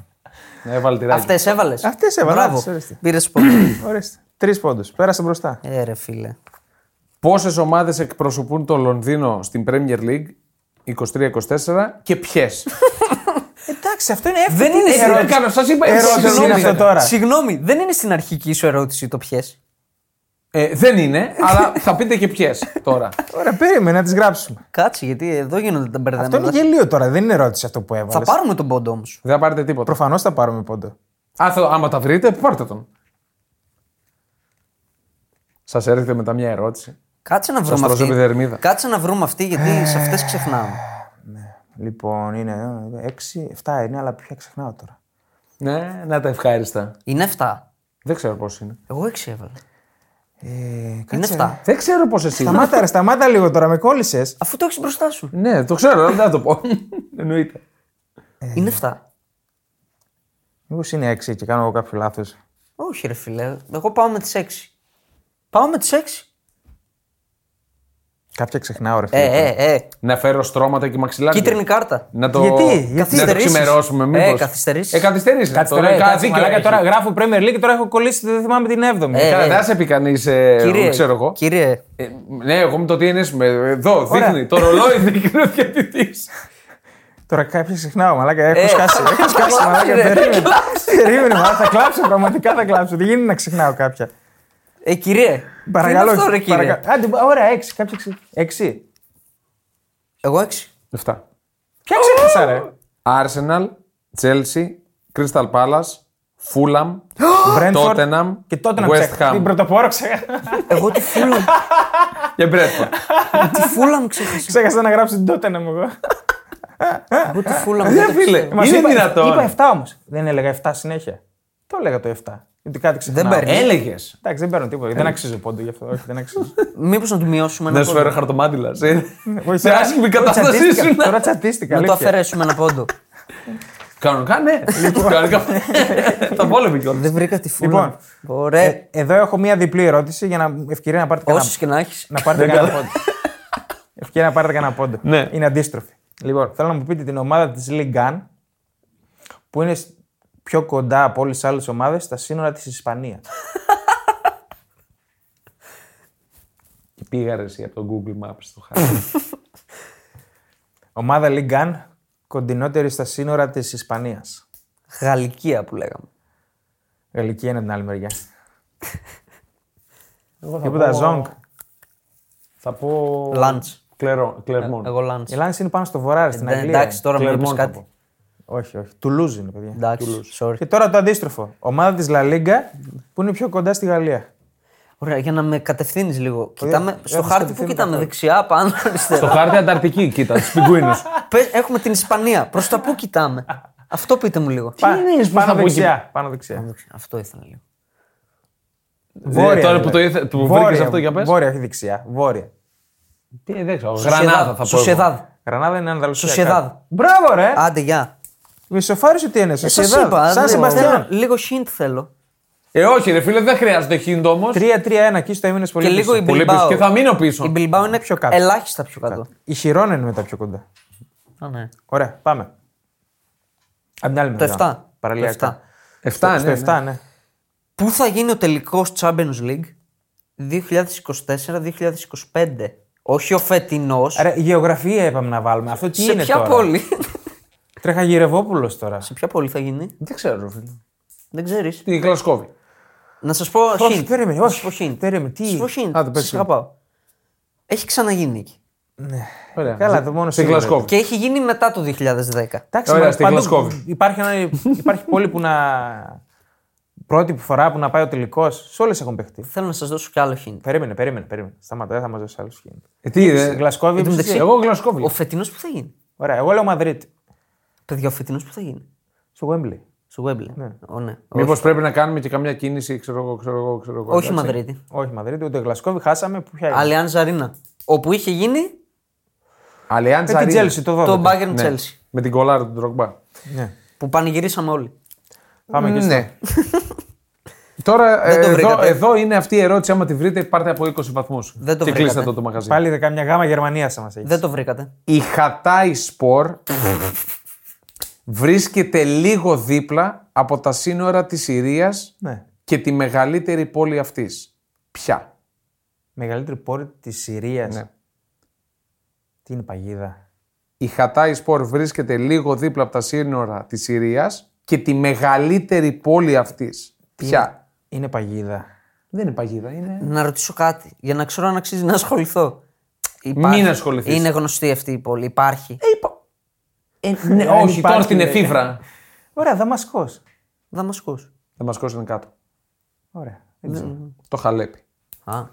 Speaker 1: Ναι, έβαλα τη Ράγη.
Speaker 2: Αυτές έβαλες.
Speaker 3: Αυτές έβαλα,
Speaker 2: Μπράβο.
Speaker 3: τις ορίστε.
Speaker 2: Πήρε πολύ.
Speaker 3: Ορίστε. Τρεις πόντους. Πέρασε μπροστά.
Speaker 2: Έρε, Ε, φίλε.
Speaker 1: Πόσες ομάδες εκπροσωπούν το Λονδίνο στην Premier League 23-24 και ποιες.
Speaker 3: Εντάξει, αυτό είναι εύκολο.
Speaker 2: Δεν είναι στην
Speaker 1: ερώτηση.
Speaker 2: αρχική-
Speaker 1: Κάνω, Ε, σας είπα, εσύ
Speaker 3: ερώτηση
Speaker 1: συγγνώμη.
Speaker 3: είναι αυτό τώρα.
Speaker 2: Συγγνώμη, δεν είναι στην αρχική σου ερώτηση το ποιες.
Speaker 1: ε, δεν είναι, αλλά θα πείτε και ποιες τώρα.
Speaker 3: Ωραία, περίμενε να τις γράψουμε.
Speaker 2: Κάτσε, γιατί εδώ γίνονται τα
Speaker 3: Αυτό είναι
Speaker 2: μπερδέματα.
Speaker 3: γελίο τώρα, δεν είναι ερώτηση αυτό που
Speaker 2: Θα
Speaker 3: έβαλε.
Speaker 2: πάρουμε τον πόντο όμως.
Speaker 1: δεν θα πάρετε τίποτα.
Speaker 3: Προφανώς θα πάρουμε πόντο.
Speaker 1: Α, θα- άμα τα βρείτε, πάρτε τον. Σας έρχεται μετά μια ερώτηση.
Speaker 2: Κάτσε να βρούμε
Speaker 1: τρώζω επιδερμίδα.
Speaker 2: αυτή. Κάτσε να βρούμε αυτή, γιατί
Speaker 3: Ε.
Speaker 2: σε αυτές ξεχνάμε.
Speaker 3: Λοιπόν, είναι 6-7 είναι, αλλά πια ξεχνάω τώρα.
Speaker 1: Ναι, να τα ευχάριστα.
Speaker 2: Είναι 7.
Speaker 1: Δεν ξέρω πώς είναι.
Speaker 2: Εγώ 6 έβαλα.
Speaker 3: Ε,
Speaker 2: Είναι
Speaker 3: κάτσε.
Speaker 2: 7.
Speaker 1: Δεν ξέρω πώς εσύ. είναι.
Speaker 3: Σταμάτα, ρε, σταμάτα λίγο τώρα, με κόλλησες.
Speaker 2: Αφού το έχεις μπροστά σου.
Speaker 1: Ναι, το ξέρω, αλλά δεν θα το πω. Εννοείται.
Speaker 3: Ε.
Speaker 2: Είναι 7.
Speaker 3: Μήπως είναι 6 και κάνω εγώ κάποιο λάθος.
Speaker 2: Όχι, ρε φίλε. Εγώ πάω με τις 6. Πάω με τις 6.
Speaker 3: Κάποια ξεχνάω, ρε. φίλε.
Speaker 2: Ε, ε, ε.
Speaker 1: Να φέρω στρώματα και μαξιλάρια.
Speaker 2: Κίτρινη κάρτα.
Speaker 1: Να το,
Speaker 3: Γιατί, γιατί.
Speaker 1: να το
Speaker 2: Καθυστερήσεις.
Speaker 1: ξημερώσουμε, μήπως.
Speaker 2: Ε, καθυστερήσεις.
Speaker 1: Ε, καθυστερήσεις.
Speaker 3: Κάτσε
Speaker 1: Το
Speaker 3: τώρα,
Speaker 1: λέει,
Speaker 3: κάτσε,
Speaker 1: δίκιο
Speaker 3: μαλάκα,
Speaker 1: έχει.
Speaker 3: τώρα γράφω Premier League και τώρα έχω κολλήσει, δεν θυμάμαι την 7η.
Speaker 2: Ε,
Speaker 1: Καλά,
Speaker 2: ε.
Speaker 1: δεν σε πει κανείς. Ε,
Speaker 2: Κύριε,
Speaker 1: ξέρω εγώ.
Speaker 2: κύριε,
Speaker 1: Ε, ναι, εγώ με το TNS είμαι. Εδώ,
Speaker 3: Ωραία.
Speaker 1: δείχνει. Το ρολόι δείχνει ο διαιτητή.
Speaker 3: Τώρα κάποια ξεχνάω, μαλάκα,
Speaker 2: Ε.
Speaker 3: έχω σκάσει. Έχω σκάσει,
Speaker 2: κλάψε,
Speaker 3: μαλάκα,
Speaker 2: ρε,
Speaker 3: περίμενε. Περίμενε, μαλάκα, θα κλάψω, πραγματικά θα κλάψω. Δεν γίνεται να ξεχνάω κάποια.
Speaker 2: ε, κύριε.
Speaker 3: Παρακαλώ.
Speaker 2: Τι είναι αυτό, ρε, κύριε.
Speaker 3: παρακα- Άντε, ωραία, έξι, κάποια ξε... Έξι.
Speaker 2: Εγώ έξι.
Speaker 1: Αυτά.
Speaker 3: Ποια ξέχασα, ρε.
Speaker 1: Arsenal, Chelsea, Crystal Palace, Fulham,
Speaker 3: Brentford
Speaker 1: Tottenham
Speaker 3: Και τότε να
Speaker 1: West
Speaker 3: ξέχασα.
Speaker 1: Ham.
Speaker 3: Την πρωτοπόρο ξέχασα.
Speaker 2: Εγώ τη φούλα,
Speaker 1: και Brentford.
Speaker 2: τη φούλα μου ξέχασα.
Speaker 3: Ξέχασα να γράψω την τότε μου εγώ.
Speaker 2: Εγώ τη
Speaker 3: Ε,
Speaker 2: φούλα μου.
Speaker 1: Δεν
Speaker 2: δεν το
Speaker 1: φίλε.
Speaker 2: ξέρω.
Speaker 3: Μας
Speaker 1: Είναι
Speaker 3: είπα-
Speaker 1: δυνατόν.
Speaker 3: Είπα 7 όμως. Δεν έλεγα 7 συνέχεια. Το έλεγα το 7. Γιατί κάτι ξεχνάω.
Speaker 2: παίρνει.
Speaker 1: Έλεγες.
Speaker 3: Εντάξει, δεν παίρνω τίποτα.
Speaker 2: Ε.
Speaker 3: Δεν αξίζω πόντο γι' αυτό. Όχι, δεν αξίζω.
Speaker 2: Μήπως να του μειώσουμε ένα
Speaker 1: Δεν σου
Speaker 2: πόντο.
Speaker 1: φέρω χαρτομάτιλα. ε.
Speaker 3: Όχι,
Speaker 1: Σε
Speaker 3: τώρα-
Speaker 1: άσχημη
Speaker 3: τώρα
Speaker 1: κατάστασή
Speaker 3: τσατίστηκα.
Speaker 1: σου.
Speaker 3: Τώρα τσατίστηκα.
Speaker 2: Να το
Speaker 3: αλήθεια.
Speaker 2: αφαιρέσουμε ένα πόντο.
Speaker 1: Κανονικά, ναι. Κανονικά. Το πόλεμο κιόλας.
Speaker 2: Δεν βρήκα τη φούλα.
Speaker 3: Λοιπόν.
Speaker 2: μου. Ωραία.
Speaker 3: Ε, Εδώ έχω μία διπλή ερώτηση για να ευκαιρία να πάρετε κανένα
Speaker 2: Όσες και να έχεις.
Speaker 3: Να πάρετε κανένα πόντο. Ευκαιρία να πάρετε κανένα πόντο.
Speaker 1: Ναι.
Speaker 3: Είναι αντίστροφη. Λοιπόν, θέλω να μου πείτε την ομάδα της Λιγκάν που είναι σ- πιο κοντά από όλες τις άλλες ομάδες στα σύνορα της Ισπανίας.
Speaker 1: Και πήγα ρε εσύ από το Google Maps στο χάρτη.
Speaker 3: ομάδα Λιγκάν κοντινότερη στα σύνορα της Ισπανίας.
Speaker 2: Γαλλικία που λέγαμε.
Speaker 3: Γαλλική είναι από την άλλη μεριά. Τίποτα, Ζόγκ.
Speaker 1: Θα πω.
Speaker 2: Λάντ.
Speaker 1: Κλερό, κλερμόν.
Speaker 2: Εγώ Λάντ.
Speaker 3: Η Λάνση είναι πάνω στο βορρά, ρε, στην Αγγλία.
Speaker 2: Ναι, Εντάξει, τώρα μου
Speaker 1: Κλερμόν
Speaker 2: είπε
Speaker 1: θα
Speaker 2: κάτι.
Speaker 1: πω.
Speaker 3: Όχι, όχι. Τουλούζ είναι, παιδιά.
Speaker 2: Εντάξει, sorry.
Speaker 3: Και τώρα το αντίστροφο. Ομάδα της Λα Λίγκα που είναι πιο κοντά στη Γαλλία.
Speaker 2: Ωραία, για να με κατευθύνεις λίγο. Κοιτάμε,
Speaker 3: δεν
Speaker 2: στο
Speaker 3: μας
Speaker 2: χάρτη που
Speaker 3: κατευθύνει
Speaker 2: κοιτάμε,
Speaker 3: καθόλου.
Speaker 2: δεξιά, πάνω,
Speaker 1: Στο
Speaker 2: αριστερά.
Speaker 1: χάρτη Ανταρκτική, κοίτα, τους πιγκουίνους.
Speaker 2: Πες, Έχουμε την Ισπανία. Προς τα πού κοιτάμε. Αυτό πείτε μου λίγο.
Speaker 3: Πα-
Speaker 1: είναι, που θα
Speaker 3: πάνω,
Speaker 1: πω
Speaker 3: δεξιά, πάνω
Speaker 2: Ε,
Speaker 3: δεξιά.
Speaker 2: Αυτό ήθελα λίγο.
Speaker 3: Βόρεια.
Speaker 1: Τώρα που
Speaker 3: δηλαδή.
Speaker 1: το ήθε- του
Speaker 3: Βόρεια,
Speaker 1: βρήκες αυτό για πες.
Speaker 3: Βόρεια, όχι δεξιά. Βόρεια.
Speaker 1: Δεν ξέρω. Γρανάδα θα πω. εγώ.
Speaker 2: Σοσιαδάδ.
Speaker 3: Γρανάδα είναι Ανδαλουσία.
Speaker 2: Σοσιαδάδ.
Speaker 3: κάτω. Μπράβο, ρε.
Speaker 2: Άντε, γεια.
Speaker 3: Με σοφάρισε τι είναι.
Speaker 2: Σα
Speaker 3: Σοσιαδάδ.
Speaker 2: είπα.
Speaker 3: Σαν
Speaker 2: δεν-
Speaker 3: Σεμπαστιάν.
Speaker 2: θέλω- Λίγο hint θέλω.
Speaker 1: Ε, όχι, ρε φίλε, δεν χρειάζεται χίντο όμω.
Speaker 3: 3-3-1 εκεί στο έμεινες πολύ.
Speaker 2: Και λίγο η
Speaker 3: πίσω.
Speaker 1: Πολύ πίσω.
Speaker 2: Μπιλμπάου.
Speaker 1: Και θα μείνω πίσω.
Speaker 2: Η Μπιλμπάου είναι
Speaker 3: Πιο
Speaker 2: πιο
Speaker 3: κάτω.
Speaker 2: κάτω. Ελάχιστα πιο κάτω.
Speaker 3: Η Χιρόνα είναι μετά πιο κοντά.
Speaker 2: Α, ναι.
Speaker 3: Ωραία, πάμε. Απ' την
Speaker 2: Το
Speaker 3: άλλη μεριά.
Speaker 2: 7.
Speaker 3: Παραλιακά.
Speaker 1: Εφτά,
Speaker 3: Στο
Speaker 1: ναι,
Speaker 3: 7, ναι.
Speaker 2: Πού θα γίνει ο τελικός Champions League 2024-2025. Όχι ο φετινός.
Speaker 3: Ρε, γεωγραφία είπαμε να βάλουμε. Αυτό τι
Speaker 2: Σε
Speaker 3: είναι
Speaker 2: ποια
Speaker 3: τώρα.
Speaker 2: πόλη.
Speaker 3: Τρέχα Γυρευόπουλος τώρα.
Speaker 2: Σε ποια πόλη θα γίνει.
Speaker 1: Δεν ξέρω, ρε φίλε.
Speaker 2: Δεν ξέρεις.
Speaker 1: Την Γλασκόβη.
Speaker 2: Να σας πω
Speaker 3: Όχι,
Speaker 2: hint.
Speaker 3: περίμενε,
Speaker 2: Να
Speaker 3: όχι.
Speaker 2: σας πω hint.
Speaker 3: Περίμενε, τι-
Speaker 2: Να σας πω hint.
Speaker 1: Άντε, πες
Speaker 2: Σας
Speaker 1: εσύ.
Speaker 2: αγαπάω. Έχει ξαναγίνει εκεί.
Speaker 1: Ωραία.
Speaker 3: Καλά, το μόνο
Speaker 1: Στην
Speaker 3: σίγουρο.
Speaker 1: Γλασκόβη.
Speaker 2: Και έχει γίνει μετά το 2010.
Speaker 3: Εντάξει,
Speaker 1: Ωραία,
Speaker 3: μα
Speaker 1: στη
Speaker 3: παντού
Speaker 1: Γλασκόβη.
Speaker 3: Υπάρχει, ένα, υπάρχει πόλη που να. πρώτη που φορά που να πάει ο τελικός. Σε όλες έχουν παιχτεί.
Speaker 2: Θέλω να σας δώσω κι άλλο hint.
Speaker 3: Περίμενε, περίμενε, περίμενε. Σταματά, δεν θα μας δώσει άλλους χιλιάδε.
Speaker 1: Ε, Τι
Speaker 3: Στη
Speaker 1: είδε.
Speaker 3: Γλασκόβη.
Speaker 2: Εν τω μεταξύ-
Speaker 1: Εγώ Γλασκόβη.
Speaker 2: Ο φετινός που θα γίνει.
Speaker 3: Ωραία, εγώ λέω Μαδρίτη.
Speaker 2: Παιδιά, ο φετινός που θα γίνει.
Speaker 3: Στο Γουέμπλι.
Speaker 2: Στο Wembley. Ναι. Ω, ναι.
Speaker 1: Μήπως πρέπει να κάνουμε και καμιά κίνηση, ξέρω εγώ, ξέρω εγώ. ξέρω εγώ,
Speaker 2: Όχι
Speaker 1: εντάξει.
Speaker 2: Μαδρίτη.
Speaker 3: Όχι Μαδρίτη, ούτε Γλασκόβη. Χάσαμε. Που ποια είναι.
Speaker 2: Αλεάν Ζαρίνα. Όπου είχε γίνει
Speaker 1: Αλιάντ
Speaker 3: Με την Τζέλση το 12.
Speaker 2: το Bayern
Speaker 1: Ναι.
Speaker 2: Chelsea.
Speaker 1: Με την κολάρα του Ντρογκμπά.
Speaker 3: Ναι.
Speaker 2: Που πανηγυρίσαμε όλοι.
Speaker 3: Πάμε και στο.
Speaker 1: Ναι. Τώρα
Speaker 2: Δεν το
Speaker 1: ε, εδώ,
Speaker 2: βρήκατε.
Speaker 1: εδώ είναι αυτή η ερώτηση. Άμα τη βρείτε, πάρτε από 20 βαθμούς.
Speaker 2: Δεν το
Speaker 1: και
Speaker 2: βρήκατε.
Speaker 1: κλείστε το, το μαγαζί.
Speaker 3: Πάλι δεν κάμια γάμα Γερμανίας θα μας έχει.
Speaker 2: Δεν το βρήκατε.
Speaker 1: Η Χατάι Σπορ βρίσκεται λίγο δίπλα από τα σύνορα της Συρίας
Speaker 3: Ναι.
Speaker 1: και τη μεγαλύτερη πόλη αυτής. Ποια.
Speaker 3: Μεγαλύτερη πόλη της Συρίας.
Speaker 1: Ναι.
Speaker 3: Τι είναι η παγίδα.
Speaker 1: Η Χατάι Σπορ βρίσκεται λίγο δίπλα από τα σύνορα της Συρίας και τη μεγαλύτερη πόλη αυτής. Ποια.
Speaker 3: Είναι παγίδα.
Speaker 1: Δεν είναι παγίδα, είναι...
Speaker 2: Να ρωτήσω κάτι για να ξέρω αν αξίζει να ασχοληθώ.
Speaker 1: Μην ασχοληθείς.
Speaker 2: Είναι γνωστή αυτή η πόλη. Υπάρχει. Ε,
Speaker 1: ναι,
Speaker 3: δεν
Speaker 1: όχι, τώρα
Speaker 3: υπάρχει,
Speaker 1: στην
Speaker 3: λέει.
Speaker 1: εφήβρα.
Speaker 3: Ωραία, Δαμασκός.
Speaker 2: Δαμασκός.
Speaker 1: Θα μας κόσουν κάτω.
Speaker 3: Ωραία. Δεν ξέρω.
Speaker 1: Το Χαλέπι.
Speaker 2: Α.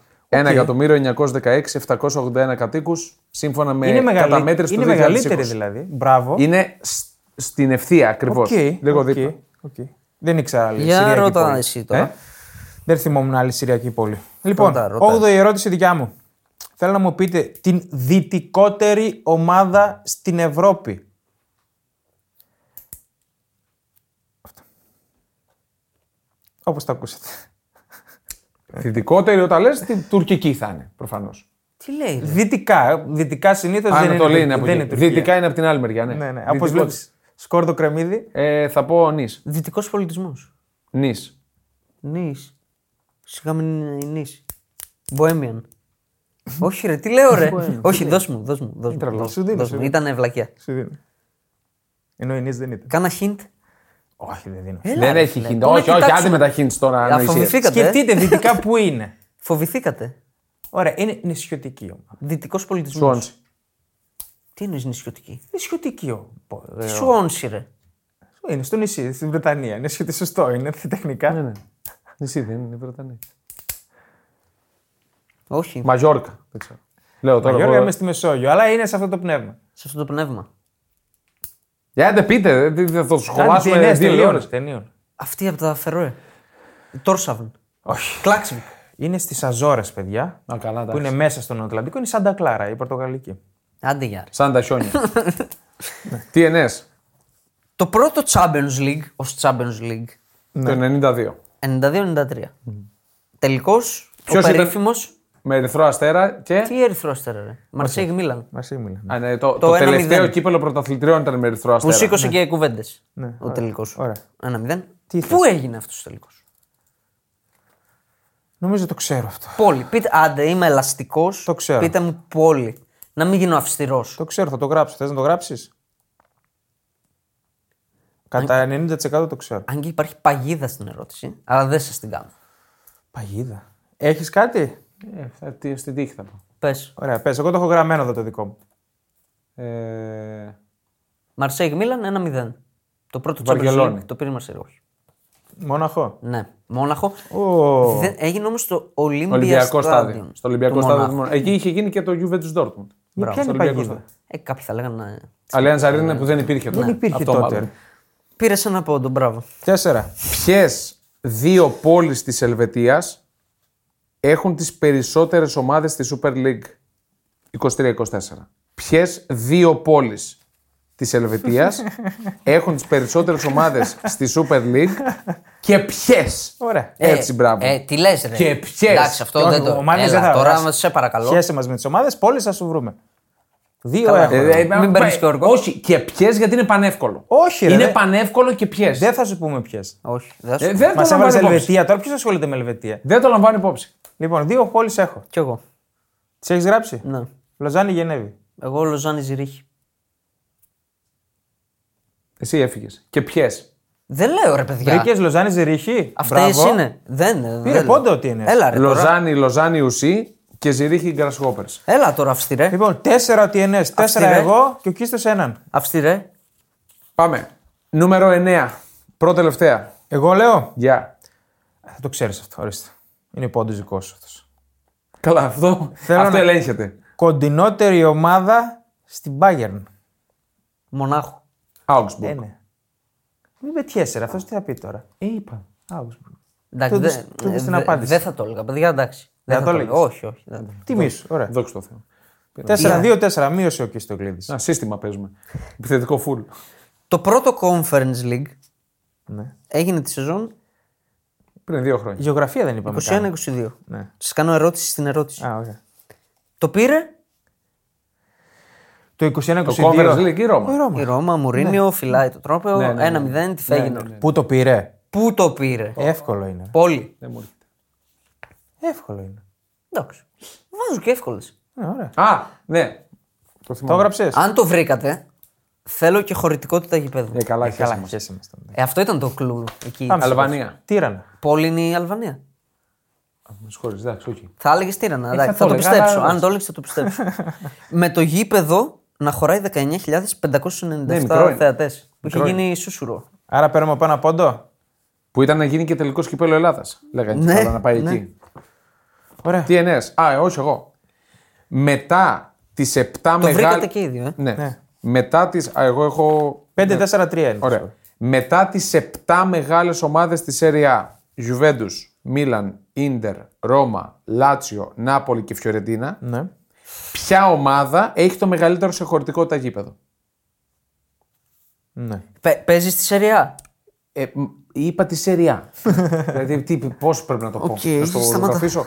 Speaker 1: 1.916.781 κατοίκους, σύμφωνα με
Speaker 3: Είναι, μεγαλύτερη-
Speaker 1: καταμέτρηση
Speaker 3: είναι
Speaker 1: του 2020.
Speaker 3: μεγαλύτερη δηλαδή. Μπράβο.
Speaker 1: Είναι σ- στην ευθεία ακριβώς.
Speaker 3: Οκ,
Speaker 1: Λίγο
Speaker 3: οκ,
Speaker 1: δίπλα.
Speaker 3: οκ. Δεν ήξερα άλλη
Speaker 2: Για
Speaker 3: Συριακή
Speaker 2: ρώτα
Speaker 3: πόλη.
Speaker 2: εσύ τώρα.
Speaker 1: Ε?
Speaker 3: Δεν θυμόμουν άλλη Συριακή πόλη. Λοιπόν,
Speaker 2: Ρώτα, ρώτα.
Speaker 3: 8η ερώτηση δικιά μου. Θέλω να μου πείτε την δυτικότερη ομάδα στην Ευρώπη. Όπως τα ακούσατε.
Speaker 1: Δυτικότερη όταν λες, την τουρκική θα είναι προφανώς.
Speaker 2: Τι λέει. ρε.
Speaker 3: Δυτικά. ε. Δυτικά συνήθως δεν είναι.
Speaker 1: Ανατολή
Speaker 3: Τουρκία,
Speaker 1: είναι από
Speaker 3: δεν
Speaker 1: εκεί.
Speaker 3: είναι Τουρκία.
Speaker 1: Δυτικά είναι από την άλλη μεριά. Ναι,
Speaker 3: Ναι, ναι.
Speaker 1: Δυτικό-
Speaker 3: Όπως βλέπεις. Σκόρδο κρεμμύδι.
Speaker 1: Ε, θα πω νης.
Speaker 2: Δυτικός πολιτισμός.
Speaker 1: Νης.
Speaker 2: Νης. Σιγά μην είναι νης. Bohemian. Όχι, ρε, τι λέω, ρε. Όχι, δώσ' μου, δώσ' μου. Δώσ μου,
Speaker 1: τρελός.
Speaker 2: δώσ'
Speaker 3: Σου δίνω,
Speaker 2: δώσ'
Speaker 3: σου
Speaker 2: μου.
Speaker 3: δίνω.
Speaker 2: Ήταν ευλακία.
Speaker 3: Σου δίνω. Ενώ η Νης δεν ήταν.
Speaker 2: Κάνα hint.
Speaker 3: Όχι, δεν δίνω.
Speaker 1: Δεν
Speaker 2: ρε,
Speaker 1: έχει
Speaker 2: φίλε.
Speaker 1: χιντ.
Speaker 2: Τώρα
Speaker 1: Όχι, όχι,
Speaker 2: κοιτάξουμε.
Speaker 1: άντε με τα χιντ τώρα. ανοησίες.
Speaker 2: Αφοβηθήκα. Φύγατε, ε.
Speaker 3: Σκεφτείτε δυτικά που είναι.
Speaker 2: Φοβηθήκατε.
Speaker 3: Ωραία, είναι νησιωτική ομάδα.
Speaker 2: Δυτικός πολιτισμός.
Speaker 1: Σουόνσι.
Speaker 2: Τι εννοεί νησιωτική.
Speaker 3: Νησιωτική ομάδα.
Speaker 2: Τι σου όνση, ρε.
Speaker 3: Είναι στο νησί, στην Βρετανία. Είναι σχετικά σωστό, είναι τεχνικά.
Speaker 1: Ναι, ναι. Εσύ δεν είναι η Βρετανία.
Speaker 2: Όχι,
Speaker 1: Μαγιόρκα. Δεν ξέρω. Λέω τώρα.
Speaker 3: Γιώργο,
Speaker 1: εγώ-
Speaker 3: είμαι στη Μεσόγειο, αλλά είναι σε αυτό το πνεύμα.
Speaker 2: σε αυτό το πνεύμα.
Speaker 1: Για Ε, άντε πείτε, δεν- δεν θα το σχολάσουμε δύο ώρες.
Speaker 3: ταινίων.
Speaker 2: Αυτή από τα Φερόε. Η Τόρσαβεν.
Speaker 3: Όχι.
Speaker 2: Κλάξιμ.
Speaker 3: Είναι στις Αζόρες, παιδιά.
Speaker 1: Α, καλά,
Speaker 3: που είναι
Speaker 1: εντάξει.
Speaker 3: μέσα στον Ατλαντικό, είναι η Σάντα Κλάρα, η Πορτογαλική.
Speaker 2: Άντε γεια. ρε.
Speaker 1: Σαν τα χιόνια. TNS.
Speaker 2: Το πρώτο Champions League, ως Champions League,
Speaker 3: Ναι.
Speaker 1: Το 92.
Speaker 2: 92-93. Τελικός, ο
Speaker 1: Ποιος ήταν?
Speaker 2: περίφημος.
Speaker 1: Με ερυθρό αστέρα και.
Speaker 2: Τι έρθρο αστέρα, ρε. Μαρσέγ Μίλαν.
Speaker 3: Μασίμιλα.
Speaker 1: Α, ναι, το, το,
Speaker 2: Το 1-0.
Speaker 1: τελευταίο κύπελο πρωταθλητριών ήταν με ερυθρό
Speaker 2: Μου
Speaker 1: αστέρα.
Speaker 2: σήκωσε και κουβέντες.
Speaker 3: Ναι,
Speaker 2: Ο
Speaker 3: ωραία,
Speaker 2: τελικός.
Speaker 3: ωραία.
Speaker 2: Ένα μηδέν.
Speaker 3: Τι
Speaker 2: Πού έγινε αυτός ο τελικός.
Speaker 3: Νομίζω το ξέρω αυτό.
Speaker 2: Πόλη. Πείτε, άντε, είμαι ελαστικός.
Speaker 3: Το ξέρω.
Speaker 2: Πείτε μου πόλη. Να μην γίνω αυστηρός.
Speaker 3: Το ξέρω, θα το γράψω. Θες να το γράψεις. Κατά 90% το ξέρω.
Speaker 2: Αν και υπάρχει παγίδα στην ερώτηση, αλλά δεν σας την κάνω.
Speaker 3: Παγίδα. Έχεις κάτι.
Speaker 1: Ε, θα, τι- στην τύχη θα πω.
Speaker 2: Πες.
Speaker 3: Ωραία, πες. Εγώ το έχω γραμμένο εδώ το δικό μου.
Speaker 1: Ε,
Speaker 2: Μαρσέγ Μίλαν 1-0. Το πρώτο Champions
Speaker 1: Βαρκελόνη.
Speaker 2: League το πήρε η Μαρσέγ. όχι.
Speaker 3: Μόναχο.
Speaker 2: Ναι, Μόναχο.
Speaker 3: Ω.
Speaker 2: Δεν, έγινε όμως το Olympia
Speaker 1: Ολυμπιακό
Speaker 2: Stadium
Speaker 1: στάδιο. Στο Ολυμπιακό
Speaker 2: του
Speaker 1: στάδιο.
Speaker 2: Μονάχου.
Speaker 1: του Μονα- Εκεί είχε γίνει και το Juventus Dortmund.
Speaker 3: Για ποια
Speaker 1: στο
Speaker 3: είναι η
Speaker 1: Ολυμπιακό
Speaker 3: παγίδα.
Speaker 2: Ε, κάποιοι θα λέγανε. ναι.
Speaker 1: Αλέαν Ζαρίνα που δεν υπήρχε τότε.
Speaker 3: Δεν υπήρχε
Speaker 1: Αυτό
Speaker 3: τότε.
Speaker 1: μάλλον.
Speaker 2: Πήρε ένα πόντο, μπράβο.
Speaker 3: Τέσσερα.
Speaker 1: Ποιες δύο πόλεις της Ελβετίας έχουν τις περισσότερες ομάδες στη Super League 23-24. Ποιες δύο πόλεις της Ελβετίας έχουν τις περισσότερες ομάδες στη Super League και ποιες.
Speaker 3: Ωραία.
Speaker 1: Έτσι, μπράβο.
Speaker 2: Ε, τι λες, ρε.
Speaker 1: Και ποιες.
Speaker 2: Εντάξει, αυτό
Speaker 3: Όχι,
Speaker 2: δεν το.
Speaker 3: ομάδες
Speaker 2: Έλα,
Speaker 3: δεν θα
Speaker 2: τώρα
Speaker 3: βράσουν.
Speaker 2: μας σε παρακαλώ.
Speaker 3: Χαίρεσαι μας με τις ομάδες, πόλεις θα σου βρούμε. Δύο
Speaker 2: Καλά.
Speaker 3: έχουμε.
Speaker 1: Ε, ε,
Speaker 2: Μην
Speaker 1: μα-
Speaker 2: παίρνεις και όργο.
Speaker 1: Όχι, και ποιες γιατί είναι πανεύκολο.
Speaker 3: Όχι, ρε,
Speaker 1: Είναι
Speaker 3: δε-
Speaker 1: πανεύκολο και ποιες.
Speaker 3: Δεν θα σου πούμε ποιες.
Speaker 2: Όχι, δεν
Speaker 1: Ε,
Speaker 2: σου
Speaker 1: δεν
Speaker 3: Μα
Speaker 1: το
Speaker 3: έβαλε
Speaker 1: λαμβάνω υπόψη.
Speaker 3: Ελβετία. Τώρα ποιος ασχολείται με Ελβετία.
Speaker 1: Δεν το λαμβάνω υπόψη.
Speaker 3: Λοιπόν, δύο πόλεις έχω.
Speaker 2: Κι εγώ.
Speaker 3: Τις έχεις γράψει.
Speaker 2: Ναι.
Speaker 3: Λοζάνη Γενέβη.
Speaker 2: Εγώ Λοζάνη Ζηρίχη.
Speaker 1: Εσύ έφυγες. Και ποιες.
Speaker 2: Δεν λέω ρε παιδιά.
Speaker 3: Βρήκες Λοζάνη Ζηρίχη.
Speaker 2: Αυτές
Speaker 3: Μπράβο.
Speaker 2: είναι. Δεν. δεν
Speaker 3: Πήρε
Speaker 2: λέω.
Speaker 3: πόντο ότι είναι.
Speaker 2: Έλα, ρε, τώρα.
Speaker 1: Λοζάνη, Λοζάνη Ουσή και Ζηρίχη Γκρασχόπερ.
Speaker 2: Έλα τώρα, αυστηρέ.
Speaker 3: Λοιπόν, τέσσερα ότι είναι. Τέσσερα
Speaker 2: ρε.
Speaker 3: εγώ και ο Κίστος έναν.
Speaker 2: Αυστηρέ.
Speaker 1: Πάμε. Νούμερο 9. Πρώτη τελευταία.
Speaker 3: Εγώ λέω.
Speaker 1: Γεια.
Speaker 3: Θα το ξέρεις αυτό. Ορίστε. Είναι πόντος δικός σου αυτός.
Speaker 1: Καλά, αυτό,
Speaker 3: Θέλω
Speaker 1: αυτό
Speaker 3: να-
Speaker 1: ελέγχεται.
Speaker 3: Κοντινότερη ομάδα στην Bayern.
Speaker 2: Μονάχο.
Speaker 1: Augsburg.
Speaker 3: Ε, ναι. Μην πετιέσαι, ρε, αυτός τι θα πει τώρα.
Speaker 1: Ε, είπα.
Speaker 3: Augsburg.
Speaker 2: Εντάξει,
Speaker 3: Του-
Speaker 2: δεν-
Speaker 3: του- του- στην
Speaker 2: ε,
Speaker 3: απάντηση.
Speaker 2: Δεν θα το έλεγα, παιδιά, εντάξει. Δεν
Speaker 3: θα
Speaker 2: θα το
Speaker 3: το έλεγες.
Speaker 2: έλεγα. Όχι, όχι. δεν θα-
Speaker 3: Τιμή σου. Ωραία.
Speaker 1: Δόξα τω Θεώ.
Speaker 3: 4-2-4, μείωσε ο Κιστογλίδης.
Speaker 1: Ένα σύστημα παίζουμε. Επιθετικό φουλ.
Speaker 2: Το πρώτο Conference League
Speaker 3: Ναι.
Speaker 2: έγινε τη σεζόν
Speaker 1: Πριν δύο χρόνια.
Speaker 3: Γεωγραφία δεν είπαμε. καν.
Speaker 2: 21-22.
Speaker 3: Ναι.
Speaker 2: Σας κάνω ερώτηση στην ερώτηση.
Speaker 3: Α, ωραία.
Speaker 2: Το πήρε
Speaker 3: Το 21-22.
Speaker 1: Το Conference League ή Ρώμα.
Speaker 3: Η Ρώμα.
Speaker 2: η Ρώμα, Μουρίνιο, φυλάει το τρόπαιο.
Speaker 1: Ναι, ναι,
Speaker 2: 1-0, τι θα έγινε.
Speaker 3: Πού το πήρε.
Speaker 2: Πού το πήρε.
Speaker 3: Εύκολο είναι.
Speaker 2: Πολύ.
Speaker 1: Δεν μου έρχεται.
Speaker 3: Εύκολο είναι.
Speaker 2: Εντάξει. Βάζω και εύκολες.
Speaker 3: Ναι, ωραία.
Speaker 1: Α, ναι. Το
Speaker 3: Το
Speaker 1: θυμάμαι.
Speaker 3: έγραψες.
Speaker 2: Αν το βρήκατε, θέλω και χωρητικότητα γηπέδου.
Speaker 1: Ε, καλά,
Speaker 3: Καλά,
Speaker 1: χάσαμε.
Speaker 3: ποιες είμαστε.
Speaker 2: Ε, αυτό ήταν το κλου εκεί.
Speaker 3: Πάμε.
Speaker 1: Αλβανία.
Speaker 3: Τύρανα.
Speaker 2: Πόλη είναι η Αλβανία.
Speaker 1: Α, Με συγχωρείς, εντάξει, όχι.
Speaker 2: Θα έλεγες τύρανα. εντάξει,
Speaker 1: θα
Speaker 2: θα,
Speaker 1: το
Speaker 2: το
Speaker 1: έλεγα,
Speaker 2: πιστέψω.
Speaker 1: αλλά
Speaker 2: Αν το έλεγες, θα το πιστέψω. Με το γήπεδο να χωράει 19.597
Speaker 1: Ναι, μικρό είναι.
Speaker 2: θεατές. Που είχε
Speaker 1: Μικρό
Speaker 2: γίνει σούσουρο.
Speaker 3: Άρα παίρνουμε πάνω πόντο.
Speaker 1: Που ήταν να γίνει και τελικό κυπέλο Ελλάδας. Λέγανε
Speaker 2: Ναι,
Speaker 1: ναι, να πάει
Speaker 2: ναι.
Speaker 1: εκεί.
Speaker 3: Ωραία.
Speaker 1: Τι εννοείς? Α, ε, όχι εγώ. Μετά τις 7
Speaker 2: Το βρήκατε
Speaker 1: μεγάλε.
Speaker 2: και οι δύο. Ε.
Speaker 1: Ναι.
Speaker 3: Ναι.
Speaker 1: Μετά τις... Α, εγώ έχω...
Speaker 3: 5-4-3 είναι.
Speaker 1: ναι. Ωραία. Μετά τις 7 μεγάλες ομάδες της Serie A, Juventus, Μίλαν, Ίντερ, Ρώμα, Λάτσιο, Νάπολη και Φιωρεντίνα,
Speaker 3: Ναι.
Speaker 1: ποια ομάδα έχει το μεγαλύτερο σε χωρητικότητα γήπεδο.
Speaker 3: ναι.
Speaker 2: Πε- Παίζεις στη σεριά.
Speaker 1: Ε, μ, είπα τη Serie A. δηλαδή, τι, πώς πρέπει να το πω.
Speaker 2: Οκ,
Speaker 1: να στο
Speaker 2: σταμάτα.
Speaker 1: γραφίσω?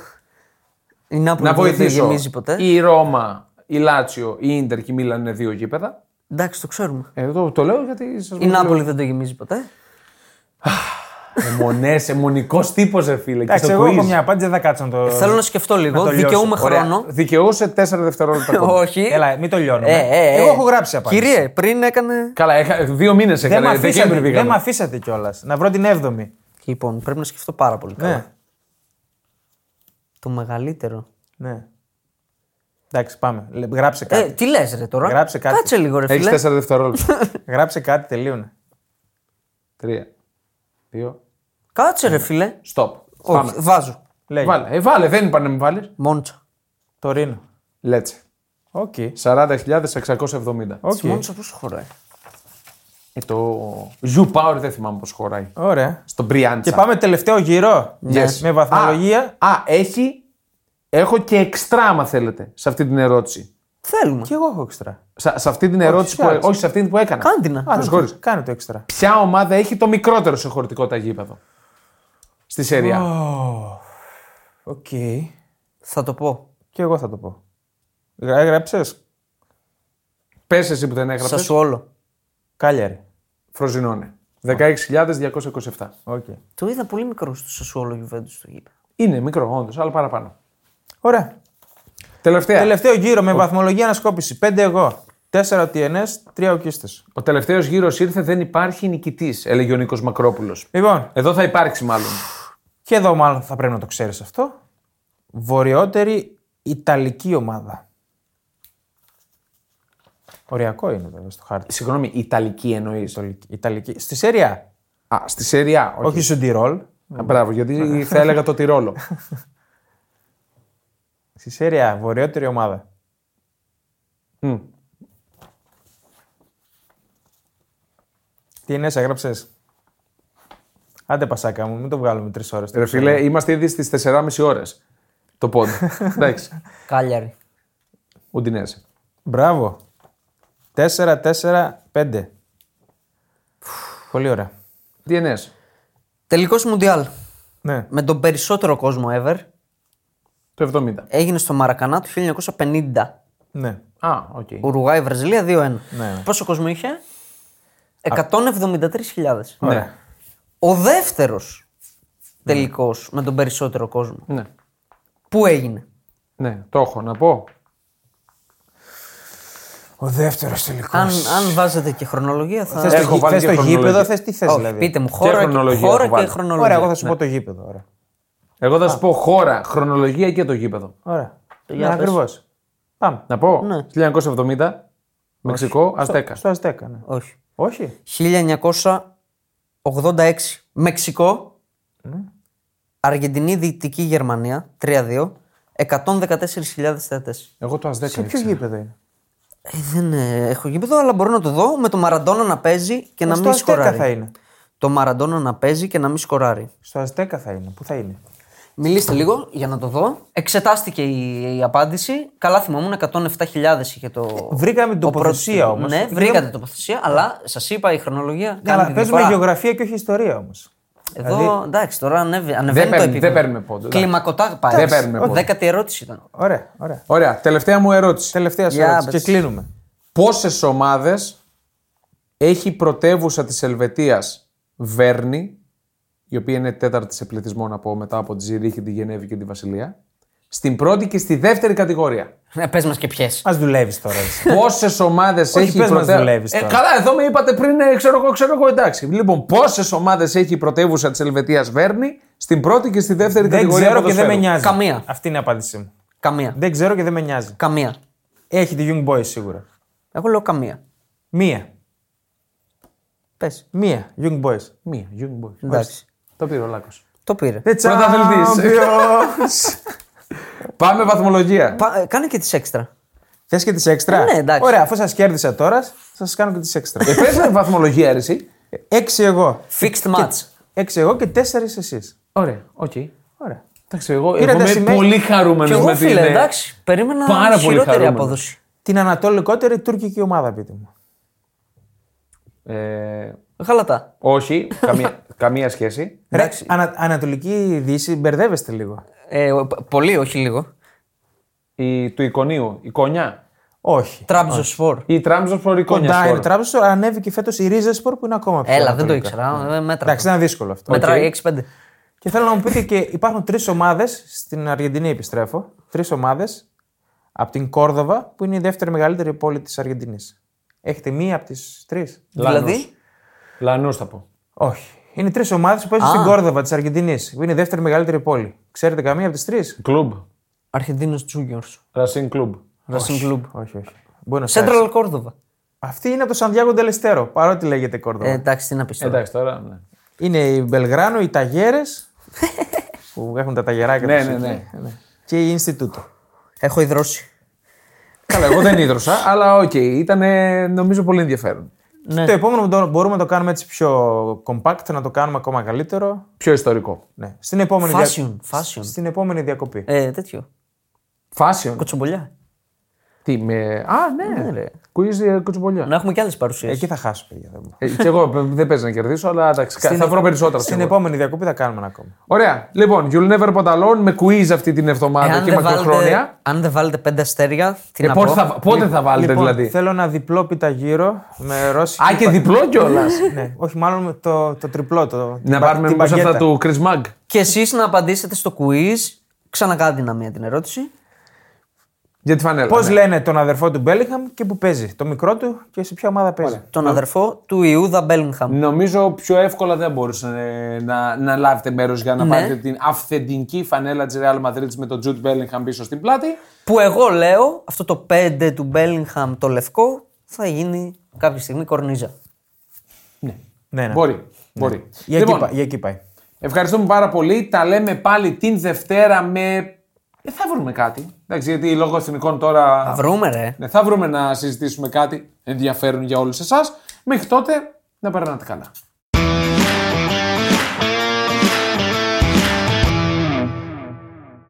Speaker 2: Η Νάπολη
Speaker 1: Να
Speaker 2: που δεν
Speaker 1: βοηθήσω.
Speaker 2: γεμίζει ποτέ.
Speaker 1: Η Ρώμα, η Λάτσιο, η Ίντερ και η Μίλαν είναι δύο γήπεδα.
Speaker 2: Εντάξει, το ξέρουμε.
Speaker 1: Ε, το, το λέω γιατί σας
Speaker 2: Η Νάπολη δεν το γεμίζει ποτέ.
Speaker 1: Εμονές, εμονικός Ε, τύπος, ρε φίλε. και
Speaker 3: Εντάξει,
Speaker 1: στο
Speaker 3: εγώ έχω
Speaker 1: quiz. Ε,
Speaker 3: μια απάντηση, δεν θα κάτσω να το.
Speaker 2: Θέλω να σκεφτώ λίγο.
Speaker 3: το λιώσω.
Speaker 2: Δικαιούμαι
Speaker 1: Ωραία.
Speaker 2: χρόνο.
Speaker 1: Δικαιούσε 4 δευτερόλεπτα. ακόμα.
Speaker 2: Όχι.
Speaker 3: Έλα, μην το λιώνουμε.
Speaker 2: Ε, ε, ε.
Speaker 3: Εγώ έχω γράψει απάντηση.
Speaker 2: Κυρίε, πριν έκανε.
Speaker 1: Καλά, έχα, δύο μήνες
Speaker 3: δεν με
Speaker 1: έκανε.
Speaker 3: αφήσατε,
Speaker 1: Δεκέμβρη
Speaker 3: δεν μ'
Speaker 1: πήγαμε.
Speaker 3: αφήσατε κιόλας. Να βρω την 7η.
Speaker 2: Λοιπόν, πρέπει να σκεφτώ πάρα πολύ
Speaker 1: Ε.
Speaker 2: καλά.
Speaker 3: Ναι.
Speaker 2: Το μεγαλύτερο.
Speaker 3: ναι. Εντάξει, πάμε. Λε- Γράψε κάτι.
Speaker 2: Ε, τι λες, ρε τώρα.
Speaker 3: Γράψε κάτι.
Speaker 2: Κάτσε λίγο, ρε
Speaker 1: Έχεις
Speaker 2: φίλε.
Speaker 1: 4 δευτερόλεπτα.
Speaker 3: Γράψε κάτι, τελείωνε.
Speaker 1: Τρία. Δύο.
Speaker 2: Κάτσε, ρε φίλε.
Speaker 1: Stop.
Speaker 2: Όχι,
Speaker 1: Πάμε.
Speaker 2: βάζω.
Speaker 3: Λέγε.
Speaker 1: Βάλε. Ε, βάλε, δεν είπα να μην βάλεις.
Speaker 2: Μόντσα.
Speaker 3: Το Ρήνο.
Speaker 1: Λέτσε.
Speaker 3: Οκ.
Speaker 1: 40.670.
Speaker 3: Οκ.
Speaker 2: Okay. Μόντσα πόσο χωράει.
Speaker 1: Ε, το Zoo Power δεν θυμάμαι πώς χωράει.
Speaker 3: Ωραία.
Speaker 1: Στον Πριάντσα.
Speaker 3: Και πάμε τελευταίο γύρο.
Speaker 1: Yes.
Speaker 3: Με βαθμολογία.
Speaker 1: Α, α, έχει. Έχω και εξτρά, άμα θέλετε, σε αυτή την ερώτηση.
Speaker 2: Θέλουμε.
Speaker 3: Κι εγώ έχω εξτρά.
Speaker 1: Σε, σε αυτή την ερώτηση
Speaker 3: σε
Speaker 1: που. ε-
Speaker 3: άλλες.
Speaker 1: Όχι, σε αυτή που έκανα.
Speaker 2: Κάντινα.
Speaker 1: Α, με συγχωρείς.
Speaker 3: Κάνε το εξτρά.
Speaker 1: Ποια ομάδα έχει το μικρότερο σε χωρητικό γήπεδο στη σέρια.
Speaker 3: Οκ.
Speaker 2: Θα το πω.
Speaker 3: Κι εγώ θα το πω. Γρά- Γράψες.
Speaker 1: Πες εσύ που δεν
Speaker 2: Σα
Speaker 1: έγραψε.
Speaker 2: σου όλο.
Speaker 3: Κάλιαρη.
Speaker 1: Φροζινώνε. 16.227.
Speaker 3: Οκ.
Speaker 2: Το είδα πολύ μικρό στο Σασουόλο Γιουβέντους στο γήπεδο.
Speaker 1: Είναι μικρό, όντως, αλλά παραπάνω. Ε.
Speaker 3: Ωραία.
Speaker 1: Τελευταία.
Speaker 3: Τελευταίο γύρο με βαθμολογία ανασκόπηση. 5 εγώ. 4 TNS, 3 ο Κίστες.
Speaker 1: Ο τελευταίος γύρος ήρθε, δεν υπάρχει νικητής, έλεγε ο Νίκος Μακρόπουλος.
Speaker 3: Λοιπόν,
Speaker 1: Εδώ θα υπάρξει μάλλον.
Speaker 3: και εδώ μάλλον θα πρέπει να το ξέρεις αυτό. Βορειότερη Ιταλική ομάδα. Οριακό είναι βέβαια στο χάρτη.
Speaker 1: Συγγνώμη, Ιταλική εννοείς.
Speaker 3: Ιταλική- Ιταλική. Στη Σέρια.
Speaker 1: Α, στη Σεριά.
Speaker 3: Όχι στον Τυρόλ.
Speaker 1: Α, μπράβο, γιατί θα έλεγα το Τυρόλο.
Speaker 3: Στη Σέρια, βορειότερη ομάδα.
Speaker 1: Μμ.
Speaker 3: Τι είναι, έγραψες. Άντε πασάκα μου, μην το βγάλουμε τρεις ώρες.
Speaker 1: Ρε φίλε, είμαστε ήδη στις 4,5 ώρες. Το πόντ. Εντάξει.
Speaker 2: Κάλιαρη.
Speaker 1: Ουντινέζε.
Speaker 3: Μπράβο. 4-4-5. Πολύ ωραία.
Speaker 1: DNS.
Speaker 2: Τελικός Μουντιάλ.
Speaker 3: Ναι.
Speaker 2: Με τον περισσότερο κόσμο ever
Speaker 1: Το 70.
Speaker 2: έγινε στο Μαρακανά το 1950.
Speaker 3: ναι.
Speaker 1: Α, οκ.
Speaker 2: Ουρουγάη, Βραζιλία 2-1.
Speaker 3: Ναι.
Speaker 2: Πόσο κόσμο είχε, 173.000.
Speaker 1: Ναι.
Speaker 2: Ο δεύτερος τελικός με τον περισσότερο κόσμο.
Speaker 1: ναι.
Speaker 2: Πού έγινε.
Speaker 1: Ναι, το έχω να πω.
Speaker 3: Ο δεύτερος τελικός.
Speaker 2: Αν, αν βάζετε και χρονολογία θα. Ε,
Speaker 3: Θε
Speaker 1: Έχω
Speaker 3: το,
Speaker 1: βάλει
Speaker 3: θες
Speaker 1: και
Speaker 3: το γήπεδο,
Speaker 1: χρονολογία.
Speaker 3: θες τι θες
Speaker 2: Όχι,
Speaker 3: δηλαδή.
Speaker 2: πείτε μου Ναι. χώρα και
Speaker 1: χρονολογία
Speaker 2: χώρα
Speaker 1: έχω
Speaker 2: και
Speaker 1: βάλει.
Speaker 2: χρονολογία.
Speaker 3: Ωραία, εγώ θα σου πω το γήπεδο. Ωραία.
Speaker 1: Εγώ θα σου πω χώρα, χρονολογία και το γήπεδο.
Speaker 3: Ωραία.
Speaker 2: για
Speaker 3: Ναι,
Speaker 2: πες.
Speaker 3: ακριβώς. Πάμε.
Speaker 1: Να πω.
Speaker 2: Ναι.
Speaker 1: 1970, Μεξικό, Αστέκας.
Speaker 3: Στο Αστέκα. Ναι.
Speaker 2: Όχι.
Speaker 3: Όχι.
Speaker 2: 1986. Μεξικό.
Speaker 3: Ναι.
Speaker 2: Αργεντινή Δυτική Γερμανία. 3-2. 114.000 θεατές.
Speaker 1: Εγώ το Αστέκα.
Speaker 3: Σε ποιος γήπεδο είναι.
Speaker 2: Ε, δεν ε, έχω γήπεδο, αλλά μπορώ να το δω με το Μαραντόνα να παίζει και να
Speaker 3: Ε, στο
Speaker 2: μην
Speaker 3: Αστέκα
Speaker 2: σκοράρει.
Speaker 3: θα είναι.
Speaker 2: Το Μαραντόνα να παίζει και να μην σκοράρει.
Speaker 3: Στο Αστέκα θα είναι. Πού θα είναι.
Speaker 2: Μιλήστε λίγο για να το δω. Εξετάστηκε η, η απάντηση. Καλά θυμόμουν, 107.000 είχε το.
Speaker 3: Βρήκαμε την
Speaker 2: ο πρώτος
Speaker 3: τοποθεσία
Speaker 2: τίτλος.
Speaker 3: όμως.
Speaker 2: Ναι, βρήκατε την τοποθεσία, αλλά σας είπα η χρονολογία. κάνει
Speaker 3: Αλλά
Speaker 2: τη
Speaker 3: παίζουμε
Speaker 2: διαφορά.
Speaker 3: δηλαδή- γεωγραφία και όχι ιστορία όμως.
Speaker 2: Εδώ εντάξει, τώρα ανέβη, ανεβαίνει
Speaker 1: παίρνει-
Speaker 2: το επίπεδο.
Speaker 1: δεν παίρνουμε πόντο, εντάξει.
Speaker 2: Κλιμακωτά πάει.
Speaker 1: Δεν παίρνουμε πόντο.
Speaker 2: Δέκατη ερώτηση ήταν.
Speaker 3: Ωραία, ωραία.
Speaker 1: Ωραία, τελευταία μου ερώτηση.
Speaker 3: Τελευταία σου
Speaker 2: Για
Speaker 3: ερώτηση
Speaker 2: πες.
Speaker 3: και κλείνουμε.
Speaker 1: Πόσες ομάδες έχει η πρωτεύουσα της Ελβετίας Βέρνη, η οποία είναι τέταρτη σε πληθυσμό να πω μετά από τη Ζηρίχη, τη Γενέβη και τη Βασιλεία, στην πρώτη και στη δεύτερη κατηγορία.
Speaker 2: Ε, Πες μας και ποιες.
Speaker 3: Ας δουλεύεις τώρα. εσύ.
Speaker 1: Πόσες ομάδες έχει
Speaker 3: πες μας
Speaker 1: πρωτεύουσα.
Speaker 3: δουλεύεις
Speaker 1: Ε,
Speaker 3: τώρα.
Speaker 1: καλά, εδώ με είπατε πριν, ε, ξέρω εγώ, ξέρω εγώ, εντάξει. Λοιπόν, πόσες ομάδες έχει η πρωτεύουσα της Ελβετίας Βέρνη στην πρώτη και στη δεύτερη
Speaker 3: δεν
Speaker 1: κατηγορία.
Speaker 3: ξέρω και δεν με
Speaker 1: ποδοσφαίρου.
Speaker 3: νοιάζει.
Speaker 2: Καμία.
Speaker 3: Αυτή είναι η απάντησή μου.
Speaker 2: Καμία.
Speaker 3: Δεν ξέρω και δεν με νοιάζει.
Speaker 2: Καμία.
Speaker 3: Έχει τη Young Boys σίγουρα.
Speaker 2: Εγώ λέω καμία.
Speaker 3: Μία.
Speaker 2: Πες.
Speaker 3: Μία. Young Boys.
Speaker 1: Μία, Young Boys.
Speaker 2: Εντάξει.
Speaker 1: Το πήρε ο Λάκος.
Speaker 2: Το πήρε.
Speaker 3: The
Speaker 1: Πρωταθλητής.
Speaker 3: Champions.
Speaker 1: Πάμε βαθμολογία.
Speaker 2: Πα- ε, κάνε και τις έξτρα.
Speaker 3: Θες και τις έξτρα.
Speaker 2: Ε, ναι, εντάξει.
Speaker 3: Ωραία, αφού σας κέρδισα τώρα, θα σας κάνω και τις έξτρα.
Speaker 1: Ε, πες με βαθμολογία, ρε, εσύ.
Speaker 2: Ε,
Speaker 3: Έξι εγώ.
Speaker 2: Fixed match.
Speaker 3: Έξι εγώ και τέσσερις εσείς.
Speaker 1: Ωραία, οκ.
Speaker 3: Ωραία.
Speaker 1: Εντάξει, εγώ,
Speaker 3: Πήρα
Speaker 1: εγώ
Speaker 3: τα
Speaker 1: είμαι
Speaker 3: σημαία.
Speaker 1: πολύ χαρούμενος
Speaker 2: Και εγώ
Speaker 1: με την.
Speaker 2: φίλε,
Speaker 1: ε,
Speaker 2: εντάξει. Περίμενα
Speaker 1: Πάρα πολύ
Speaker 2: χειρότερη
Speaker 1: χαρούμενος.
Speaker 2: απόδοση.
Speaker 3: Την ανατολικότερη τουρκική ομάδα, πείτε μου.
Speaker 1: Ε,
Speaker 2: Γαλατά.
Speaker 1: όχι, καμία, καμία σχέση.
Speaker 3: Ρε,
Speaker 2: Εντάξει.
Speaker 3: ανα, ανατολική Δύση, μπερδεύεστε λίγο.
Speaker 2: Ε, π- πολύ, όχι λίγο.
Speaker 1: Η, του εικονίου, η κονιά.
Speaker 3: Όχι.
Speaker 2: Τράμπζο σφόρ.
Speaker 1: Η Τράμπζο
Speaker 3: Κοντά είναι
Speaker 1: προοικονιά.
Speaker 3: τράπεζα, αλλά ανέβηκε φέτος η Ρίζεσπορ που είναι ακόμα πιο.
Speaker 2: Έλα, δεν το
Speaker 3: ανατολικά.
Speaker 2: ήξερα. ε, Μέτρα.
Speaker 3: Εντάξει, ήταν δύσκολο αυτό.
Speaker 2: Μέτρα
Speaker 3: Οκ.
Speaker 2: 6-5.
Speaker 3: Και θέλω να μου πείτε και υπάρχουν τρεις ομάδες στην Αργεντινή, επιστρέφω. Τρεις ομάδες από την Κόρδοβα, που είναι η δεύτερη μεγαλύτερη πόλη της Αργεντινής. Έχετε μία από τις τρεις.
Speaker 2: Δηλαδή.
Speaker 1: Λανούς θα πω.
Speaker 3: Όχι. Είναι τρεις ομάδες που παίζουν στην Κόρδοβα της Αργεντινής, που είναι η δεύτερη μεγαλύτερη πόλη. Ξέρετε καμία από τις τρεις.
Speaker 1: Κλουμπ.
Speaker 2: Αρχεντίνο Τζούγιορ.
Speaker 1: Ρασίν Κλουμπ.
Speaker 2: Racing Club.
Speaker 3: Όχι, όχι. Buenos Aires.
Speaker 2: Central Córdoba.
Speaker 3: Αυτή είναι από το Σαντιάγο Ντελεστέρο, παρότι λέγεται Κόρδοβα.
Speaker 2: Ε, εντάξει, τι να πεις τώρα.
Speaker 1: Εντάξει τώρα. Ναι,
Speaker 3: Είναι η Μπελγράνο, οι Ταγέρες. που έχουν τα ταγεράκια
Speaker 1: ναι,
Speaker 3: τους
Speaker 1: ναι.
Speaker 3: εκεί.
Speaker 1: ναι.
Speaker 3: Και η Ινστιτούτο.
Speaker 2: Έχω υδρώσει.
Speaker 1: Καλά, εγώ δεν ίδρωσα, αλλά οκ, ήταν νομίζω πολύ ενδιαφέρον.
Speaker 2: Ναι.
Speaker 3: Το επόμενο το- μπορούμε να το κάνουμε έτσι πιο compact, να το κάνουμε ακόμα καλύτερο.
Speaker 1: Πιο ιστορικό.
Speaker 3: Ναι. Στην επόμενη,
Speaker 2: Fashion, fashion.
Speaker 3: Στην επόμενη διακοπή.
Speaker 2: Ε, τέτοιο.
Speaker 1: Φάσιον.
Speaker 2: Κοτσομπολιά.
Speaker 1: Τι με. Α, ναι, ρε. Κουίζι
Speaker 3: Ναι.
Speaker 1: κουτσομπολιά.
Speaker 2: Να έχουμε κι άλλες παρουσίες.
Speaker 3: Ε, Εκεί θα χάσω, παιδιά. δεν μπορώ.
Speaker 1: Ε, κι εγώ π- δεν παίζει να κερδίσω, αλλά εντάξει, κα- θα βρω περισσότερα.
Speaker 3: Στην
Speaker 1: σίγουρα.
Speaker 3: επόμενη διακοπή θα κάνουμε ένα ακόμα.
Speaker 1: Ωραία. Λοιπόν, You'll Never Put Alone με quiz αυτή την εβδομάδα και μακροχρόνια.
Speaker 2: αν δεν βάλετε πέντε αστέρια, τι
Speaker 1: Ε,
Speaker 2: να
Speaker 1: πότε
Speaker 2: πω.
Speaker 1: θα, πότε θα βάλετε
Speaker 3: λοιπόν,
Speaker 1: δηλαδή.
Speaker 3: θέλω ένα διπλό πίτα γύρω με ρώσικη.
Speaker 1: Α, και διπλό κιόλας.
Speaker 3: ναι, όχι, μάλλον το, το τριπλό. Το, την
Speaker 1: να
Speaker 3: πα-
Speaker 1: πάρουμε
Speaker 3: την
Speaker 1: μήπως αυτά
Speaker 3: παγκέτα.
Speaker 1: του Chris Mag.
Speaker 2: Και εσείς να απαντήσετε στο quiz. Ξανακάντε να μία την ερώτηση.
Speaker 1: Για τη φανέλα.
Speaker 3: Πώς
Speaker 1: ναι.
Speaker 3: λένε τον αδερφό του Μπέλιγχαμ και που παίζει, το μικρό του και σε ποια ομάδα παίζει.
Speaker 2: Τον αδερφό του Ιούδα
Speaker 3: Ναι.
Speaker 2: Μπέλιγχαμ.
Speaker 1: Νομίζω πιο εύκολα δεν μπορούσε ε, να, να λάβετε μέρος για να
Speaker 2: Ναι.
Speaker 1: πάρετε την αυθεντική φανέλα της Real Madrid με τον Τζουτ Μπέλιγχαμ πίσω στην πλάτη.
Speaker 2: Που εγώ λέω αυτό το 5 του Μπέλιγχαμ το λευκό θα γίνει κάποια στιγμή κορνίζα.
Speaker 3: Ναι, ναι.
Speaker 1: Μπορεί. Μπορεί.
Speaker 3: Για,
Speaker 1: Λοιπόν,
Speaker 3: εκεί, πα- για εκεί πάει.
Speaker 1: Ευχαριστούμε πάρα πολύ. Τα λέμε πάλι την Δευτέρα με. Ε, θα βρούμε κάτι. Εντάξει, γιατί λόγω εθνικών τώρα.
Speaker 2: Θα βρούμε, ρε.
Speaker 1: Ναι, θα βρούμε να συζητήσουμε κάτι ενδιαφέρον για όλους εσάς. Μέχρι τότε, να περνάτε καλά.